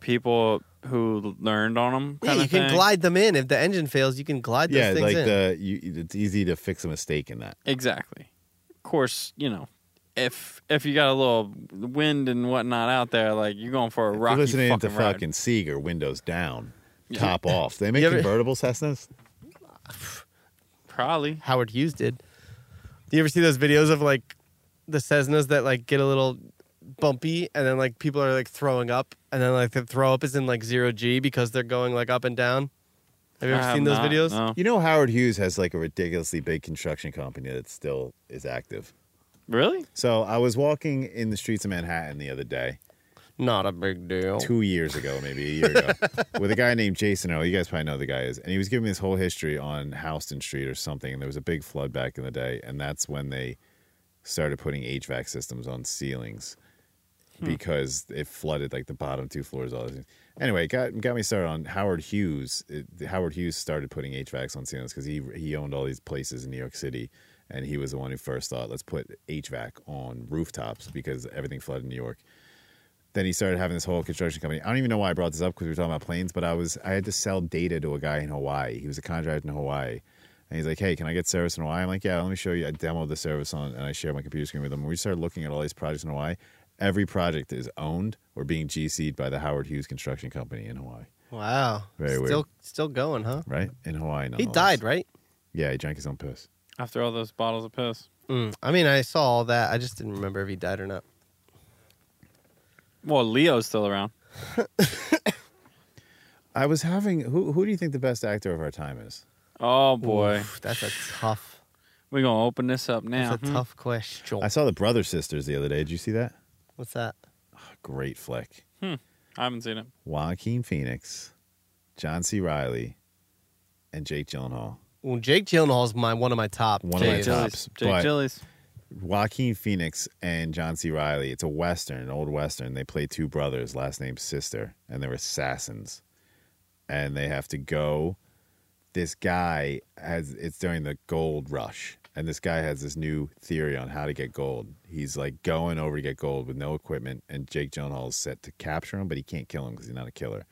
S1: people who learned on them.
S2: Yeah, you can glide them in. If the engine fails, you can glide those
S3: yeah,
S2: things
S3: like
S2: in.
S3: the you, it's easy to fix a mistake in that.
S1: exactly. Of course, you know. If if you got a little wind and whatnot out there, like you're going for a
S3: If
S1: rocky
S3: You're listening
S1: fucking
S3: to
S1: ride.
S3: fucking Seeger, windows down,
S1: Yeah.
S3: top off. They make
S2: You ever-
S3: convertible Cessnas.
S1: probably.
S2: Howard Hughes did. Do you ever see those videos of like the Cessnas that like get a little bumpy and then like people are like throwing up and then like the throw up is in like zero G because they're going like up and down? Have you
S1: I
S2: ever
S1: have
S2: seen those
S1: not,
S2: videos?
S1: no.
S3: You know Howard Hughes has like a ridiculously big construction company that still is active.
S1: Really?
S3: So I was walking in the streets of Manhattan the other day,
S2: Not a big deal.
S3: two years ago, maybe a year ago, with a guy named Jason O. You guys probably know who the guy is, and he was giving me his whole history on Houston Street or something. And there was a big flood back in the day, and that's when they started putting HVAC systems on ceilings because it flooded like the bottom two floors. All this. anyway, it got got me started on Howard Hughes. It- Howard Hughes started putting HVACs on ceilings because he he owned all these places in New York City. And he was the one who first thought, let's put HVAC on rooftops because everything flooded in New York then he started having this whole construction company. I don't even know why I brought this up because we were talking about planes, but I was I had to sell data to a guy in Hawaii. He was a contractor in Hawaii. And he's like, hey, can I get service in Hawaii? I'm like, yeah, let me show you. I demoed the service on, and I shared my computer screen with him. We started looking at all these projects in Hawaii. Every project is owned or being GC'd by the Howard Hughes Construction Company in Hawaii,
S2: Wow.
S3: Very
S2: still,
S3: weird.
S2: Still going, huh?
S3: right? In Hawaii.
S2: He
S3: nonetheless.
S2: died, right?
S3: Yeah, he drank his own piss.
S1: After all those bottles of piss.
S2: Mm. I mean, I saw all that. I just didn't remember if he died or not.
S1: Well, Leo's still around.
S3: I was having who who do you think the best actor of our time is?
S1: Oh boy,
S2: Oof, that's a tough.
S1: we're gonna open this up now. hmm?
S2: That's a
S1: huh?
S2: tough question.
S3: Uh-huh. I saw the Brother Sisters the other day. Did you see that?
S2: What's that?
S3: Great flick.
S1: I haven't seen it.
S3: Joaquin Phoenix, John C. Riley, and Jake Gyllenhaal.
S2: Well, Jake Gyllenhaal's my one of my top.
S3: One of my
S1: Jake
S2: Jake
S3: top.
S1: Gillies.
S3: tops,
S1: Jake
S3: but-
S1: Gillies.
S3: Joaquin Phoenix and John C. Riley. It's a western, an old western. They play two brothers, last name sister, and they're assassins, and they have to go. This guy has it's during the gold rush, and this guy has this new theory on how to get gold. He's like going over to get gold with no equipment, and Jake Gyllenhaal is set to capture him, but he can't kill him because he's not a killer.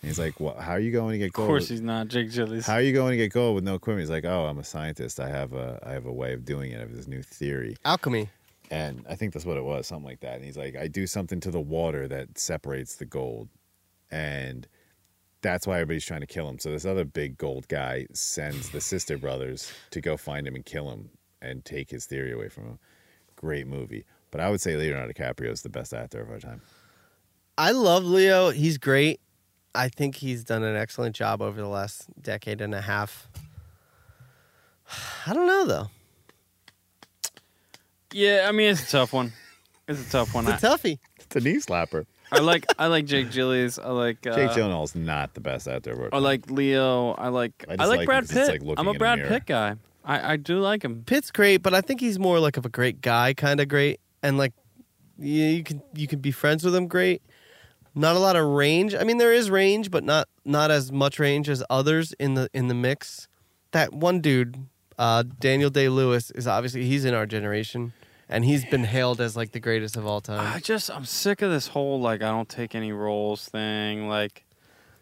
S3: And he's like, "Well, how are you going to get
S1: Of
S3: gold?"
S1: course, he's not Jake Gillies.
S3: How are you going to get gold with no equipment? He's like, "Oh, I'm a scientist. I have a I have a way of doing it. I have this new theory."
S2: Alchemy.
S3: and I think that's what it was, something like that. And he's like, I do something to the water that separates the gold, and that's why everybody's trying to kill him. So this other big gold guy sends the sister brothers to go find him and kill him and take his theory away from him. Great movie, but I would say Leonardo DiCaprio is the best actor of our time.
S2: I love Leo. He's great. I think he's done an excellent job over the last decade and a half. I don't know though.
S1: yeah, I mean it's a tough one. It's a tough one. I,
S2: It's a toughie.
S3: It's a knee slapper.
S1: I like I like Jake Gillies. I like uh,
S3: Jake Gyllenhaal's not the best actor of our
S1: I
S3: time.
S1: like Leo. I like
S3: I
S1: I,
S3: just like
S1: like
S3: him
S1: Brad
S3: 'cause it's
S1: Pitt.
S3: like looking
S1: I'm
S3: in
S1: a
S3: a
S1: Brad
S3: mirror.
S1: Pitt guy. I, I do like him.
S2: Pitt's great, but I think he's more like of a great guy kind of great, and like you, you can you can be friends with him. Great. Not a lot of range. I mean, there is range, but not not as much range as others in the in the mix. That one dude, uh, Daniel Day Lewis, is obviously he's in our generation, and he's been hailed as like the greatest of all
S1: I
S3: Uh,
S2: time.
S1: just I'm sick of this whole like I don't take any roles thing. Like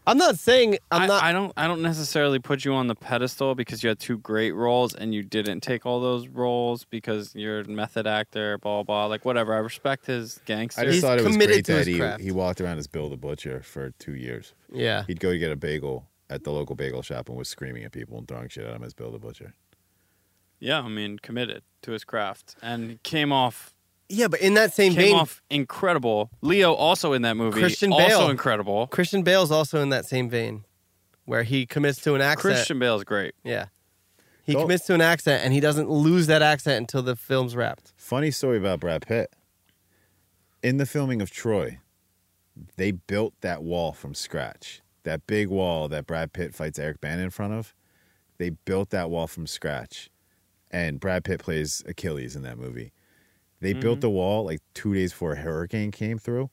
S2: I'm not saying I'm
S1: I,
S2: not.
S1: I don't I don't necessarily put you on the pedestal because you had two great roles and you didn't take all those roles because you're a method actor, blah blah. Like whatever. I respect his gangster.
S3: I just
S2: He's
S3: thought it was
S2: committed
S3: great
S2: to
S3: that
S2: his
S3: he,
S2: craft.
S3: he walked around as Bill the Butcher for two years.
S2: yeah,
S3: He'd go to get a bagel at the local bagel shop and was screaming at people and throwing shit at him as Bill the Butcher.
S1: yeah, I mean committed to his craft and he came off
S2: yeah, but in that same
S1: came
S2: vein,
S1: off incredible. Leo also in that movie
S2: Christian Bale.
S1: also incredible.
S2: Christian Bale's also in that same vein, where he commits to an accent.
S1: Christian Bale's great.
S2: Yeah. He
S3: Don't-
S2: commits to an accent and he doesn't lose that accent until the film's wrapped.
S3: Funny story about Brad Pitt. In the filming of Troy, they built that wall from scratch. That big wall that Brad Pitt fights Eric Bana in front of, they built that wall from scratch. And Brad Pitt plays Achilles in that movie. They built the wall like two days before a hurricane came through,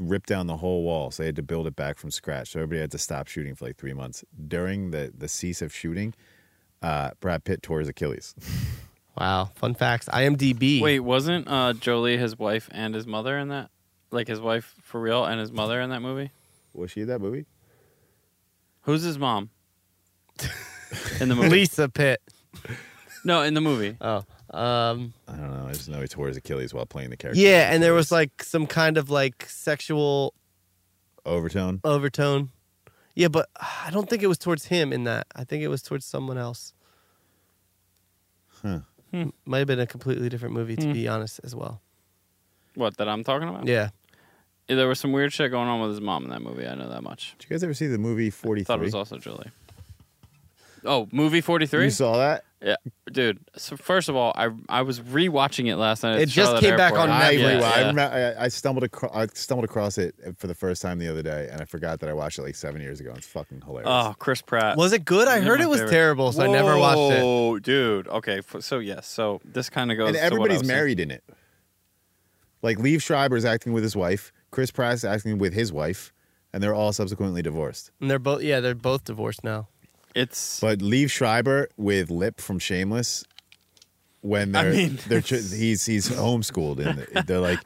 S3: ripped down the whole wall. So they had to build it back from scratch. So everybody had to stop shooting for like three months. During the, the cease of shooting, uh, Brad Pitt tore his Achilles.
S2: Wow. Fun facts. IMDb.
S1: Wait, wasn't uh, Jolie his wife and his mother in that? Like his wife for real and his mother in that movie?
S3: Was she in that movie?
S1: Who's his mom? In the movie?
S2: Lisa Pitt.
S1: No, in the movie.
S2: Oh. Um,
S3: I don't know. I just know he tore his Achilles while playing the character.
S2: yeah. And there was like some kind of like sexual
S3: Overtone.
S2: overtone. Yeah, but uh, I don't think it was towards him in that. I think it was towards someone else.
S3: Huh.
S1: Hmm.
S2: Might have been a completely different movie, to
S1: Hmm.
S2: be honest, as well.
S1: What that I'm talking about?
S2: Yeah.
S1: Yeah, There was some weird shit going on with his mom in that movie. I know that much.
S3: Did you guys ever see the movie Forty
S1: Thought it
S3: Three?
S1: was also Jolie. Oh, movie forty three.
S3: You saw that?
S1: yeah, dude. So first of all, I I was rewatching it last night. at
S2: It just
S1: Charlotte
S2: came back
S1: Airport.
S2: on
S3: I,
S2: Netflix.
S1: Yeah,
S3: rewa- I,
S1: yeah.
S3: remember, I, I stumbled across I stumbled across it for the first time the other day, and I forgot that I watched it like seven years ago. It's fucking hilarious.
S1: Oh, Chris Pratt.
S2: Was it good? I
S1: Yeah,
S2: heard
S1: my
S2: it was
S1: favorite.
S2: terrible, so I never watched it.
S1: Oh, dude. Okay, f- so yes, so this kind of goes.
S3: and
S1: to what I
S3: everybody's
S1: was saying.
S3: married in it. Like, Liev Schreiber's acting with his wife. Chris Pratt's acting with his wife, and they're all subsequently divorced.
S2: And they're both, yeah, they're both divorced now.
S1: It's
S3: But Liev Schreiber with Lip from Shameless. When
S1: I
S3: they're,
S1: mean-
S3: they're tr- he's he's homeschooled and they're like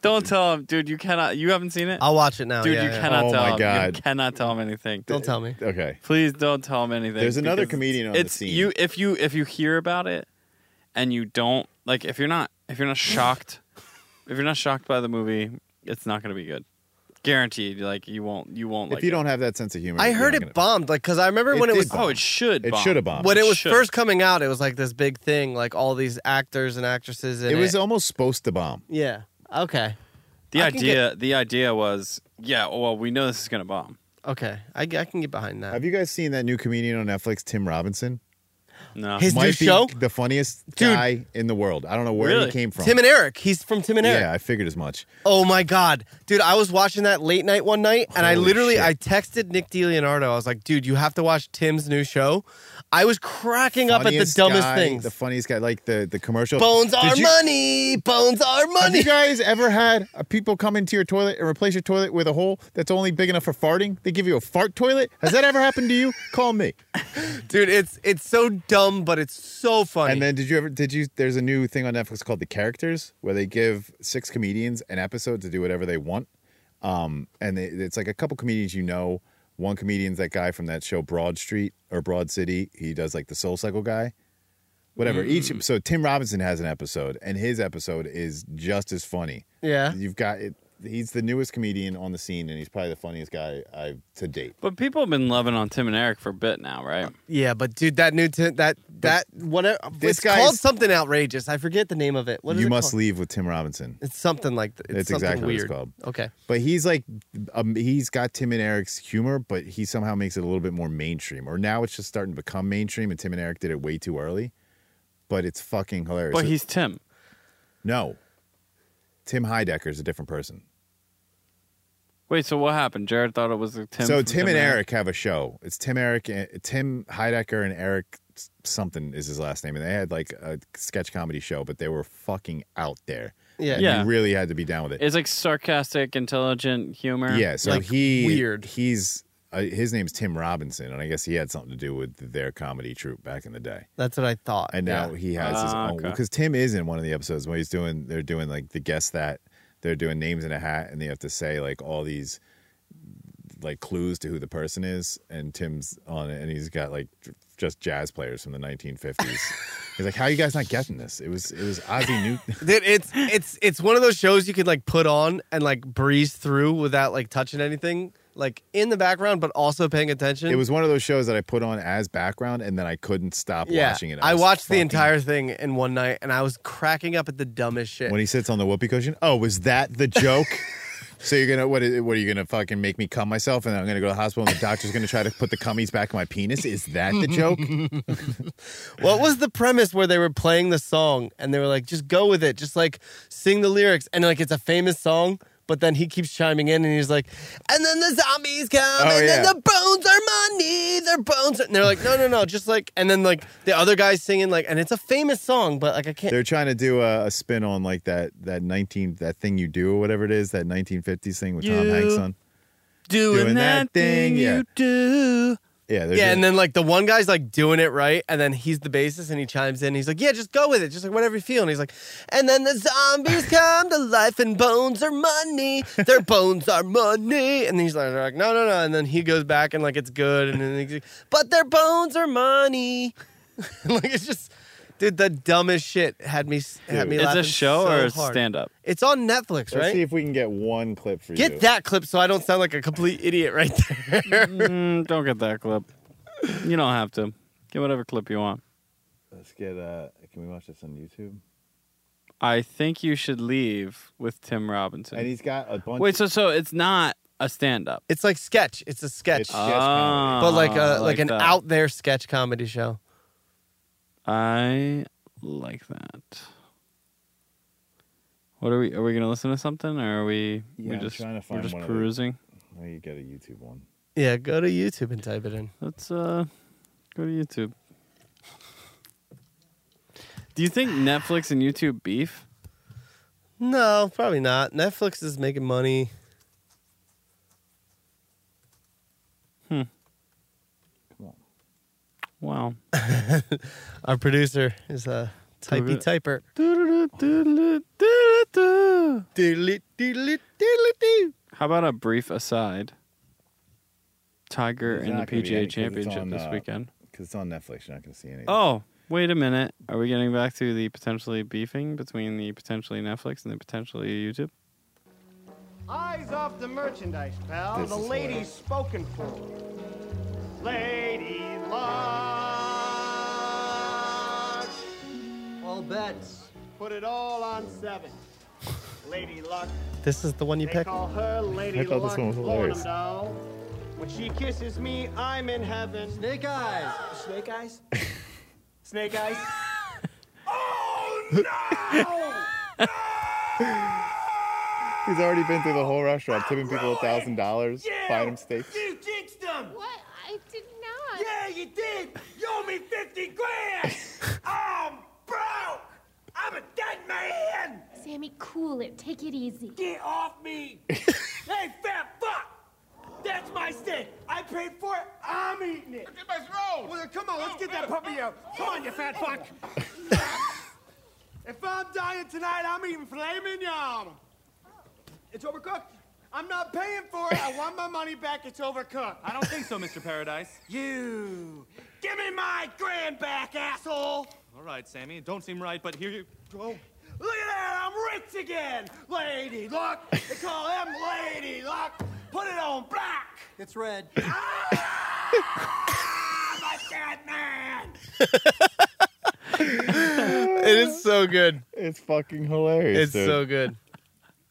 S1: don't tell him, dude. You cannot. You haven't seen it,
S2: I'll watch it now.
S1: dude.
S2: yeah,
S1: you
S2: yeah.
S1: cannot
S3: Oh
S1: tell.
S3: my
S1: him.
S3: God.
S1: You cannot tell him anything.
S2: Don't tell me.
S3: okay
S1: Please don't tell him anything.
S3: There's another
S1: because
S3: comedian on the
S1: it's,
S3: scene.
S1: You, if you if you hear about it, and you don't like, if you're not if you're not shocked, if you're not shocked by the movie, it's not going to be good. Guaranteed. Like you won't you won't like
S3: if you
S1: it.
S3: don't have that sense of humor,
S2: I
S3: you're
S2: heard
S3: not
S2: it
S3: gonna-
S2: bombed, like because I remember
S3: It
S2: when it
S3: did
S2: was
S3: bomb.
S1: Oh, it should.
S3: It
S1: bomb.
S3: should have bombed.
S2: when it was
S1: Should.
S2: first coming out. It was like this big thing, like all these actors and actresses. In
S3: It was almost supposed to bomb.
S2: yeah. Okay.
S1: The
S2: I can
S1: idea the idea was yeah. Well, we know this is going to bomb.
S2: Okay, I, I can get behind that.
S3: Have you guys seen that new comedian on Netflix, Tim Robinson?
S1: No.
S2: His- new
S3: Might be
S2: show?
S3: the funniest
S2: Dude.
S3: guy in the world. I don't know where
S1: Really?
S3: he came from.
S2: Tim and Eric. He's from Tim and Eric.
S3: Yeah, I figured as much.
S2: Oh my god, dude! I was watching that late night one night, and I
S3: Holy
S2: literally
S3: shit.
S2: I texted Nick DiLeonardo. I was like, "Dude, you have to watch Tim's new show." I was cracking up at the
S3: Funniest
S2: dumbest
S3: guy,
S2: things.
S3: The funniest guy, like the the commercial.
S2: bones
S3: Did
S2: are
S3: you-
S2: money. Bones are
S3: Have you
S2: money.
S3: guys ever had uh, people come into your toilet and replace your toilet with a hole that's only big enough for farting? They give you a fart toilet. Has that ever happened to you? Call me.
S2: Dude, it's it's so dumb, but it's so funny.
S3: And then did you ever did you there's a new thing on Netflix called The Characters where they give six comedians an episode to do whatever they want. Um and they, it's like a couple comedians you know. One comedian's that guy from that show Broad Street or Broad City. He does like the Soul Cycle guy. Whatever.
S2: Mm.
S3: Each so Tim Robinson has an episode and his episode is just as funny.
S2: yeah,
S3: You've got it he's the newest comedian on the scene and he's probably the funniest guy I've to date.
S1: But people have been loving on Tim and Eric for a bit now, right?
S2: yeah, but dude, that new Tim, that that whatever.
S3: this
S2: it's called
S3: guy's-
S2: something outrageous. I forget the name of it. What is
S3: you
S2: it
S3: must
S2: called?
S3: leave with Tim Robinson.
S2: It's something like th-
S3: That's
S2: it's something
S3: exactly what it's
S2: weird.
S3: called.
S2: Okay.
S3: But he's like, um, he's got Tim and Eric's humor, but he somehow makes it a little bit more mainstream. Or now it's just starting to become mainstream, and Tim and Eric did it way too early. But it's fucking hilarious.
S1: But he's Tim.
S3: no. Tim Heidecker is a different person.
S1: Wait, so what happened? Jared thought it was a Tim.
S3: so
S1: from
S3: Tim and Eric have a show. It's Tim Eric and Tim Heidecker and Eric s- something is his last name, and they had like a sketch comedy show, but they were fucking out there.
S2: Yeah.
S3: And
S1: Yeah.
S3: you really had to be down with it.
S1: It's like sarcastic, intelligent humor.
S3: Yeah, so
S2: Like,
S3: he
S2: weird.
S3: He's uh, his name's Tim Robinson, and I guess he had something to do with their comedy troupe back in the day.
S2: That's what I thought.
S3: And now he has his
S1: Ah,
S3: own
S1: okay.
S3: because Tim is in one of the episodes when he's doing they're doing like the guess that they're doing names in a hat, and they have to say like all these like clues to who the person is, and Tim's on it, and he's got like j- just jazz players from the 1950s. he's like, "How are you guys not getting this? It was it was Ozzy Newton."
S2: Dude, it's it's it's one of those shows you could like put on and like breeze through without like touching anything, like in the background, but also paying attention.
S3: It was one of those shows that I put on as background, and then I couldn't stop
S2: yeah.
S3: watching it.
S2: I,
S3: was
S2: watched the
S3: fucking
S2: entire thing in one night, and I was cracking up at the dumbest shit.
S3: when he sits on the whoopee cushion. Oh, was that the joke? so you're gonna what? Is, what are you gonna fucking make me cum myself, and then I'm gonna go to the hospital, and the doctor's gonna try to put the cummies back in my penis? Is that the joke?
S2: what was the premise where they were playing the song and they were like, just go with it, just like sing the lyrics, and like it's a famous song. But then he keeps chiming in, and he's like, "And then the zombies come, and then
S3: yeah.
S2: the bones are money. Their bones." Are, and they're like, "No, no, no!" Just like, and then like the other guy's singing like, and it's a famous song, but like I can't.
S3: They're trying to do a, a spin on like that that 19 that thing you do or whatever it is that 1950s thing with Tom
S1: You
S3: Hanks on.
S1: doing,
S3: doing that
S1: that
S3: thing,
S1: thing
S3: yeah.
S1: you do.
S3: Yeah, they're
S2: Yeah,
S3: doing-
S2: and then like the one guy's like doing it right, and then he's the bassist, and he chimes in. He's like, "Yeah, just go with it, just like whatever you feel." And he's like, "And then the zombies come to life, and bones are money. Their bones are money." And he's like, they're like, "No, no, no." And then he goes back and like it's good, and then he's like, "But their bones are money." like it's just, dude, the dumbest shit had me had me
S1: It's
S2: laughing
S1: a show
S2: so
S1: or a
S2: hard.
S1: stand up?
S2: It's on Netflix,
S3: let's see
S2: right?
S3: if we can get one clip for you.
S2: Get that clip so I don't sound like a complete idiot right there.
S1: Mm, don't get that clip. You don't have to. Get whatever clip you want.
S3: Let's get. uh Can we watch this on YouTube?
S1: I think you should leave with Tim
S3: And
S1: Robinson.
S3: he's got a bunch.
S1: Wait, so so it's not a stand up.
S2: it's like sketch. It's a sketch.
S3: It's- sketch comedy.
S2: but like a, Uh-huh, like, an
S1: Ah, that.
S2: out there sketch comedy show.
S1: I like that. What are we? Are we gonna listen to something, or are we?
S3: Yeah,
S1: we
S3: I'm
S1: just
S3: trying to
S1: we're
S3: find
S1: just
S3: one of the-
S1: perusing.
S3: Oh, you get a YouTube one.
S2: Yeah, go to YouTube and type it in.
S1: Let's uh, go to YouTube. Do you think Netflix and YouTube beef?
S2: No, probably not. Netflix is making money.
S1: Wow.
S2: Our producer is a
S1: Prove
S2: typey
S1: it.
S2: typer.
S1: How
S2: Diddly, diddly, diddly, doo.
S1: about a brief aside? Tiger
S3: It's
S1: and the
S3: not gonna be any-
S1: PGA
S3: 'cause it's
S1: Championship
S3: on,
S1: this
S3: uh,
S1: weekend.
S3: Because it's on Netflix, you're not going to see anything.
S1: Oh, wait a minute. Are we getting back to the potentially beefing between the potentially Netflix and the potentially YouTube?
S7: Eyes off the merchandise, pal.
S3: This
S7: the
S3: is
S7: lady's
S3: hilarious.
S7: spoken for. Lady Luck. All bets. Put it all on seven. Lady Luck.
S2: This is the one you
S7: They
S2: picked.
S7: call her Lady
S3: I thought this
S7: Luck.
S3: one was hilarious.
S7: Lornamdale. When she kisses me, I'm in heaven.
S8: Snake eyes.
S7: Snake eyes? Snake eyes? Oh,
S3: He's already been through the whole restaurant, tipping people a thousand dollars, buying them steaks.
S7: You jinxed them!
S4: What? I did not.
S7: Yeah, you did! You owe me 50 grand! I'm broke! I'm a dead man!
S4: Sammy, cool it. Take it easy.
S7: Get off me! hey, fat fuck! That's my steak! I paid for it, I'm eating it! Get my throat! Well, then come on, let's get
S9: Oh,
S7: that puppy out! Come on, you fat fuck! if I'm dying tonight, I'm eating filet mignon! It's overcooked! I'm not paying for it! I want my money back, it's overcooked! I don't think so, Mr. Paradise. You! Give me my grand back, asshole!
S9: All right, Sammy. It don't seem right, but here you.
S7: Oh, look at that! I'm rich again! Lady luck! They call him Lady luck! Put it on black! Ah!
S8: It's red.
S7: I'm a dead man!
S2: It is so good.
S3: It's fucking hilarious.
S2: It's
S3: dude.
S2: so good.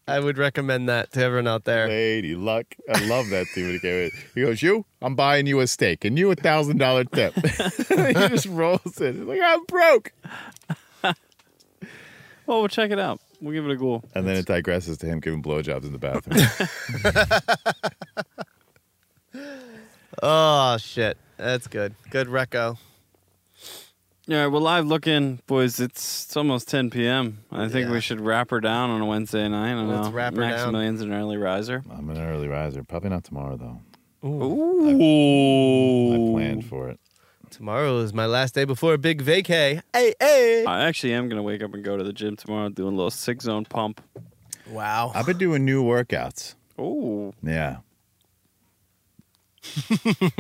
S2: I would recommend that to everyone out there.
S3: Lady luck. I love that scene when he came in. He goes, You, I'm buying you a steak and you a thousand dollar tip. he just rolls it. He's like, I'm broke.
S1: Well, we'll check it out. We'll give it a go.
S3: And then it digresses to him giving blowjobs in the bathroom.
S2: Oh shit, that's good. Good reco.
S1: Yeah, we're live looking, boys. It's, it's almost 10 p.m. I think
S2: Yeah.
S1: we should wrap her down on a Wednesday night. I don't
S2: Let's
S1: know.
S2: wrap her down.
S1: Maximilian's an early riser.
S3: I'm an early riser. Probably not tomorrow though.
S1: Ooh.
S3: I planned for it.
S2: Tomorrow is my last day before a big vacay. Hey, hey.
S1: I actually am gonna wake up and go to the gym tomorrow, do a little six zone pump.
S2: Wow.
S3: I've been doing new workouts.
S1: Oh,
S3: Yeah.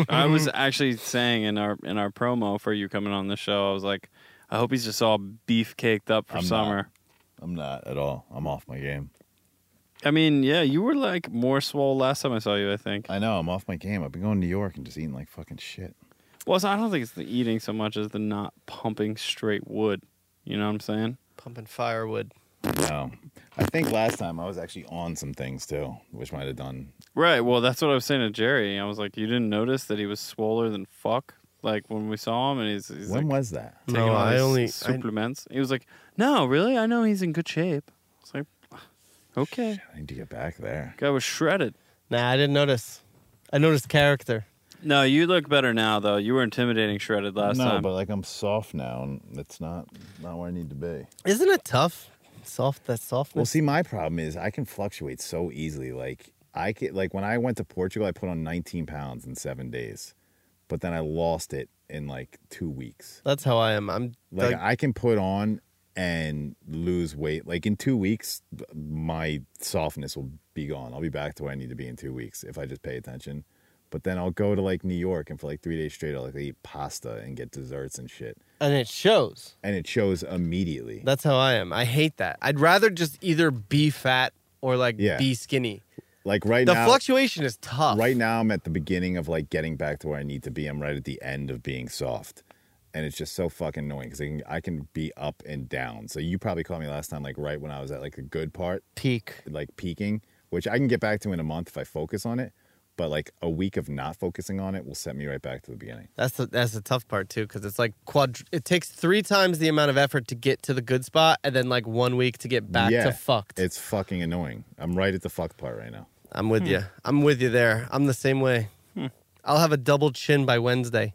S1: I was actually saying in our in our promo for you coming on the show, I was like, I hope he's just all beef caked up for
S3: I'm not.
S1: summer.
S3: I'm not at all. I'm off my game.
S1: I mean, yeah, you were like more swole last time I saw you. I think.
S3: I know, I'm off my game. I've been going to New York and just eating like fucking shit.
S1: Well, so I don't think it's the eating so much as the not pumping straight wood. You know what I'm saying?
S2: Pumping firewood.
S3: No. I think last time I was actually on some things too, which might have done
S1: Right. Well, that's what I was saying to Jerry. I was like, you didn't notice that he was swoller than fuck. Like when we saw him, and he's, he's like,
S3: when was that?
S1: taking
S2: No,
S1: all
S2: I
S1: these
S2: only- I-
S1: supplements. he was like, "No, really? I know he's in good shape." It's like, okay,
S3: I need to get back there.
S1: guy was shredded.
S2: Nah, I didn't notice. I noticed character.
S1: No, you look better now though. You were intimidating shredded last
S3: no,
S1: time.
S3: but like I'm soft now, and it's not not where I need to be.
S2: Isn't it tough? Soft that
S3: Well,
S2: softness.
S3: see, my problem is I can fluctuate so easily. Like I can, like when I went to Portugal, I put on 19 pounds in seven days, but then I lost it in like two weeks.
S2: That's how I am. I'm
S3: Like,
S2: like,
S3: I can put on and lose weight. Like in two weeks, th- my softness will be gone. I'll be back to where I need to be in two weeks if I just pay attention. But then I'll go to like New York and for like three days straight, I'll like eat pasta and get desserts and shit.
S2: and it shows.
S3: And it shows immediately.
S2: That's how I am. I hate that. I'd rather just either be fat or like
S3: Yeah.
S2: be skinny.
S3: Like right
S2: The
S3: now,
S2: fluctuation is tough.
S3: right now I'm at the beginning of like getting back to where I need to be. I'm right at the end of being soft. And it's just so fucking annoying because I can, I can be up and down. So you probably called me last time, like right when I was at like the good part,
S2: peak.
S3: like peaking, which I can get back to in a month if I focus on it. But like a week of not focusing on it will set me right back to the beginning.
S2: That's the that's the tough part too, because it's like quad. It takes three times the amount of effort to get to the good spot, and then like one week to get back
S3: Yeah.
S2: to fucked.
S3: It's fucking annoying. I'm right at the fuck part right now.
S2: I'm with you. I'm with you there. I'm the same way. I'll have a double chin by Wednesday.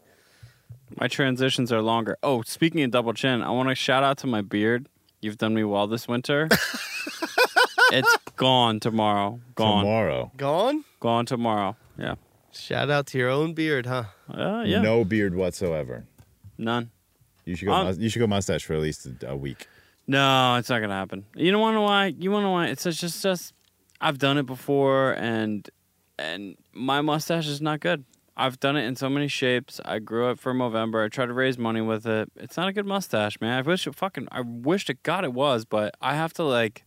S1: My transitions are longer. Oh, speaking of double chin, I want to shout out to my beard. You've done me well this winter. it's gone tomorrow. Gone.
S3: Tomorrow,
S2: Gone.
S1: Gone tomorrow. Yeah.
S2: Shout out to your own beard, huh?
S1: Uh, yeah.
S3: no beard whatsoever.
S1: None.
S3: You should go.
S1: Um,
S3: mus- you should go mustache for at least a- a week.
S1: No, it's not gonna happen. You don't want to why? You want to why? It's just, it's just I've done it before, and and my mustache is not good. I've done it in so many shapes. I grew it for November. I tried to raise money with it. It's not a good mustache, man. I wish it fucking. I wish to God it was, but I have to like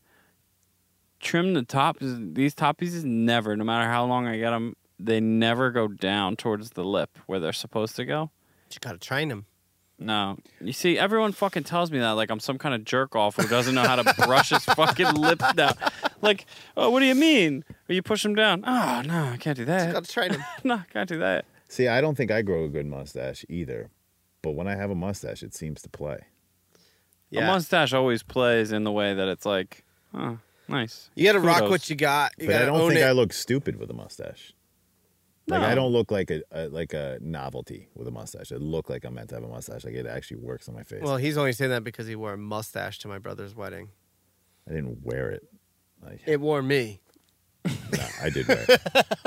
S1: trim the top. These top pieces never, no matter how long I get them, they never go down towards the lip where they're supposed to go.
S2: You gotta train him.
S1: No. You see, everyone fucking tells me that like I'm some kind of jerk off who doesn't know how to brush his fucking lip down. Like, oh, what do you mean? Or you push him down. Oh no, I can't do that.
S2: Got to train him.
S1: no, I can't do that.
S3: See, I don't think I grow a good mustache either, but when I have a mustache, it seems to play.
S1: A
S2: Yeah.
S1: mustache always plays in the way that it's like, oh, nice.
S2: you got to rock
S1: Kudos.
S2: what you got. You
S3: but
S2: got
S3: I
S2: to
S3: don't
S2: own
S3: think
S2: it.
S3: I look stupid with a mustache. Like
S1: No.
S3: I don't look like a, a like a novelty with a mustache. I look like I'm meant to have a mustache. Like it actually works on my face.
S2: well, he's only saying that because he wore a mustache to my brother's wedding.
S3: I didn't wear it. Like,
S2: It wore me.
S3: no, I did wear it.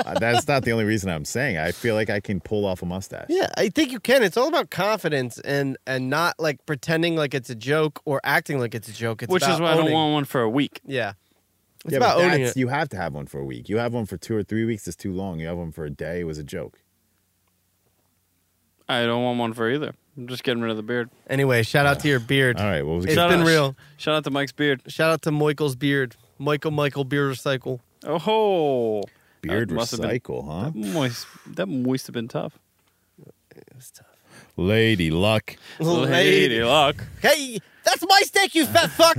S3: Uh, that's not the only reason I'm saying. I feel like I can pull off a mustache.
S2: Yeah, I think you can. It's all about confidence and and not like pretending like it's a joke or acting like it's a joke. It's
S1: Which is
S2: about
S1: why I don't
S2: owning-
S1: want one for a week.
S2: Yeah, it's
S3: Yeah, but
S2: about owning
S3: that's-
S2: it.
S3: You have to have one for a week. You have one for two or three weeks. It's too long. You have one for a day. It was a joke.
S1: I don't want one for either. I'm just getting rid of the beard.
S2: Anyway, shout out to your beard.
S3: All right. What was it?
S2: It's
S1: Shout
S2: been
S1: out-
S2: real.
S1: Shout out to Mike's beard.
S2: Shout out to Michael's beard. Michael Michael Beard Recycle.
S1: Oh ho!
S3: Beard
S1: That must have been-
S3: recycle, huh?
S1: Moist. That moist have been tough.
S3: Lady luck.
S1: Lady luck.
S2: Hey, that's my steak, you fat fuck.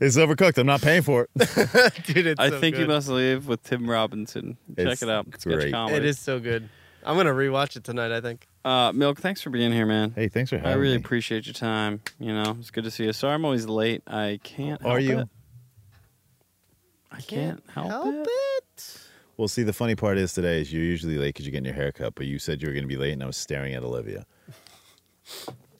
S3: It's overcooked. I'm not paying for it.
S2: Dude, it's
S1: I
S2: so
S1: think you
S2: good.
S1: must leave with Tim Robinson. Check
S3: It's
S1: it out. Sketch
S3: great.
S1: comedy.
S2: It is so good. I'm gonna rewatch it tonight. I think.
S1: Uh, Milk, thanks for being here, man.
S3: hey, thanks for having
S1: I really
S3: me.
S1: appreciate your time. You know, it's good to see you. Sorry, I'm always late. I can't.
S3: Are
S1: help
S3: you?
S1: it. I can't, help, it.
S3: Well, see, the funny part is today is you're usually late because you're getting your haircut, but you said you were going to be late, and I was staring at Olivia.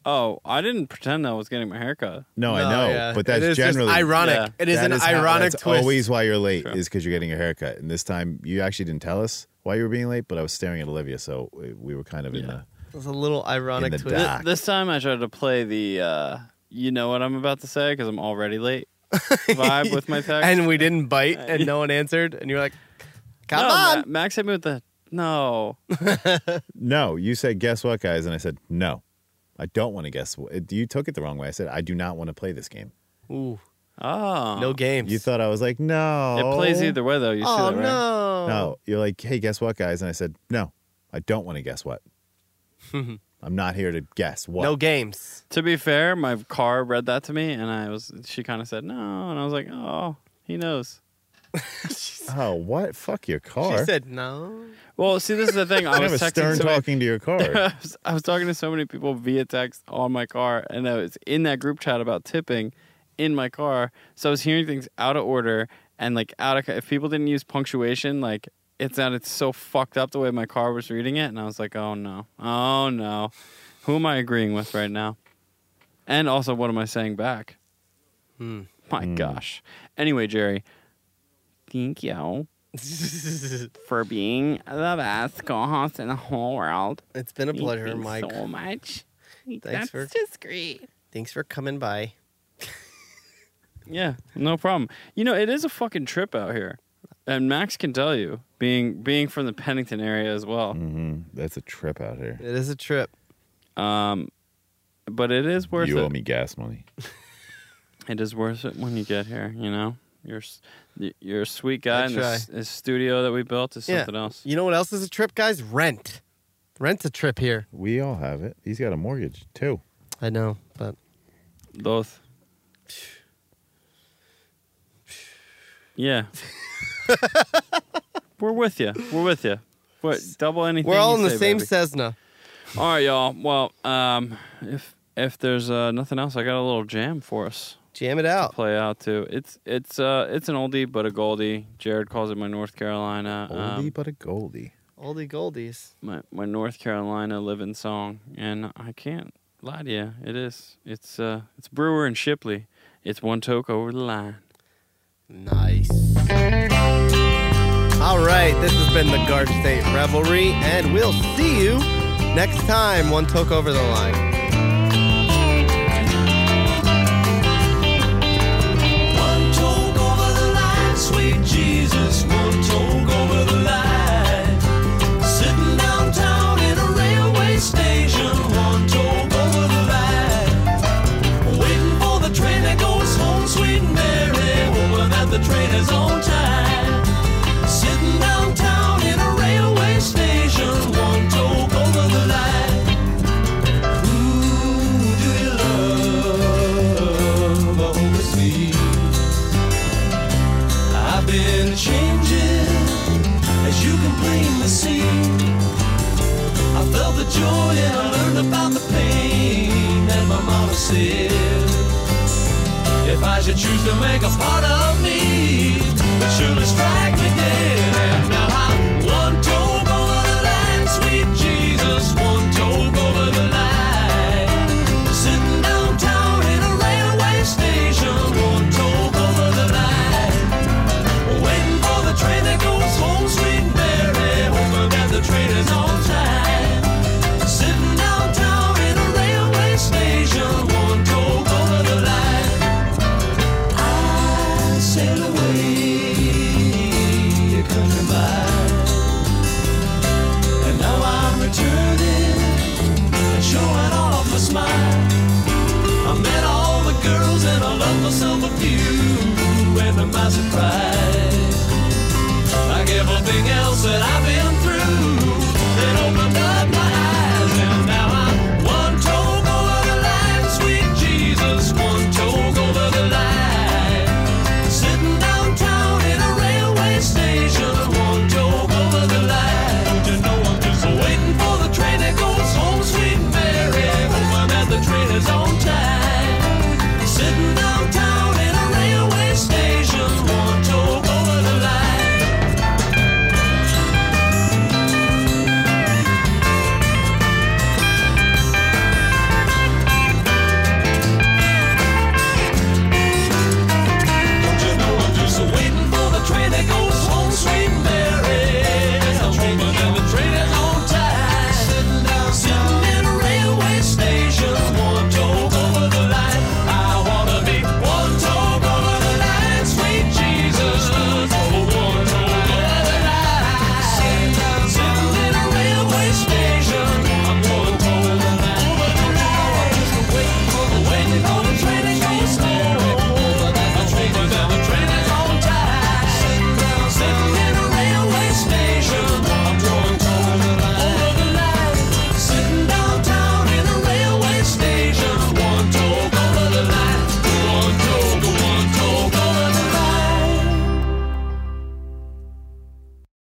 S1: Oh, I didn't pretend I was getting my hair cut.
S3: No,
S2: No,
S3: Oh, I know,
S2: yeah.
S3: but
S2: It
S3: that's
S2: is just
S3: generally
S2: ironic.
S1: Yeah.
S2: It is
S3: that
S2: an
S3: how-
S2: ironic
S3: that's
S2: twist.
S3: Always, why you're late
S1: Sure.
S3: is because you're getting a haircut, and this time you actually didn't tell us why you were being late, but I was staring at Olivia, so we- we were kind of in
S1: Yeah.
S3: the.
S2: It's a little ironic
S3: In the
S2: twist.
S3: dark.
S1: This time I tried to play the, uh, you know what I'm about to say because I'm already late vibe with my text.
S2: And we didn't bite, and no one answered, and you're like, "Come
S1: no,
S2: on."
S1: Ma- Max hit me with the no.
S3: No, you said guess what, guys, and I said no, I don't want to guess. What. You took it the wrong way. I said I do not want to play this game.
S2: Ooh,
S1: Oh,
S2: no games.
S3: You thought I was like no.
S1: It plays either way though. You see
S2: Oh
S1: that, right?
S2: no.
S1: Oh.
S3: No, you're like, hey, guess what, guys? And I said, no, I don't want to guess what. I'm not here to guess what.
S2: No games.
S1: To be fair, my car read that to me, and I was. She kind of said no, and I was like, oh, he knows.
S3: oh, what? Fuck your car.
S2: She said no.
S1: Well, see, this is the thing. I
S3: I have a
S1: was texting
S3: stern
S1: so many,
S3: talking to your car.
S1: I, was, I was talking to so many people via text on my car, and I was in that group chat about tipping in my car. So I was hearing things out of order and like out of. If people didn't use punctuation, like it sounded so fucked up the way my car was reading it, and I was like, oh no, oh no, who am I agreeing with right now? And also, what am I saying back? My
S3: Hmm.
S1: gosh. Anyway, Jerry, thank you
S2: it's
S1: for being the best co-host in the whole world.
S2: been a
S1: Thank
S2: pleasure,
S1: you
S2: Mike.
S1: so much.
S2: Thanks for
S1: just great.
S2: thanks for coming by.
S1: Yeah, no problem. You know, it is a fucking trip out here, and Max can tell you, being being from the Pennington area as well.
S3: hmm That's a trip out here.
S2: It is a trip.
S1: Um, but it is worth
S3: Mm. you
S1: it.
S3: owe me gas money.
S1: It is worth it when you get here. You know, you're s- y- you're a sweet guy,
S2: I
S1: and this, this studio that we built is
S2: Yeah.
S1: something else.
S2: You know what else is a trip, guys? Rent. Rent's a trip here.
S3: We all have it. He's got a mortgage too.
S2: I know, but
S1: Both. Yeah. We're with you. We're with you. What double anything?
S2: we're all
S1: you
S2: in the
S1: say,
S2: same
S1: baby.
S2: Cessna.
S1: All right, y'all. Well, um, if if there's uh, nothing else, I got a little jam for us
S2: Jam it
S1: to
S2: out.
S1: play out to. It's it's uh it's an oldie but a goldie. Jared calls it my North Carolina
S3: Oldie
S1: um,
S3: but a goldie.
S2: Oldie goldies.
S1: my my North Carolina living song, and I can't lie to you. It is. It's uh it's Brewer and Shipley. It's one toke over the line.
S2: Nice. All right, this has been the Guard State Revelry, and we'll see you next time. One took over the line.
S8: One toke over the line, sweet Jesus. One toke over the line. Sitting downtown in a railway station. One toke over the line. Waiting for the train that goes home, sweet Mary. Hoping that the train is on time. Sitting downtown in a railway station. One toke over the line. Ooh, do you love? Oh, it's me. I've been changing the joy and I learned about the pain. And my mama said, if I should choose to make a part of me, it surely strike me dead. And now I'm one toe over the line, sweet Jesus, one toe over the line. Sitting downtown in a railway station, one toe over the line. Waiting for the train that goes home, sweet Mary. Hoping that the train is on time. Sitting downtown in a railway station, one toe over the line. I sail away, a country mile. And now I'm returning and showing off a smile. I met all the girls and I love myself a few. And to my surprise, like everything else that I